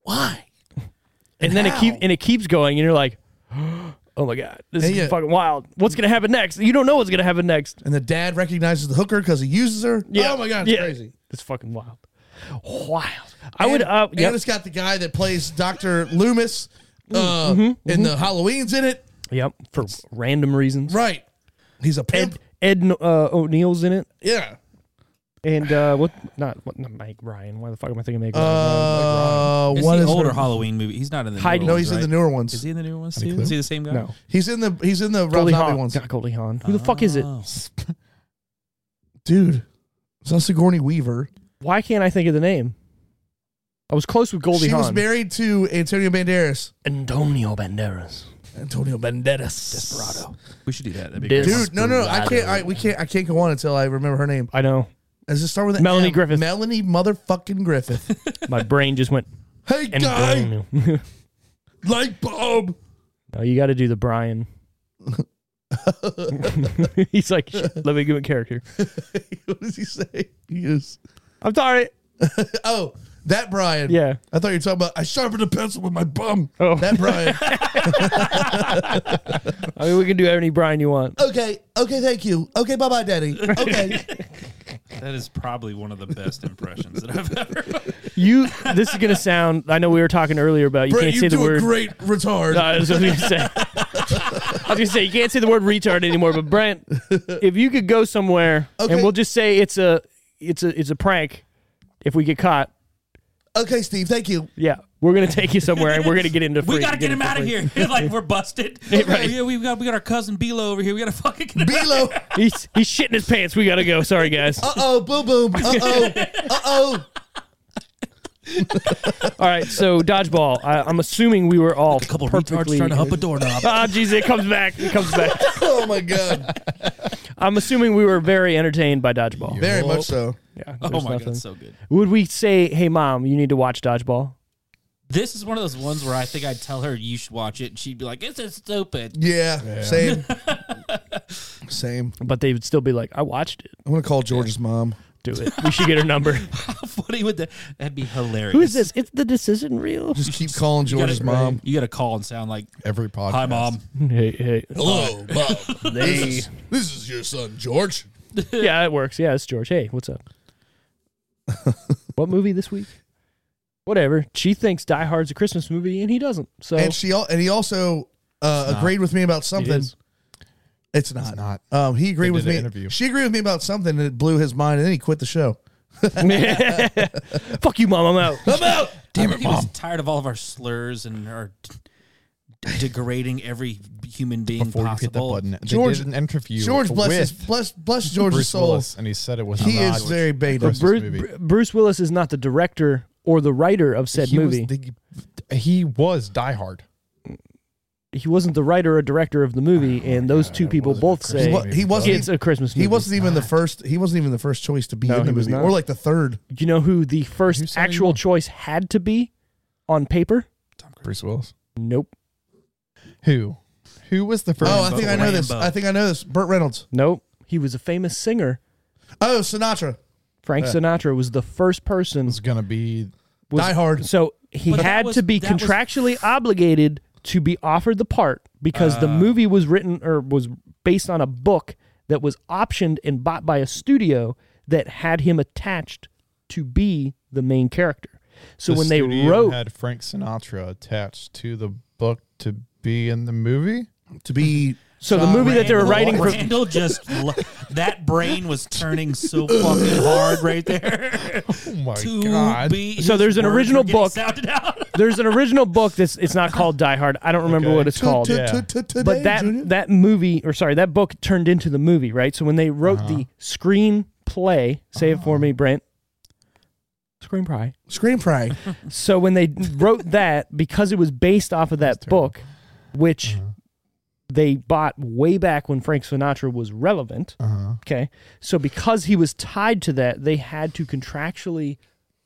Why? and then it keep how? and it keeps going, and you're like, oh my god, this And is yeah. fucking wild. What's gonna happen next? You don't know what's gonna happen next. And the dad recognizes the hooker because he uses her. Yeah. Oh my god, it's Yeah. crazy. It's fucking wild. Wild. I would. And- Uh, and yep. it's got the guy that plays Doctor Loomis, Mm-hmm, uh, and the Halloween's in it. Yep. For random reasons. Right. He's a pimp. Ed Ed uh, O'Neill's in it. yeah. And uh, what? Not what? Not Mike Ryan. Why the fuck am I thinking Mike Ryan? Uh, It's what the is older her- Halloween movie. He's not in the. Hide- newer No, ones, he's in right? the newer ones. Is he in the newer ones Any too? clue? Is he the same guy? No, He's in the he's in the Rob Goldie Zombie Hawn. ones. God, Goldie Hawn. Who the fuck is it? Oh. Dude, it's not Sigourney Weaver. Why can't I think of the name? I was close with Goldie she Hawn. was married to Antonio Banderas. Antonio Banderas. Antonio Banderas. Desperado. We should do that. That'd be Dude. great. Dude, no, no, no, I can't. I, we can't. I can't go on until I remember her name. I know. Does it start with an Melanie M? Griffith. Melanie motherfucking Griffith. My brain just went. hey, guy, Antonio. light bulb. no, you got to do the Brian. He's like, "Shit, let me give a character. what does he say? He is. I'm sorry. Oh, that Brian. Yeah. I thought you were talking about. I sharpened a pencil with my bum. Oh. That Brian. I mean, we can do any Brian you want. okay. Okay. Thank you. Okay. Bye, bye, daddy. Okay. That is probably one of the best impressions that I've ever. You. This is gonna sound. I know we were talking earlier about you Brett, can't you say do the word. a great retard. No, that's what I was gonna say. I was gonna say you can't say the word retard anymore, but Brent, if you could go somewhere and Okay. we'll just say it's a it's a it's a prank if we get caught, okay, Steve. Thank you. yeah, we're gonna take you somewhere and we're gonna get into free. we gotta get him into out of free. here. like we're busted. right. Yeah, we got we got our cousin Bilo over here. We gotta fucking get him out. Bilo. He's he's shitting his pants. We gotta go. Sorry guys. Uh oh, boom, boom. Uh oh, uh oh. All right, so dodgeball. I, I'm assuming we were all couple of retards perfectly. trying to hump a doorknob. Oh Ah, jeez, it comes back. It comes back. Oh my god. I'm assuming we were very entertained by dodgeball. Very much so. Yeah. Oh there's my nothing. god, so good. Would we say, "Hey, mom, you need to watch dodgeball"? This is one of those ones where I think I'd tell her you should watch it, and she'd be like, "This is stupid." Yeah, same. same. But they would still be like, "I watched it. I'm gonna call George's mom. Do it. We should get her number." How funny would that? That'd be hilarious. Who is this? It's the decision reel. Just keep calling You gotta- George's mom. You gotta call and sound like, Every podcast. "Hi, mom." Hey, hey. Hello, mom. Oh, this, is, this is your son, George. Yeah, it works. Yeah, it's George. Hey, what's up? what movie this week? Whatever. She thinks Die Hard's a Christmas movie, and he doesn't. So And she al- and he also uh, agreed with me about it something. is. It's not. not. Um, he agreed They with did an me. interview. She agreed with me about something and it blew his mind, and then he quit the show. Fuck you, mom. I'm out. I'm out. Damn I it, think he was mom. tired of all of our slurs and our d- degrading every human being Before you hit that possible. button, they George- did an interview. George bless his, with bless bless George's Bruce soul. Willis, and he said it was He not is very beta. Bruce- Bruce, movie. Br- Bruce Willis is not the director or the writer of said he movie. Was the, he was Die Hard. he wasn't the Oh writer or director of the movie, and those two people both He, say wa- he wasn't. it's even- a Christmas movie. he wasn't even the first. He wasn't even the first choice to be No, in the he was movie, not. or like the third. Do you know who the Who first said he actual won? choice had to be on paper? Bruce Willis. Nope. Who? Who was the first? Oh, I think I know this. Rambo. I think I know this. Burt Reynolds. Nope. He was a famous singer. Oh, Sinatra. Frank Sinatra was the first person. Eh. was gonna be. was- Die Hard. So he But that had was- to be that was- contractually obligated to be offered the part because Ah. the movie was written or was based on a book that was optioned and bought by a studio that had him attached to be the main character. So the when they studio wrote had Frank Sinatra attached to the book to be in the movie. To be so the movie that they were Randall- writing for Randall just lo- that brain was turning so fucking hard right there. Oh my to god! be So his there's an words original were getting book. sounded out. there's an original book that's it's not called Die Hard. I don't remember Okay. what it's called. to, yeah. to, to, today, but that Junior. that movie or sorry that book turned into the movie right so when they wrote the screenplay say it for me brent screenplay screenplay. so when they wrote that because it was based off of that terrible. book which they bought way back when frank sinatra was relevant Uh-huh. okay so because he was tied to that they had to contractually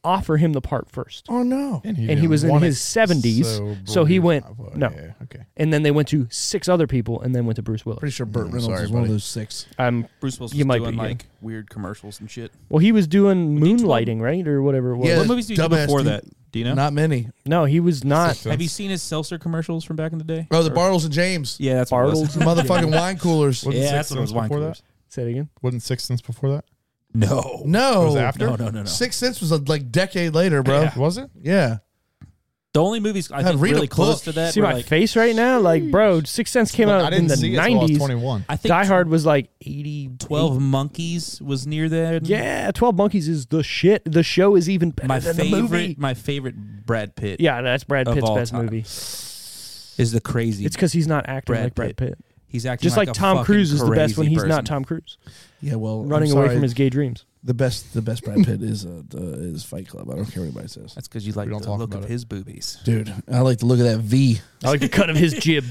offer him the part first Oh no. and he didn't was in want his it 70s, so he Bruce- went, Oh, no. yeah, okay. and then they went to six other people and then went to bruce willis Pretty sure Burt Reynolds sorry, is one of buddy. those six. i'm Bruce Willis You was might doing be, yeah. like weird commercials and shit. well he was doing he twelve? moonlighting right or whatever it was Yeah, What movies did he do dumbass before dude. that? Do you know? Not many. No, he was not. Have you seen his seltzer commercials from back in the day? Oh, the Or- Bartles and James. Yeah, that's what it was. Bartles. Motherfucking wine coolers. Wasn't Yeah, Sixth that's what it Sense was. Wine before coolers. that. Say it again. Wasn't Six Sense before that? No. No. It was after. No, no, no, no. Six Sense was a, like decade later, bro. Yeah. Was it? The only movies I God, think read a really close book. to that See were my like face right now, like bro. Six Sense came Look, out I in didn't the see it till I was nineties. twenty-one. I think Die Hard was like eighty 12 Monkeys was near there. Yeah, Twelve Monkeys is the shit. The show is even better My than favorite, the movie. my favorite Brad Pitt Yeah, that's Brad Of Pitt's all best time. movie. is the crazy. It's because he's not acting Brad like Brad Pitt. he's acting Just like, like, a Tom fucking Cruise is the best when crazy he's not person. Tom Cruise, Yeah, well, I'm running away sorry. from his gay dreams. the best. The best Brad Pitt is uh, the, is Fight Club. I don't care what anybody says, That's because you like We don't the talk look about of it. his boobies. dude. I like to look at that V. I like the cut of his jib.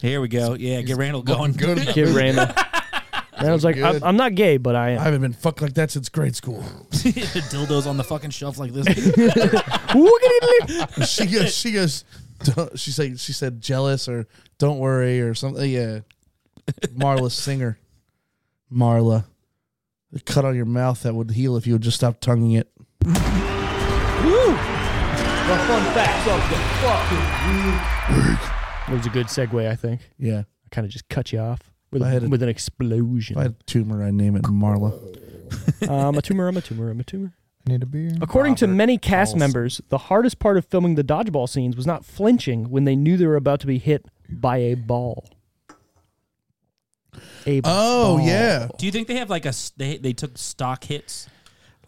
Here we go. Yeah, get Randall going. Good enough. Get Randall. Randall's like, I'm, Good. I'm not gay, but I I am. haven't been fucked like that since grade school. Dildos on the fucking shelf like this. Woogadidly. she goes. She goes. Don't, she said. She said jealous or don't worry or something. Yeah, Marla Singer. Marla, the cut on your mouth that would heal if you would just stop tonguing it. It was a good segue, I think. Yeah. I kind of just cut you off with, I had a- with an If I explosion. had a tumor, I'd name it Marla. Uh, I'm a tumor, I'm a tumor, I'm a tumor. I need a beer. According to Robert many cast Paulson. members, the hardest part of filming the dodgeball scenes was not flinching when they knew they were about to be hit by a ball. A Oh ball. yeah. Do you think they have like a s- they they took stock hits?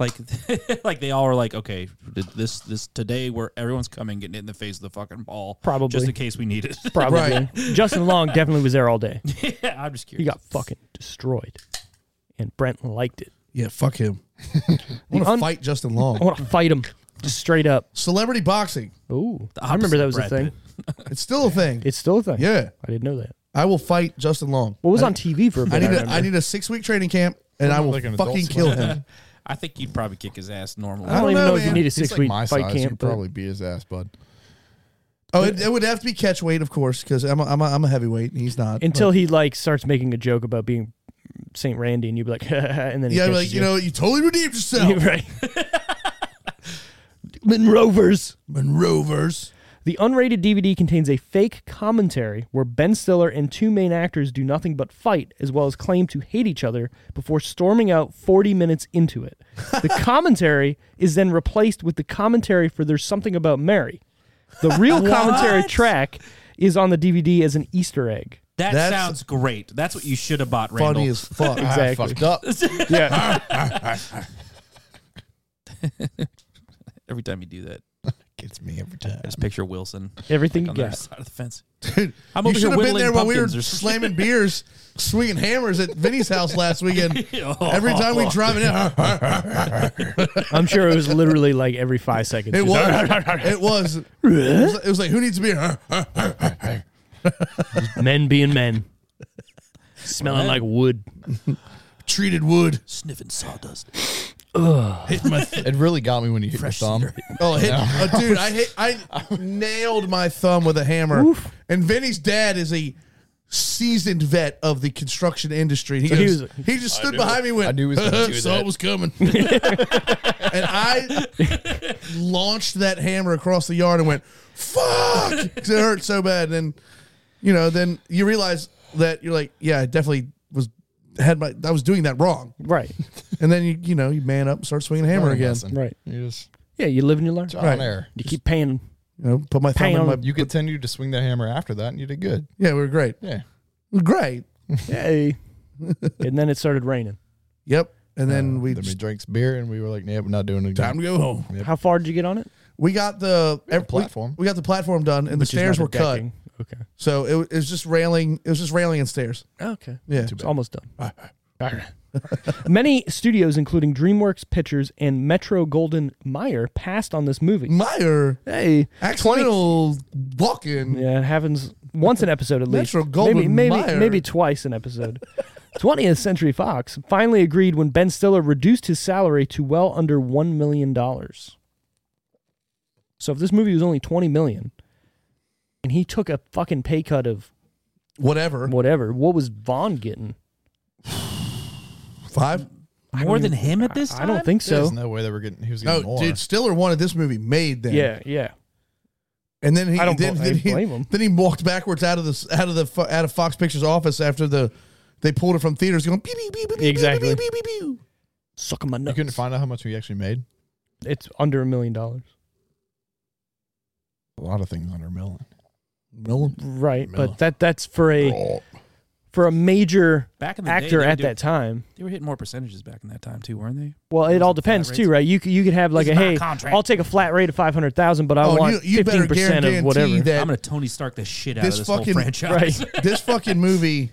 Like, like they all were like, okay, this this today where everyone's coming getting hit in the face of the fucking ball, Probably. just in case we need it. Probably. Right. Justin Long definitely was there all day. yeah, I'm just He curious. got fucking destroyed. And Brent liked it. Yeah. Fuck him. I want The to un- fight Justin I Long. want to fight him. Just straight up. Celebrity boxing. Ooh. I opposite remember that of was a Brad thing. It's still a thing. It's still a thing. Yeah. I didn't know that. I will fight Justin Long. What was I, on TV for a bit? I need a remember. I need a six week training camp and I will Like an adult fucking swim. kill him. I think you'd probably kick his ass normally. I don't, don't even know, know, if you man. need a He's six like week my fight size. camp. He'd but- probably beat his ass, bud. Oh, it, it would have to be catch weight, of course, because I'm a, I'm, a, I'm a heavyweight and he's not. until he like starts making a joke about being Saint Randy, and you'd be like, and then But- he yeah, I'd be catches like you know, you totally redeemed yourself. right? Monrovers. Monrovers. The unrated DVD contains a fake commentary where Ben Stiller and two main actors do nothing but fight, as well as claim to hate each other before storming out 40 minutes into it. The commentary is then replaced with the commentary for There's Something About Mary. The real commentary track is on the DVD as an Easter egg. That That's- sounds great. That's what you should have bought, Randall. Funny as fuck. I Exactly. fucked up. Yeah. Every time you do that, Gets me every time. I just picture Wilson Everything on you the other got. side of the fence. Dude, I'm you over here should have been whittling there when we were pumpkins or something. slamming beers, swinging hammers at Vinny's house last weekend. Every time we drive it in, I'm sure it was literally like every five seconds. it was, it Just- was, it was, it was like, who needs a beer? Men being men. Smelling like wood. Treated wood. Sniffing sawdust. It really got me when you hit your thumb. Oh, hit, oh, dude, I hit, I nailed my thumb with a hammer. And Vinny's dad is a seasoned vet of the construction industry. He, he goes- was- he just stood behind me. and Went, I knew he was gonna do saw that." it was coming, and I launched that hammer across the yard and went, "Fuck!" 'Cause it hurt so bad. And then, you know, then you realize that you're like, "Yeah, I definitely was had my I was doing that wrong." Right. And then you you know you man up and start swinging a hammer again. Lesson. Right. You just Yeah, you live and you learn. on Right. air. You keep paying. You know, put my thumb in Pound. my You continued to swing that hammer after that, and you did good. yeah, we were great. Yeah. Great. Hey. and then it started raining. Yep. And then we Then we just- drank some beer, and we were like, "Nah, we're not doing it." Again. time to go home. How far did you get on it? We got the, ev- we- platform. We, got the platform done, and the Which is stairs not were the cut. decking. Okay. So it, wa- it was just railing. It was just railing and stairs. Okay. Yeah. It's almost done. Many studios, including DreamWorks Pictures and Metro Golden Mayer, passed on this movie. Meyer Hey, accidental walking. yeah, it happens once an episode at least. Metro Goldwyn maybe maybe, Mayer. maybe twice an episode. 20th Century Fox finally agreed when Ben Stiller reduced his salary to well under one million dollars. So if this movie was only 20 million, and he took a fucking pay cut of Whatever. whatever, what was Vaughn getting? Five. More than him at this I- time? I don't think so. There's no way they were getting. He was getting No, more. dude. Stiller wanted this movie made then. Yeah, yeah. And then he I don't then, bl- I then he, blame him. Then he walked backwards out of the s- out of the fo- out of Fox Pictures office after the they pulled it from theaters going beep beep beep beep beep, Exactly. beep beep beep beep. beep. Sucking my You nuts. couldn't find out how much we actually made. it's under a million dollars. A lot of things under a million. Millen. Right, Miller. but that that's for a Oh. for a major Back in the day, actor they were at doing- that time. They were hitting more percentages back in that time, too, weren't they? Well, it was all a flat depends rate. too, right? You could, you could have like It's a not a hey, contract. I'll take a flat rate of five hundred thousand, but I Oh, want you- you better fifteen percent of guarantee whatever. that- I'm going to Tony Stark the shit out This of this fucking- whole franchise. this fucking movie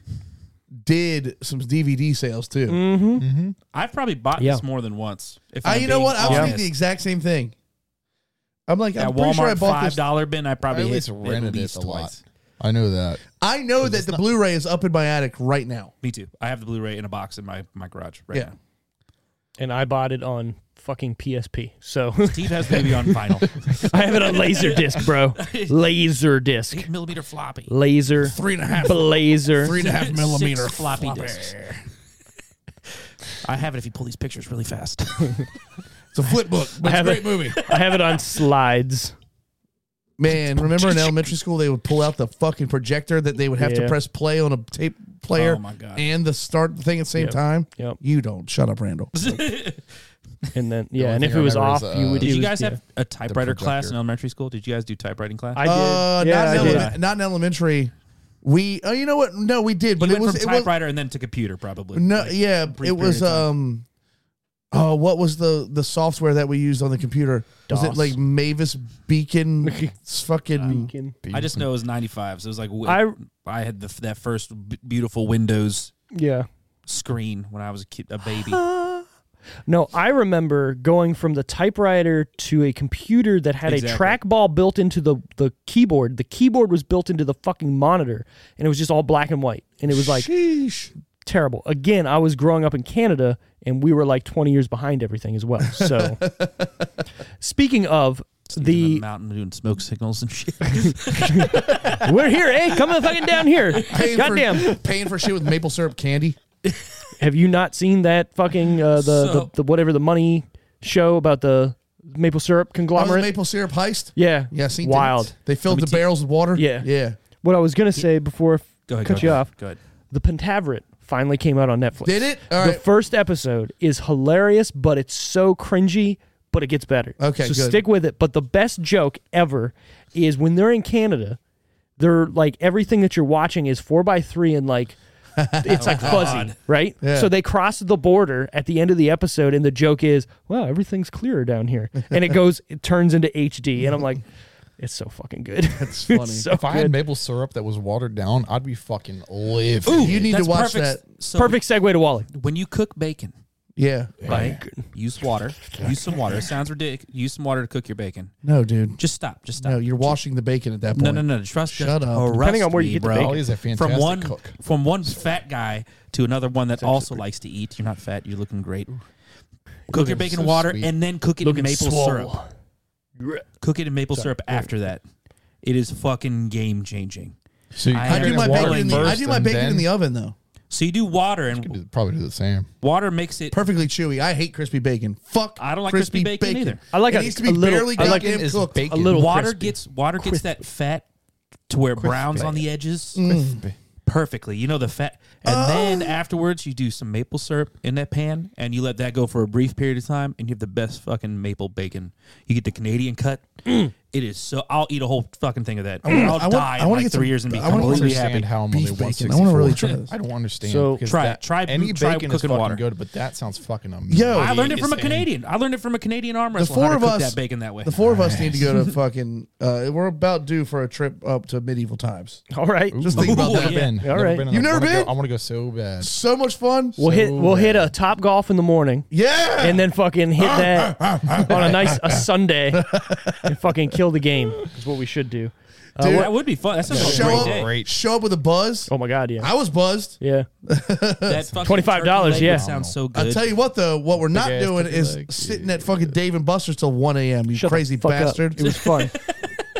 did some DVD sales too. Mm. Mm-hmm. I've probably bought Yeah. this more than once. If I, I'm you know being what? I was honest. thinking the exact same thing. I'm like, That I'm pretty Walmart sure I bought five this. dollar bin, I probably I at hit least rented it least a lot. twice. I know that. I know that the Blu-ray is up in my attic right now. Me too. I have the Blu-ray in a box in my, my garage right Yeah. now. and I bought it on fucking PSP, so Steve has the movie on vinyl, I have it on laser disc, bro. Laser disc, eight millimeter floppy, laser Three and a half, blazer. three and a half millimeter Six floppy disks. I have it if you pull these pictures really fast. It's a flip book, but it's a have great it. movie. I have it on slides. Man, remember in elementary school they would pull out the fucking projector that they would have to Yeah. press play on a tape player Oh, my God. and the start thing at the same Yep. time? Yep, You don't. Shut up, Randall. and then only yeah, and thing if I it was off, remember is, you uh, would. Did it you was- guys yeah. have a typewriter class projector. in elementary school? Did you guys do typewriting class? I did. Uh, yeah, not, I in did. elemen- not in elementary. We, oh, you know what? No, we did, but you it went was from it was typewriter and then to computer, probably. No, Like, yeah, brief it period was of time. um oh, what was the the software that we used on the computer? Was DOS. it like Mavis Beacon It's fucking I just know it was ninety five. So it was like wh- I- I had the, that first b- beautiful Windows Yeah. screen when I was a, kid, a baby. No, I remember going from the typewriter to a computer that had a Exactly. trackball built into the, the keyboard. The keyboard was built into the fucking monitor, and it was just all black and white. And it was like terrible. Again, I was growing up in Canada, and we were like 20 years behind everything as well. So, speaking of in the the, mountain doing smoke signals and shit. we're here, eh? Come the fucking down here. paying Goddamn. for paying for shit with maple syrup candy. Have you not seen that fucking uh, the, So- the the whatever the money show about the maple Oh, syrup the conglomerate? maple syrup heist? Yeah. Yeah, seen Wild. that. They filled Let me the see- barrels with water. Yeah. Yeah. What I was gonna say before I f- Go ahead. cut go you ahead, off, Go ahead. the Pentaveret finally came out on Netflix. Did it? All the right. first episode is hilarious, but it's so cringy, but it gets better. Okay, so good. stick with it. But the best joke ever is when they're in Canada, they're like everything that you're watching is four by three and like it's like fuzzy, right? Yeah. So they cross the border at the end of the episode, and the joke is, "Wow, everything's clearer down here," and it goes, it turns into HD, and I'm like, "It's so fucking good." That's funny. so if I had good. maple syrup that was watered down, I'd be fucking livid. you need to That's watch perfect. So Perfect segue to Wally. When you cook bacon, Yeah. right? Use water. Use some water. It sounds ridiculous. Use some water to cook your bacon. No, dude. Just stop. Just stop. No, you're washing the bacon at that point. No, no, no. Trust Shut just up. arrest Depending on where you me, get the bro. bacon. Ollie's a fantastic from one cook. from one fat guy to another one that also likes to eat. You're not fat. You're looking great. Cook your bacon so in water sweet. and then cook it in Looking maple swole. syrup. Cook it in maple syrup after that. It is fucking game changing. So you I I cook am it do in my water bacon in the, I first do my and bacon in then- the oven though. So you do water and It'd probably do the same. water makes it. Perfectly chewy. I hate crispy bacon. Fuck. I don't like crispy bacon either. I like it a- needs to a be little- barely I like goddamn it is cooked. bacon. A little Water crispy. gets water gets that fat to where brown's on the edges perfectly. You know the fat, and Oh. then afterwards you do some maple syrup in that pan, and you let that go for a brief period of time, and you have the best fucking maple bacon. You get the Canadian cut. It is so. I'll eat a whole fucking thing of that. I will I want- I die in wanna like get three some- years and be I wanna completely understand happy. how I'm only Beef bacon. 164. I wanna really try this. I don't understand. So- because Try it. that- Try- any try bacon is cooking fucking water. good, but that sounds fucking amazing. Yo, I learned it from a Amazing. Canadian. I learned it from a Canadian arm the wrestler. four how to of cook us that bacon that way. The four of us need to go to fucking. Uh, we're about due for a trip up to medieval times. All right. Just think about Ooh, Never that. yeah. been. All right. been. You've never I wanna go- been? I want to go so bad. So much fun. We'll hit we'll hit a top golf in the morning. Yeah. and then fucking hit that on a nice a Sunday and fucking kill the game is what we should do. Uh, Dude, what- that would be fun. That sounds like a show great up, day. Great. show up with a buzz. oh my god, yeah, I was buzzed. yeah. That fucking $25, turkey leg yeah. would sound so good. I tell you what though, what we're not ass doing turkey is leg, sitting at fucking Dave and Buster's till one a.m. You Shut the crazy fuck up. bastard. It was fun.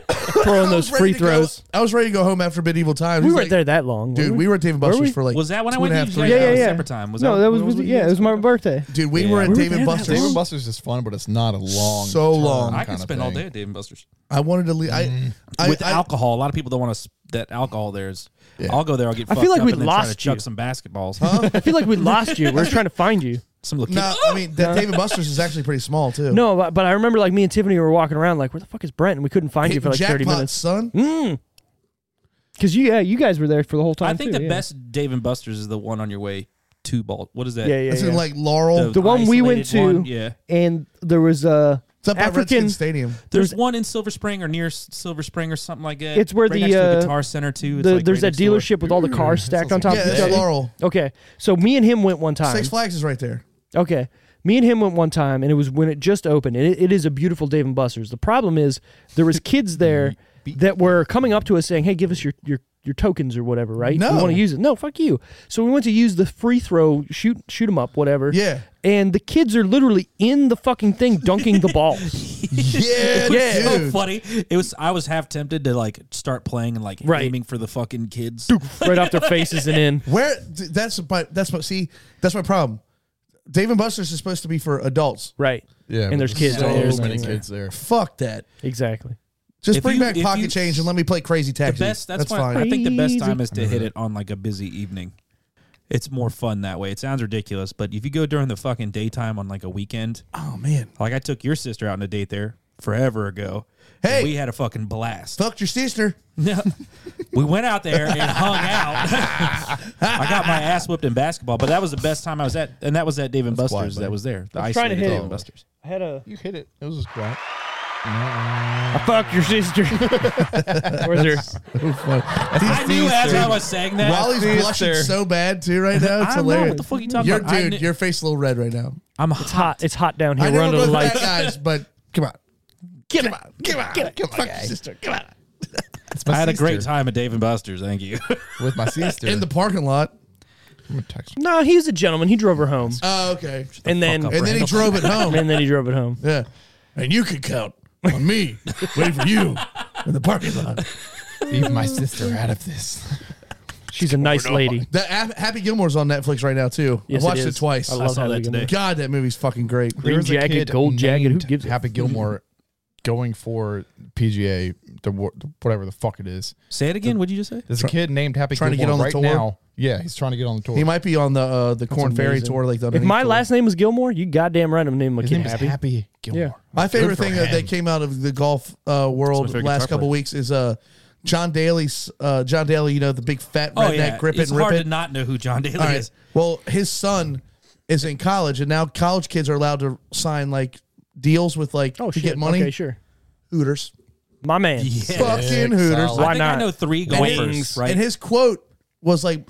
I Throwing was those ready free to go- throws. I was ready to go home after medieval times. We He's weren't like, there that long, were dude. we? We were at Dave and Buster's we? for like Was that when I two went and a to half, you three guys? Yeah, hours. That was separate time. Was no, that- that when was was it? yeah, it was my birthday. Dude, we Yeah. were at We were Dave and there that Buster's. Dave and Buster's is fun, but it's not a long. So long. I could spend all day at Dave and Buster's I wanted to leave. I, Mm. I, with I- alcohol. A lot of people don't want to. That alcohol there's. I'll go there. I'll get. I feel fucked like up we and then try to lost you. Chuck some basketballs. I feel like we lost you. We We're trying to find you. Some little. no, kid- I mean that Dave and Buster's is actually pretty small too. No, but, but I remember like me and Tiffany were walking around like, where the fuck is Brent? And we couldn't find you for Hitting like thirty jackpots, minutes. son. Because you, yeah, you guys were there for the whole time. I think too, the yeah. best Dave and Buster's is the one on your way to Balt. What is that? Yeah, yeah, It's yeah. in like Laurel. the one we went to, isolated one, yeah. and there was a it's up at African. Redskins Stadium. There's one in Silver Spring or near S- Silver Spring or something like that. It's where Right the, next to uh, Guitar Center too. It's the, like there's right that next door. dealership with all the cars stacked on top Yeah, of each it's at other. Laurel. Okay, so me and him went one time. Six Flags is right there. Okay. Me and him went one time, and it was when it just opened. And it, it is a beautiful Dave and Buster's. The problem is there was kids there that were coming up to us saying, "Hey, give us your your your tokens or whatever, right? No. we want to use it. No, fuck you." So we went to use the free throw, shoot shoot 'em up, whatever. Yeah. And the kids are literally in the fucking thing dunking the ball. Yeah, It's so dude. funny. It was. I was half tempted to like start playing and like Right. aiming for the fucking kids. right off their faces and in. Where th- that's but that's what see that's my problem. Dave and Buster's is supposed to be for adults. Right. Yeah, And there's kids So all over many there. kids there. Fuck that. Exactly. Just If bring you- back if pocket you- change and let me play crazy taxi. best that's, why fine. I think the best Crazy. time is to hit it on like a busy evening. It's more fun that way. It sounds ridiculous, but if you go during the fucking daytime on like a weekend, oh man, like I took your sister out on a date there forever ago. Hey. and we had a fucking blast. fuck your sister. No. we went out there and hung out. I got my ass whipped in basketball, but that was the best time I was at, and that was at Dave and That's Buster's why, that buddy. was there. The I'm trying to isolated hit Dave it. and Buster's. I had a You hit it. It was just crap. fuck your sister. Where's her? I knew as I was saying that. Wally's sister. blushing so bad too right now. It's I don't know hilarious. what the fuck you talking Your about. I dude, kn- your face a little red right now. I'm It's hot. It's hot down here. I We're know under we're the both fat guys, lights. but come on, Get it. come on, Get it. come on, fuck your sister, come on. It's my I had a great sister. time at Dave and Buster's. Thank you. with my sister. In the parking lot. I'm gonna text her. No, he's a gentleman. He drove her home, Oh, okay. and then fuck And then he drove it home. and then he drove it home. Yeah. And you could count on me waiting for you in the parking lot. Leave my sister out of this. She's a nice lady. The Hap- Happy Gilmore's on on Netflix right now too. Yes, I watched it, it, is. twice. I love saw how that they- today. God, that movie's fucking great. There was a jacket, kid gold jacket, who named gives a- Happy Gilmore going for PGA, the, wor- the- whatever the fuck it is. Say it again. What'd you just say? There's a kid named Happy trying to get Gilmore on right the tour? now. Yeah, he's trying to get on the tour. He might be on the uh, the Corn Ferry amazing. tour, like the If my tour. last name was Gilmore, you goddamn right, I'm naming my His kid name Happy. is Happy Gilmore. Yeah. My favorite Good for thing that him. that came out of the golf uh, world my favorite last guitar couple player. weeks is uh, John Daly's uh, John Daly, you know, the big fat Oh, redneck grip it Oh, it's and rip hard it. to not know who John Daly All right. is. Well, his son is in college, and now college kids are allowed to sign like deals with like Oh to shit. get money. Okay, sure. Hooters, My man. fucking Hooters. solid. I Why think not? I know three And golfers, wings. right? And his quote was like,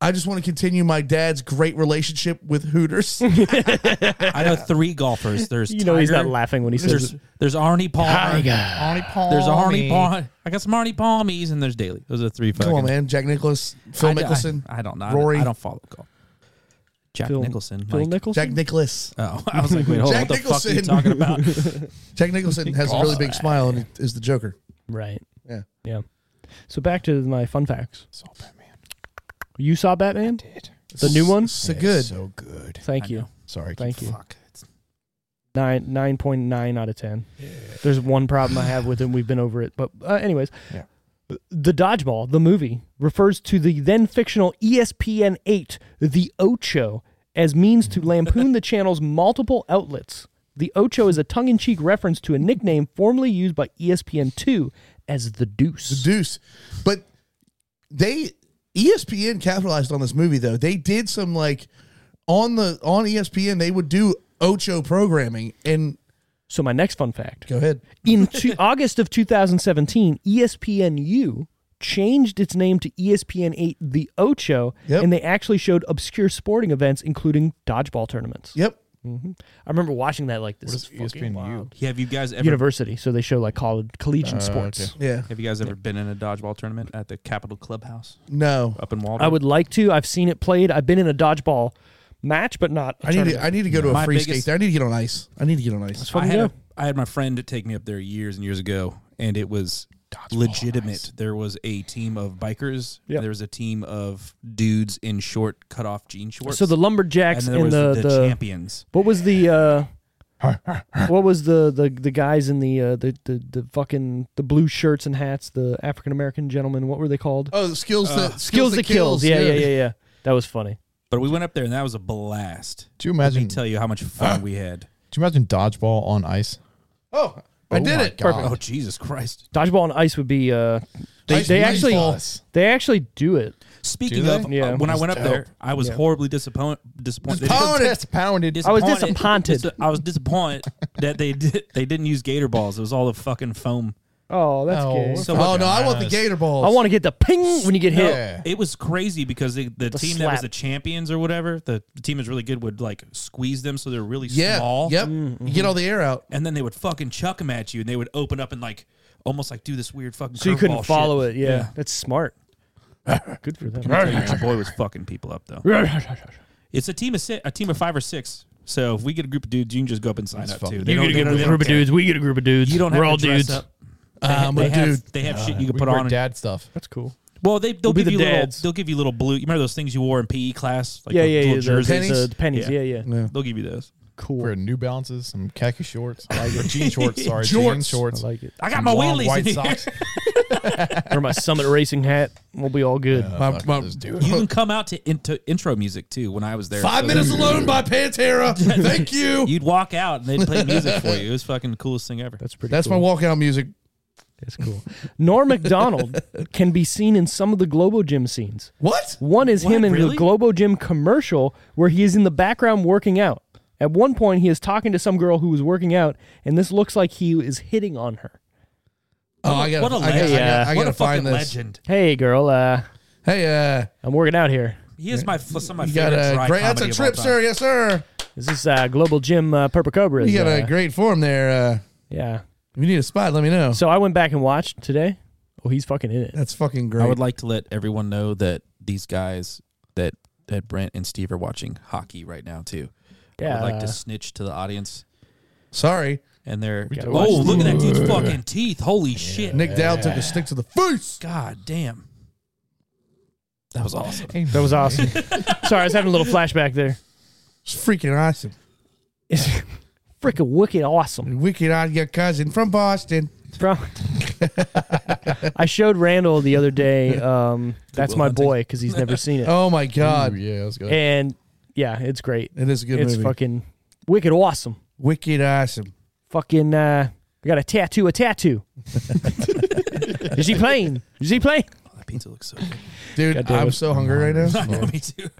"I just want to continue my dad's great relationship with Hooters." I know three golfers. There's You know he's not Tiger. laughing when he says There's it. there's Arnie Palmer. Arnie Palmy. There's Arnie Palmer. I got some Arnie Palmies, and there's Daly. Those are three. Come fucking- on, man. Jack Nicholas, Phil I d- I- Mickelson. I, don't know. I don't- Rory. I don't follow golf. Jack Phil- Nicholson. Phil like- Jack Nicholson. Nicholas. oh, I was like, wait, hold on. Jack What the fuck are you Nicholson. talking about? Jack Nicholson has a really big smile and is the Joker. Right. Yeah. Yeah. So back to my fun facts. Saw Batman. You saw Batman? Did. The new one? So It's good. So good. Thank I you. know. Sorry. Thank you. Fuck. It's Nine nine point nine out of ten. There's one problem I have with it. and We've been over it, but uh, anyways, Yeah. the dodgeball, the movie, refers to the then fictional E ESPN eight, the Ocho, as means to lampoon the channel's multiple outlets. The Ocho is a tongue-in-cheek reference to a nickname formerly used by E ESPN two as the Deuce. Deuce. But they E ESPN capitalized on this movie though. They did some like on the on E ESPN they would do Ocho programming and so my next fun fact: go ahead. In two, E August of 2017, ESPNU changed its name to E ESPN8 The Ocho, Yep. and they actually showed obscure sporting events, including dodgeball tournaments. Yep. I remember watching that like this What is is fucking ESPN wild. Yeah, have you guys ever University, so they show like college Uh, collegiate sports. Yeah. have you guys ever been in a dodgeball tournament at the Capitol Clubhouse No. up in Walden? I would like to. I've seen it played. I've been in a dodgeball match, but not. I I need to, I need to go to a My free biggest- skate there. I need to get on ice. I need to get on ice. I fucking had, go. a, I had my friend take me up there years and years ago, and it was legitimate. There was a team of bikers. Yep. There was a team of dudes in short, cut off jean shorts. so the and lumberjacks then and, there was the, the, the champions. what was the uh, what was the, the the guys in the uh, the, the the fucking the blue shirts and hats, the African American gentlemen? What were they called? Oh, the skills that Uh, skills that kills. Yeah, yeah, yeah, yeah. That was funny. But we went up there, and that was a blast. Do you Let me imagine? tell you how much fun we had. Do you imagine dodgeball on ice? Oh, I did it. Oh Jesus Christ! Dodgeball on ice would be. Uh, they Ice they and actually baseball. they actually do it. Speaking they? of, uh, Yeah. when I That's went up there, dope. I was horribly disappointed. Disappointed. Contest pounded. I was Disappointed- disappointed. I was disappointed that they did, they didn't use gator balls. It was all the fucking foam. Oh, that's Oh, gay. so- Oh no, I want the Bananas. gator balls. I want to get the ping when you get hit. Yeah. It was crazy because they, the, team that slap. was the champions or whatever, the, the team is really good, would like squeeze them so they're really yeah. small. Yep. Mm-hmm. You get all the air out. And then they would fucking chuck them at you and they would open up and like almost like do this weird fucking So you couldn't curveball follow shit. it. Yeah. that's smart. Good for them. I'll tell you, your boy was fucking people up though. It's a team of si- a team of five or six. So if we get a group of dudes, you can just go up and sign up fuck. too. You They don't- they don't- they don't care. dudes. We get a group of dudes. Uh, You don't have to dress up. They, ha- I'm a they have, dude. They have shit you can We put wear on. and- dad stuff. That's cool. Well, they they'll We'll be give the you little. dads. They'll give you little blue. You remember those things you wore in PE class? Like yeah, the yeah, little yeah. jerseys. The pennies. Pennies? The pennies. Yeah, Yeah. yeah. No. They'll give you those. Cool. Wear New Balances, some khaki shorts, like, or jean shorts. Sorry, jean Jorts. I shorts. like it. I got some my long wheelies white in here. socks. Or my Summit Racing hat. We'll be all good. Uh, My- fuck, my- let's do it. You can come out to into intro music too. When I was there, Five So minutes alone by Pantera. Thank you. You'd walk out and they'd play music for you. It was fucking the coolest thing ever. That's pretty. That's my cool. walkout music. That's cool. Norm Macdonald can be seen in some of the Globo Gym scenes. What? One is What, him in the really? Globo Gym commercial where he is in the background working out. At one point, he is talking to some girl who was working out, and this looks like he is hitting on her. Oh, I gotta, what a I gotta, I legend! gotta, I what gotta a fucking find this. legend! Hey, girl, uh, Hey, uh, I'm working out here. He is my some of my you favorite got a dry great. That's a comedy of trip, all time. sir. Yes, sir. Is this uh, Global Gym uh, Purple Cobras? You got a uh, great form there. Uh, yeah. if you need a spot, let me know. So I went back and watched today. Oh, he's fucking in it. That's fucking great. I would like to let everyone know that these guys that that Brent and Steve are watching hockey right now too. I Yeah. would like to snitch to the audience. Sorry, And they're gotta watch oh this. look at that dude's fucking teeth! Holy shit! Nick Dowd took a stick to the face. God damn, that was awesome. That was awesome. Sorry, I was having a little flashback there. It's freaking awesome. It's freaking wicked awesome. Wicked on your cousin from Boston. Bro. I showed Randall the other day. Um, that's Will my Hunting. boy because he's never seen it, Oh my Ooh, God, yeah, that's good. and yeah, it's great. it is a good it's movie. fucking wicked awesome. Wicked awesome. Fucking, uh, I got a tattoo, a tattoo. Is he playing? Is he playing? That pizza looks so good. Dude, God damn I'm it. so hungry right now. I know, me too.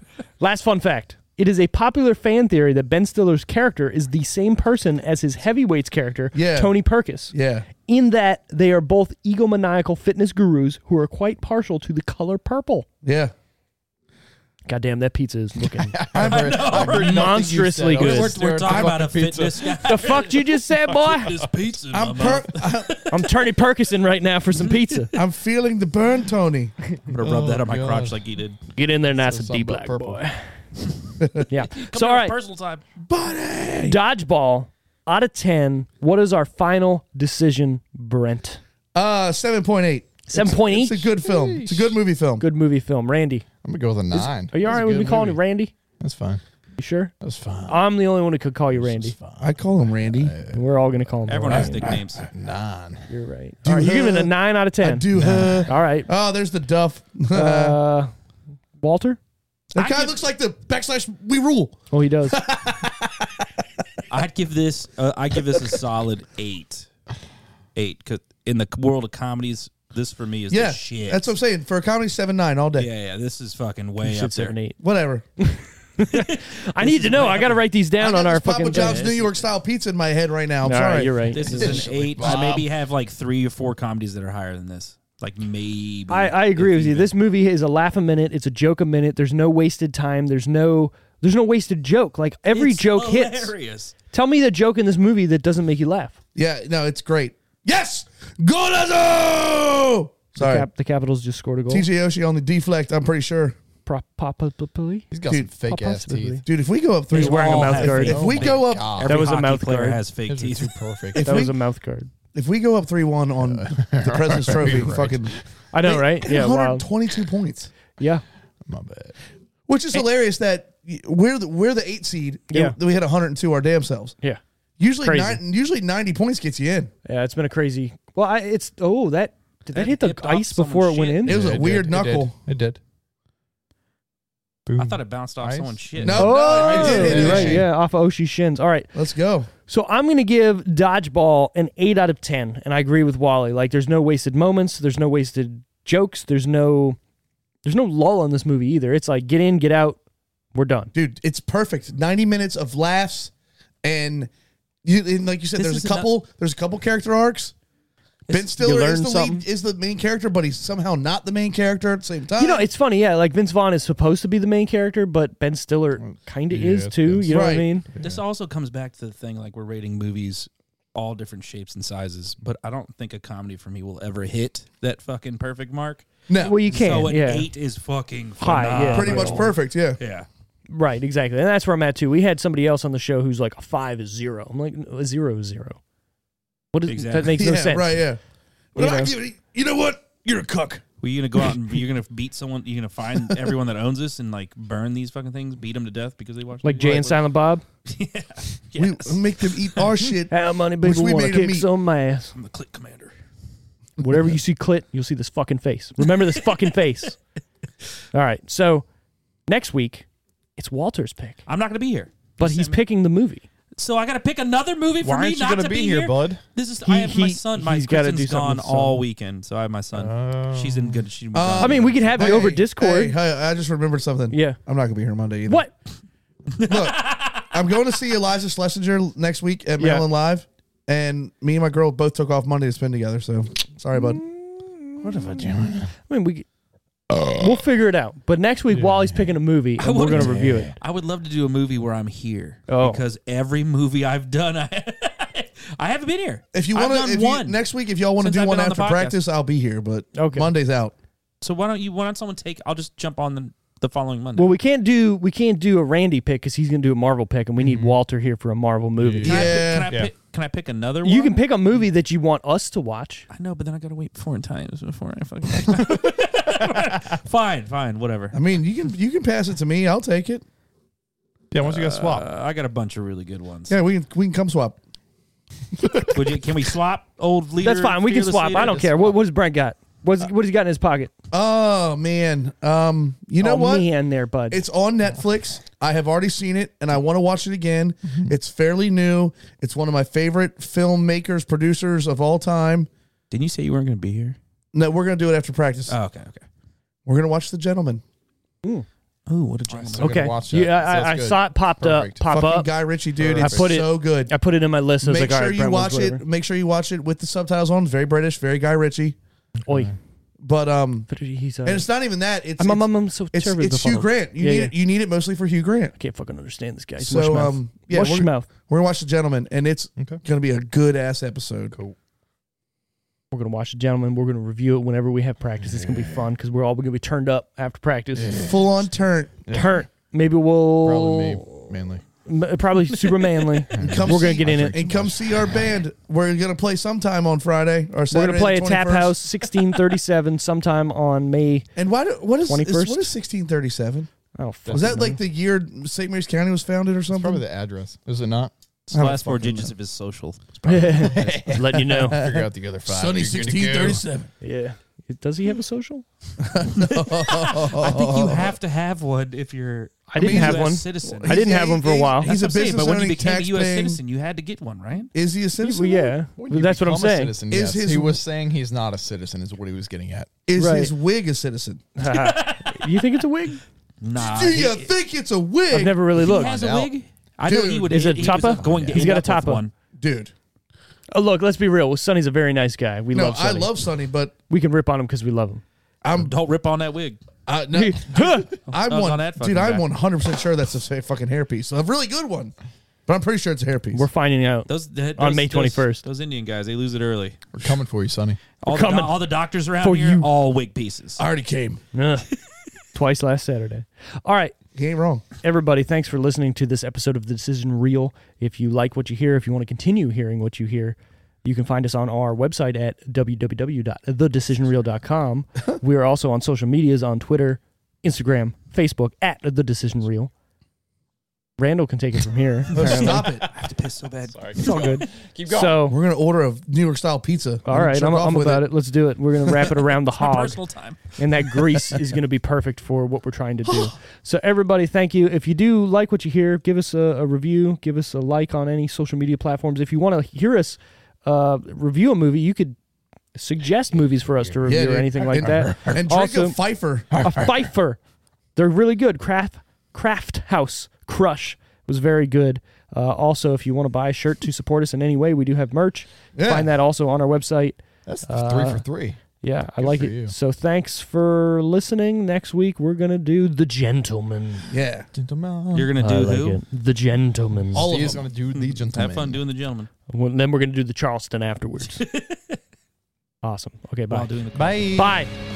Last fun fact. It is a popular fan theory that Ben Stiller's character is the same person as his heavyweights character, Yeah. Tony Perkis, Yeah. in that they are both egomaniacal fitness gurus who are quite partial to the color purple. Yeah. Goddamn, that pizza is looking. I've heard, I've heard nothing you Monstrously said. I was good. We're, just we're staring at talking the about a fucking pizza. fitness guy. the fuck you just said, boy? This pizza. in I'm my mouth. per- I, I'm Tony Perkison right now for some pizza. am feeling the burn, Tony. I'm gonna rub that on my God. crotch like you did. Get in there, nice and something deep, black about purple. boy. yeah. so Come all on, right, personal time. Buddy. dodgeball. Out of ten, what is our final decision, Brent? Uh, 7.8. Seven point It's eight. a good film. It's a good movie film. Good movie film, Randy. I'm gonna go with a nine. Are you all That's a right with me good calling movie. you Randy? That's fine. You sure? That's fine. I'm the only one who could call you That's Randy. fine. I call him Randy. And we're all gonna call him. Everyone Randy. has nicknames. Nine. You're right. Do all right, you're her- giving it a nine out of I ten. do. huh? All right. oh, there's the Duff. Uh, Walter. that guy give- looks like the backslash We Rule. Oh, he does. I'd give this. Uh, I give this a solid eight. Eight. Cause in the world of comedies, this for me is Yeah. the shit. That's what I'm saying. For a comedy, 7.9 all day. Yeah, yeah. This is fucking way up Shit, there. seven, eight. Whatever. I need to know. I got to write these down I on got our this Papa fucking. John's All New York style pizza in my head right now. I'm sorry. right, you're right. This is an eight. I maybe have like three or four comedies that are higher than this. Like maybe. I, I agree if with you. even. This movie is a laugh a minute. It's a joke a minute. There's no wasted time. There's no there's no wasted joke. Like every It's joke hits. hilarious. Tell me the joke in this movie that doesn't make you laugh. Yeah, no, it's great. Yes! Golazo! Sorry. Cap, the Capitals just scored a goal. TJ Oshie on the deflect, I'm pretty sure. Pro- Probably. He's got Dude, some fake ass possibly. teeth. Dude, if we go up three, He's wearing a all mouth have guard. fake If we teeth. go up, God. Every was a hockey mouth player guard. has fake Those are teeth. too perfect. if That we, was a mouth guard. if we go up three one on the President's Trophy, fucking I know, right? Yeah, wow. 122 points, Yeah. My bad. which is hilarious that we're the, we're the eight seed. Yeah. and we had 102 our damn selves. Yeah. Usually, Crazy. nine, usually 90 points gets you in. Yeah, it's been a crazy. Well, I, it's oh that did that, That hit the tipped off ice someone's before it went shit. in? It was a did. weird It knuckle. did. It did. Boom. I thought it bounced off Ice? someone's shit. No, oh, no, it did. It you're did. right. Yeah, off of Oshi shins. All right. Let's go. So I'm going to give Dodgeball an 8 out of 10. And I agree with Wally. Like there's no wasted moments, there's no wasted jokes, there's no there's no lull in this movie either. It's like get in, get out, we're done. dude it's perfect 90 minutes of laughs and you and like you said This there's is a enough- couple there's a couple character arcs ben you stiller learn is the, something? lead, is the main character but he's somehow not the main character at the same time You know, it's funny, yeah. Like Vince Vaughn is supposed to be the main character, but Ben Stiller kind of Yeah, is it's too. Vince. You know what I Right. mean? This also comes back to the thing like we're rating movies all different shapes and sizes, but I don't think a comedy for me will ever hit that fucking perfect mark. no Well, you can, so an yeah. eight is fucking High, yeah. phenomenal. pretty much perfect yeah Yeah. Right, exactly. And that's where I'm at too. We had somebody else on the show who's like a five is zero. I'm like no, a zero is zero. What is Exactly. that makes yeah no sense. right yeah but You I know. give it- you know what you're a cuck Well, you're gonna go out and you're gonna beat someone. You're gonna find everyone that owns this and like burn these fucking things, beat them to death because they watch Like Jay and Silent Bob. we make them eat our shit How money Which people we want to made 'em kick eat. some ass. I'm the click commander. Whatever you see clit, you'll see this fucking face. Remember this fucking face. All right. So next week, it's Walter's pick. I'm not gonna be here, But he's picking the movie. so I gotta pick another movie for Why me aren't you not gonna to be be here, bud? This is He- I have my he- son. My he's gotta do Kristen's something gone with Oh. all weekend, so I have my son. She's in good. She was Uh, I mean, we could have it over Hey, Discord. hey, hey, i just remembered something Yeah. i'm not gonna be here monday either What? i'm going to see eliza schlesinger next week at Yeah. maryland live and me and my girl both took off monday to spend together so sorry bud what if i do I mean, we we'll figure it out. But next week, Wally's picking a movie, and we're going wouldn't- to review it. I would love to do a movie where I'm here Oh. because every movie I've done, I, I haven't been here. If you I've want done to, one next week, if y'all want to Since do I've one been on the after podcast. practice, I'll be here. But Okay. Monday's out. So why don't you? Why don't someone take? I'll just jump on the the following Monday. Well, we can't do we can't do a Randy pick because he's going to do a Marvel pick, and we need Walter here for a Marvel movie. can, Yeah. I pick, can, I pick, can I pick another one? You can pick a movie that you want us to watch. I know, but then I gotta wait four times before I fucking. fine, fine, whatever. I mean, you can you can pass it to me. I'll take it. Yeah, once you guys swap. Uh, I got a bunch of really good ones. Yeah, we can we can come swap. Would you, can we swap old leader? That's fine. We can fearless swap. leader? I don't care. What what does Brent got? What's what has he got in his pocket? Oh man, um, you know oh, what? man, there, bud. It's on Netflix. I have already seen it, and I want to watch it again. Mm-hmm. It's fairly new. It's one of my favorite filmmakers, producers of all time. Didn't you say you weren't gonna be here? No, we're gonna do it after practice. Oh, okay, okay. we're gonna watch The Gentleman. Ooh, what a jungle. so- We're gonna Okay. watch that. yeah, I, That's I, I good. saw it popped Perfect. up, pop Fucking up. Guy Ritchie, dude. I It's put it- so good. I put it in my list. I was Make like, sure all right, you watch Brentwood's it. Make sure you watch it with the subtitles on. Very British, very Guy Ritchie. whatever. Oi, But um, but he's. Uh, and it's not even that. It's I'm, it's, I'm, I'm so it's, terribly it's Hugh befuddled. Grant. You Yeah, need yeah. It, you need it mostly for Hugh Grant. I can't fucking understand this guy. He's So mush mouth. um, yeah, mush we're, mouth. we're gonna watch The Gentleman, and it's Okay. gonna be a good ass episode. Cool. We're gonna watch it, gentlemen. We're gonna review it whenever we have practice. It's gonna be fun because we're all gonna be turned up after practice. Full on turn. Turn. Maybe we'll Probably me, mainly. M- uh, probably super manly. Come We're gonna see- get in it. and come see our band. We're gonna play sometime on Friday or We're Saturday. gonna play the at Tap 21st. House 1637 sometime on May. And why? Do, what is, is 21st? what is sixteen thirty seven? Oh, Was that like the year St. Mary's County was founded or It's probably something? the address. Is it not? It's the last four digits of his social. Just letting you know? Figure out the other five. Sunny You're good to sixteen go. thirty seven. Yeah. Does he have a social? I think you have to have one if you're. I didn't a have US one. Citizen. I didn't have one for a while. He's a That's business what I'm saying, but when you owning, became a U.S. taxpaying- citizen, you had to get one, right? Is he a citizen? Well, yeah. When you That's what I'm become a saying. Citizen, Is yes. his- he was saying he's not a citizen, is what he was getting at. Is Right. his wig a citizen? you think it's a wig? Nah. Do Uh, he- you think it's a wig, I've never really he looked. has Find a out. wig. I know he Dude. would. Is it he was Tapa? Going to He's end got a up with Tapa. One. dude? Oh, look, let's be real. Sonny's a very nice guy. We No, love I Sonny. love Sonny, but we can rip on him because we love him. I'm Don't rip on that wig. I, no, I'm Oh, it's one, on that fucking dude. I'm guy. 100 percent sure that's a sa- fucking hairpiece, a really good one. But I'm pretty sure it's a hairpiece. We're finding out. Those, that- On those- May those- 21st. Those Indian guys, they lose it early. We're coming for you, Sonny. All, coming the, all the doctors around for here, you. all wig pieces. I already came. Ugh. Twice last Saturday. All right. He ain't wrong. everybody, thanks for listening to this episode of The Decision Reel. If you like what you hear, if you want to continue hearing what you hear, you can find us on our website at www.thedecisionreel.com. we are also on social medias on Twitter, Instagram, Facebook at The Decision Reel. Randall can take it from here. apparently. Stop it. I have to piss so bad. It's all good. Keep going. We're So, gonna order a New York style pizza. all right, I'm, I'm about it. Let's do it. We're going to wrap it around the hog. Personal time. and that grease is going to be perfect for what we're trying to do. So everybody, thank you. If you do like what you hear, give us a, a review, give us a like on any social media platforms. If you want to hear us uh, review a movie, you could suggest movies for us to review or dude. anything like that. And drink Also- a Pfeiffer. A Pfeiffer, they're really good. Craft Craft House Crush was very good. Uh, also, if you want to buy a shirt to support us in any way, we do have merch. Yeah. Find that also on our website. That's three for three. Yeah, I like for it. you. So thanks for listening. Next week we're gonna do the gentleman. Yeah. Gentleman. You're gonna do who? The gentleman. All of Steve's them. going to do the gentleman. Have fun doing the gentleman. Well, then we're gonna do the Charleston afterwards. awesome. Okay, While bye. doing the Bye. Bye.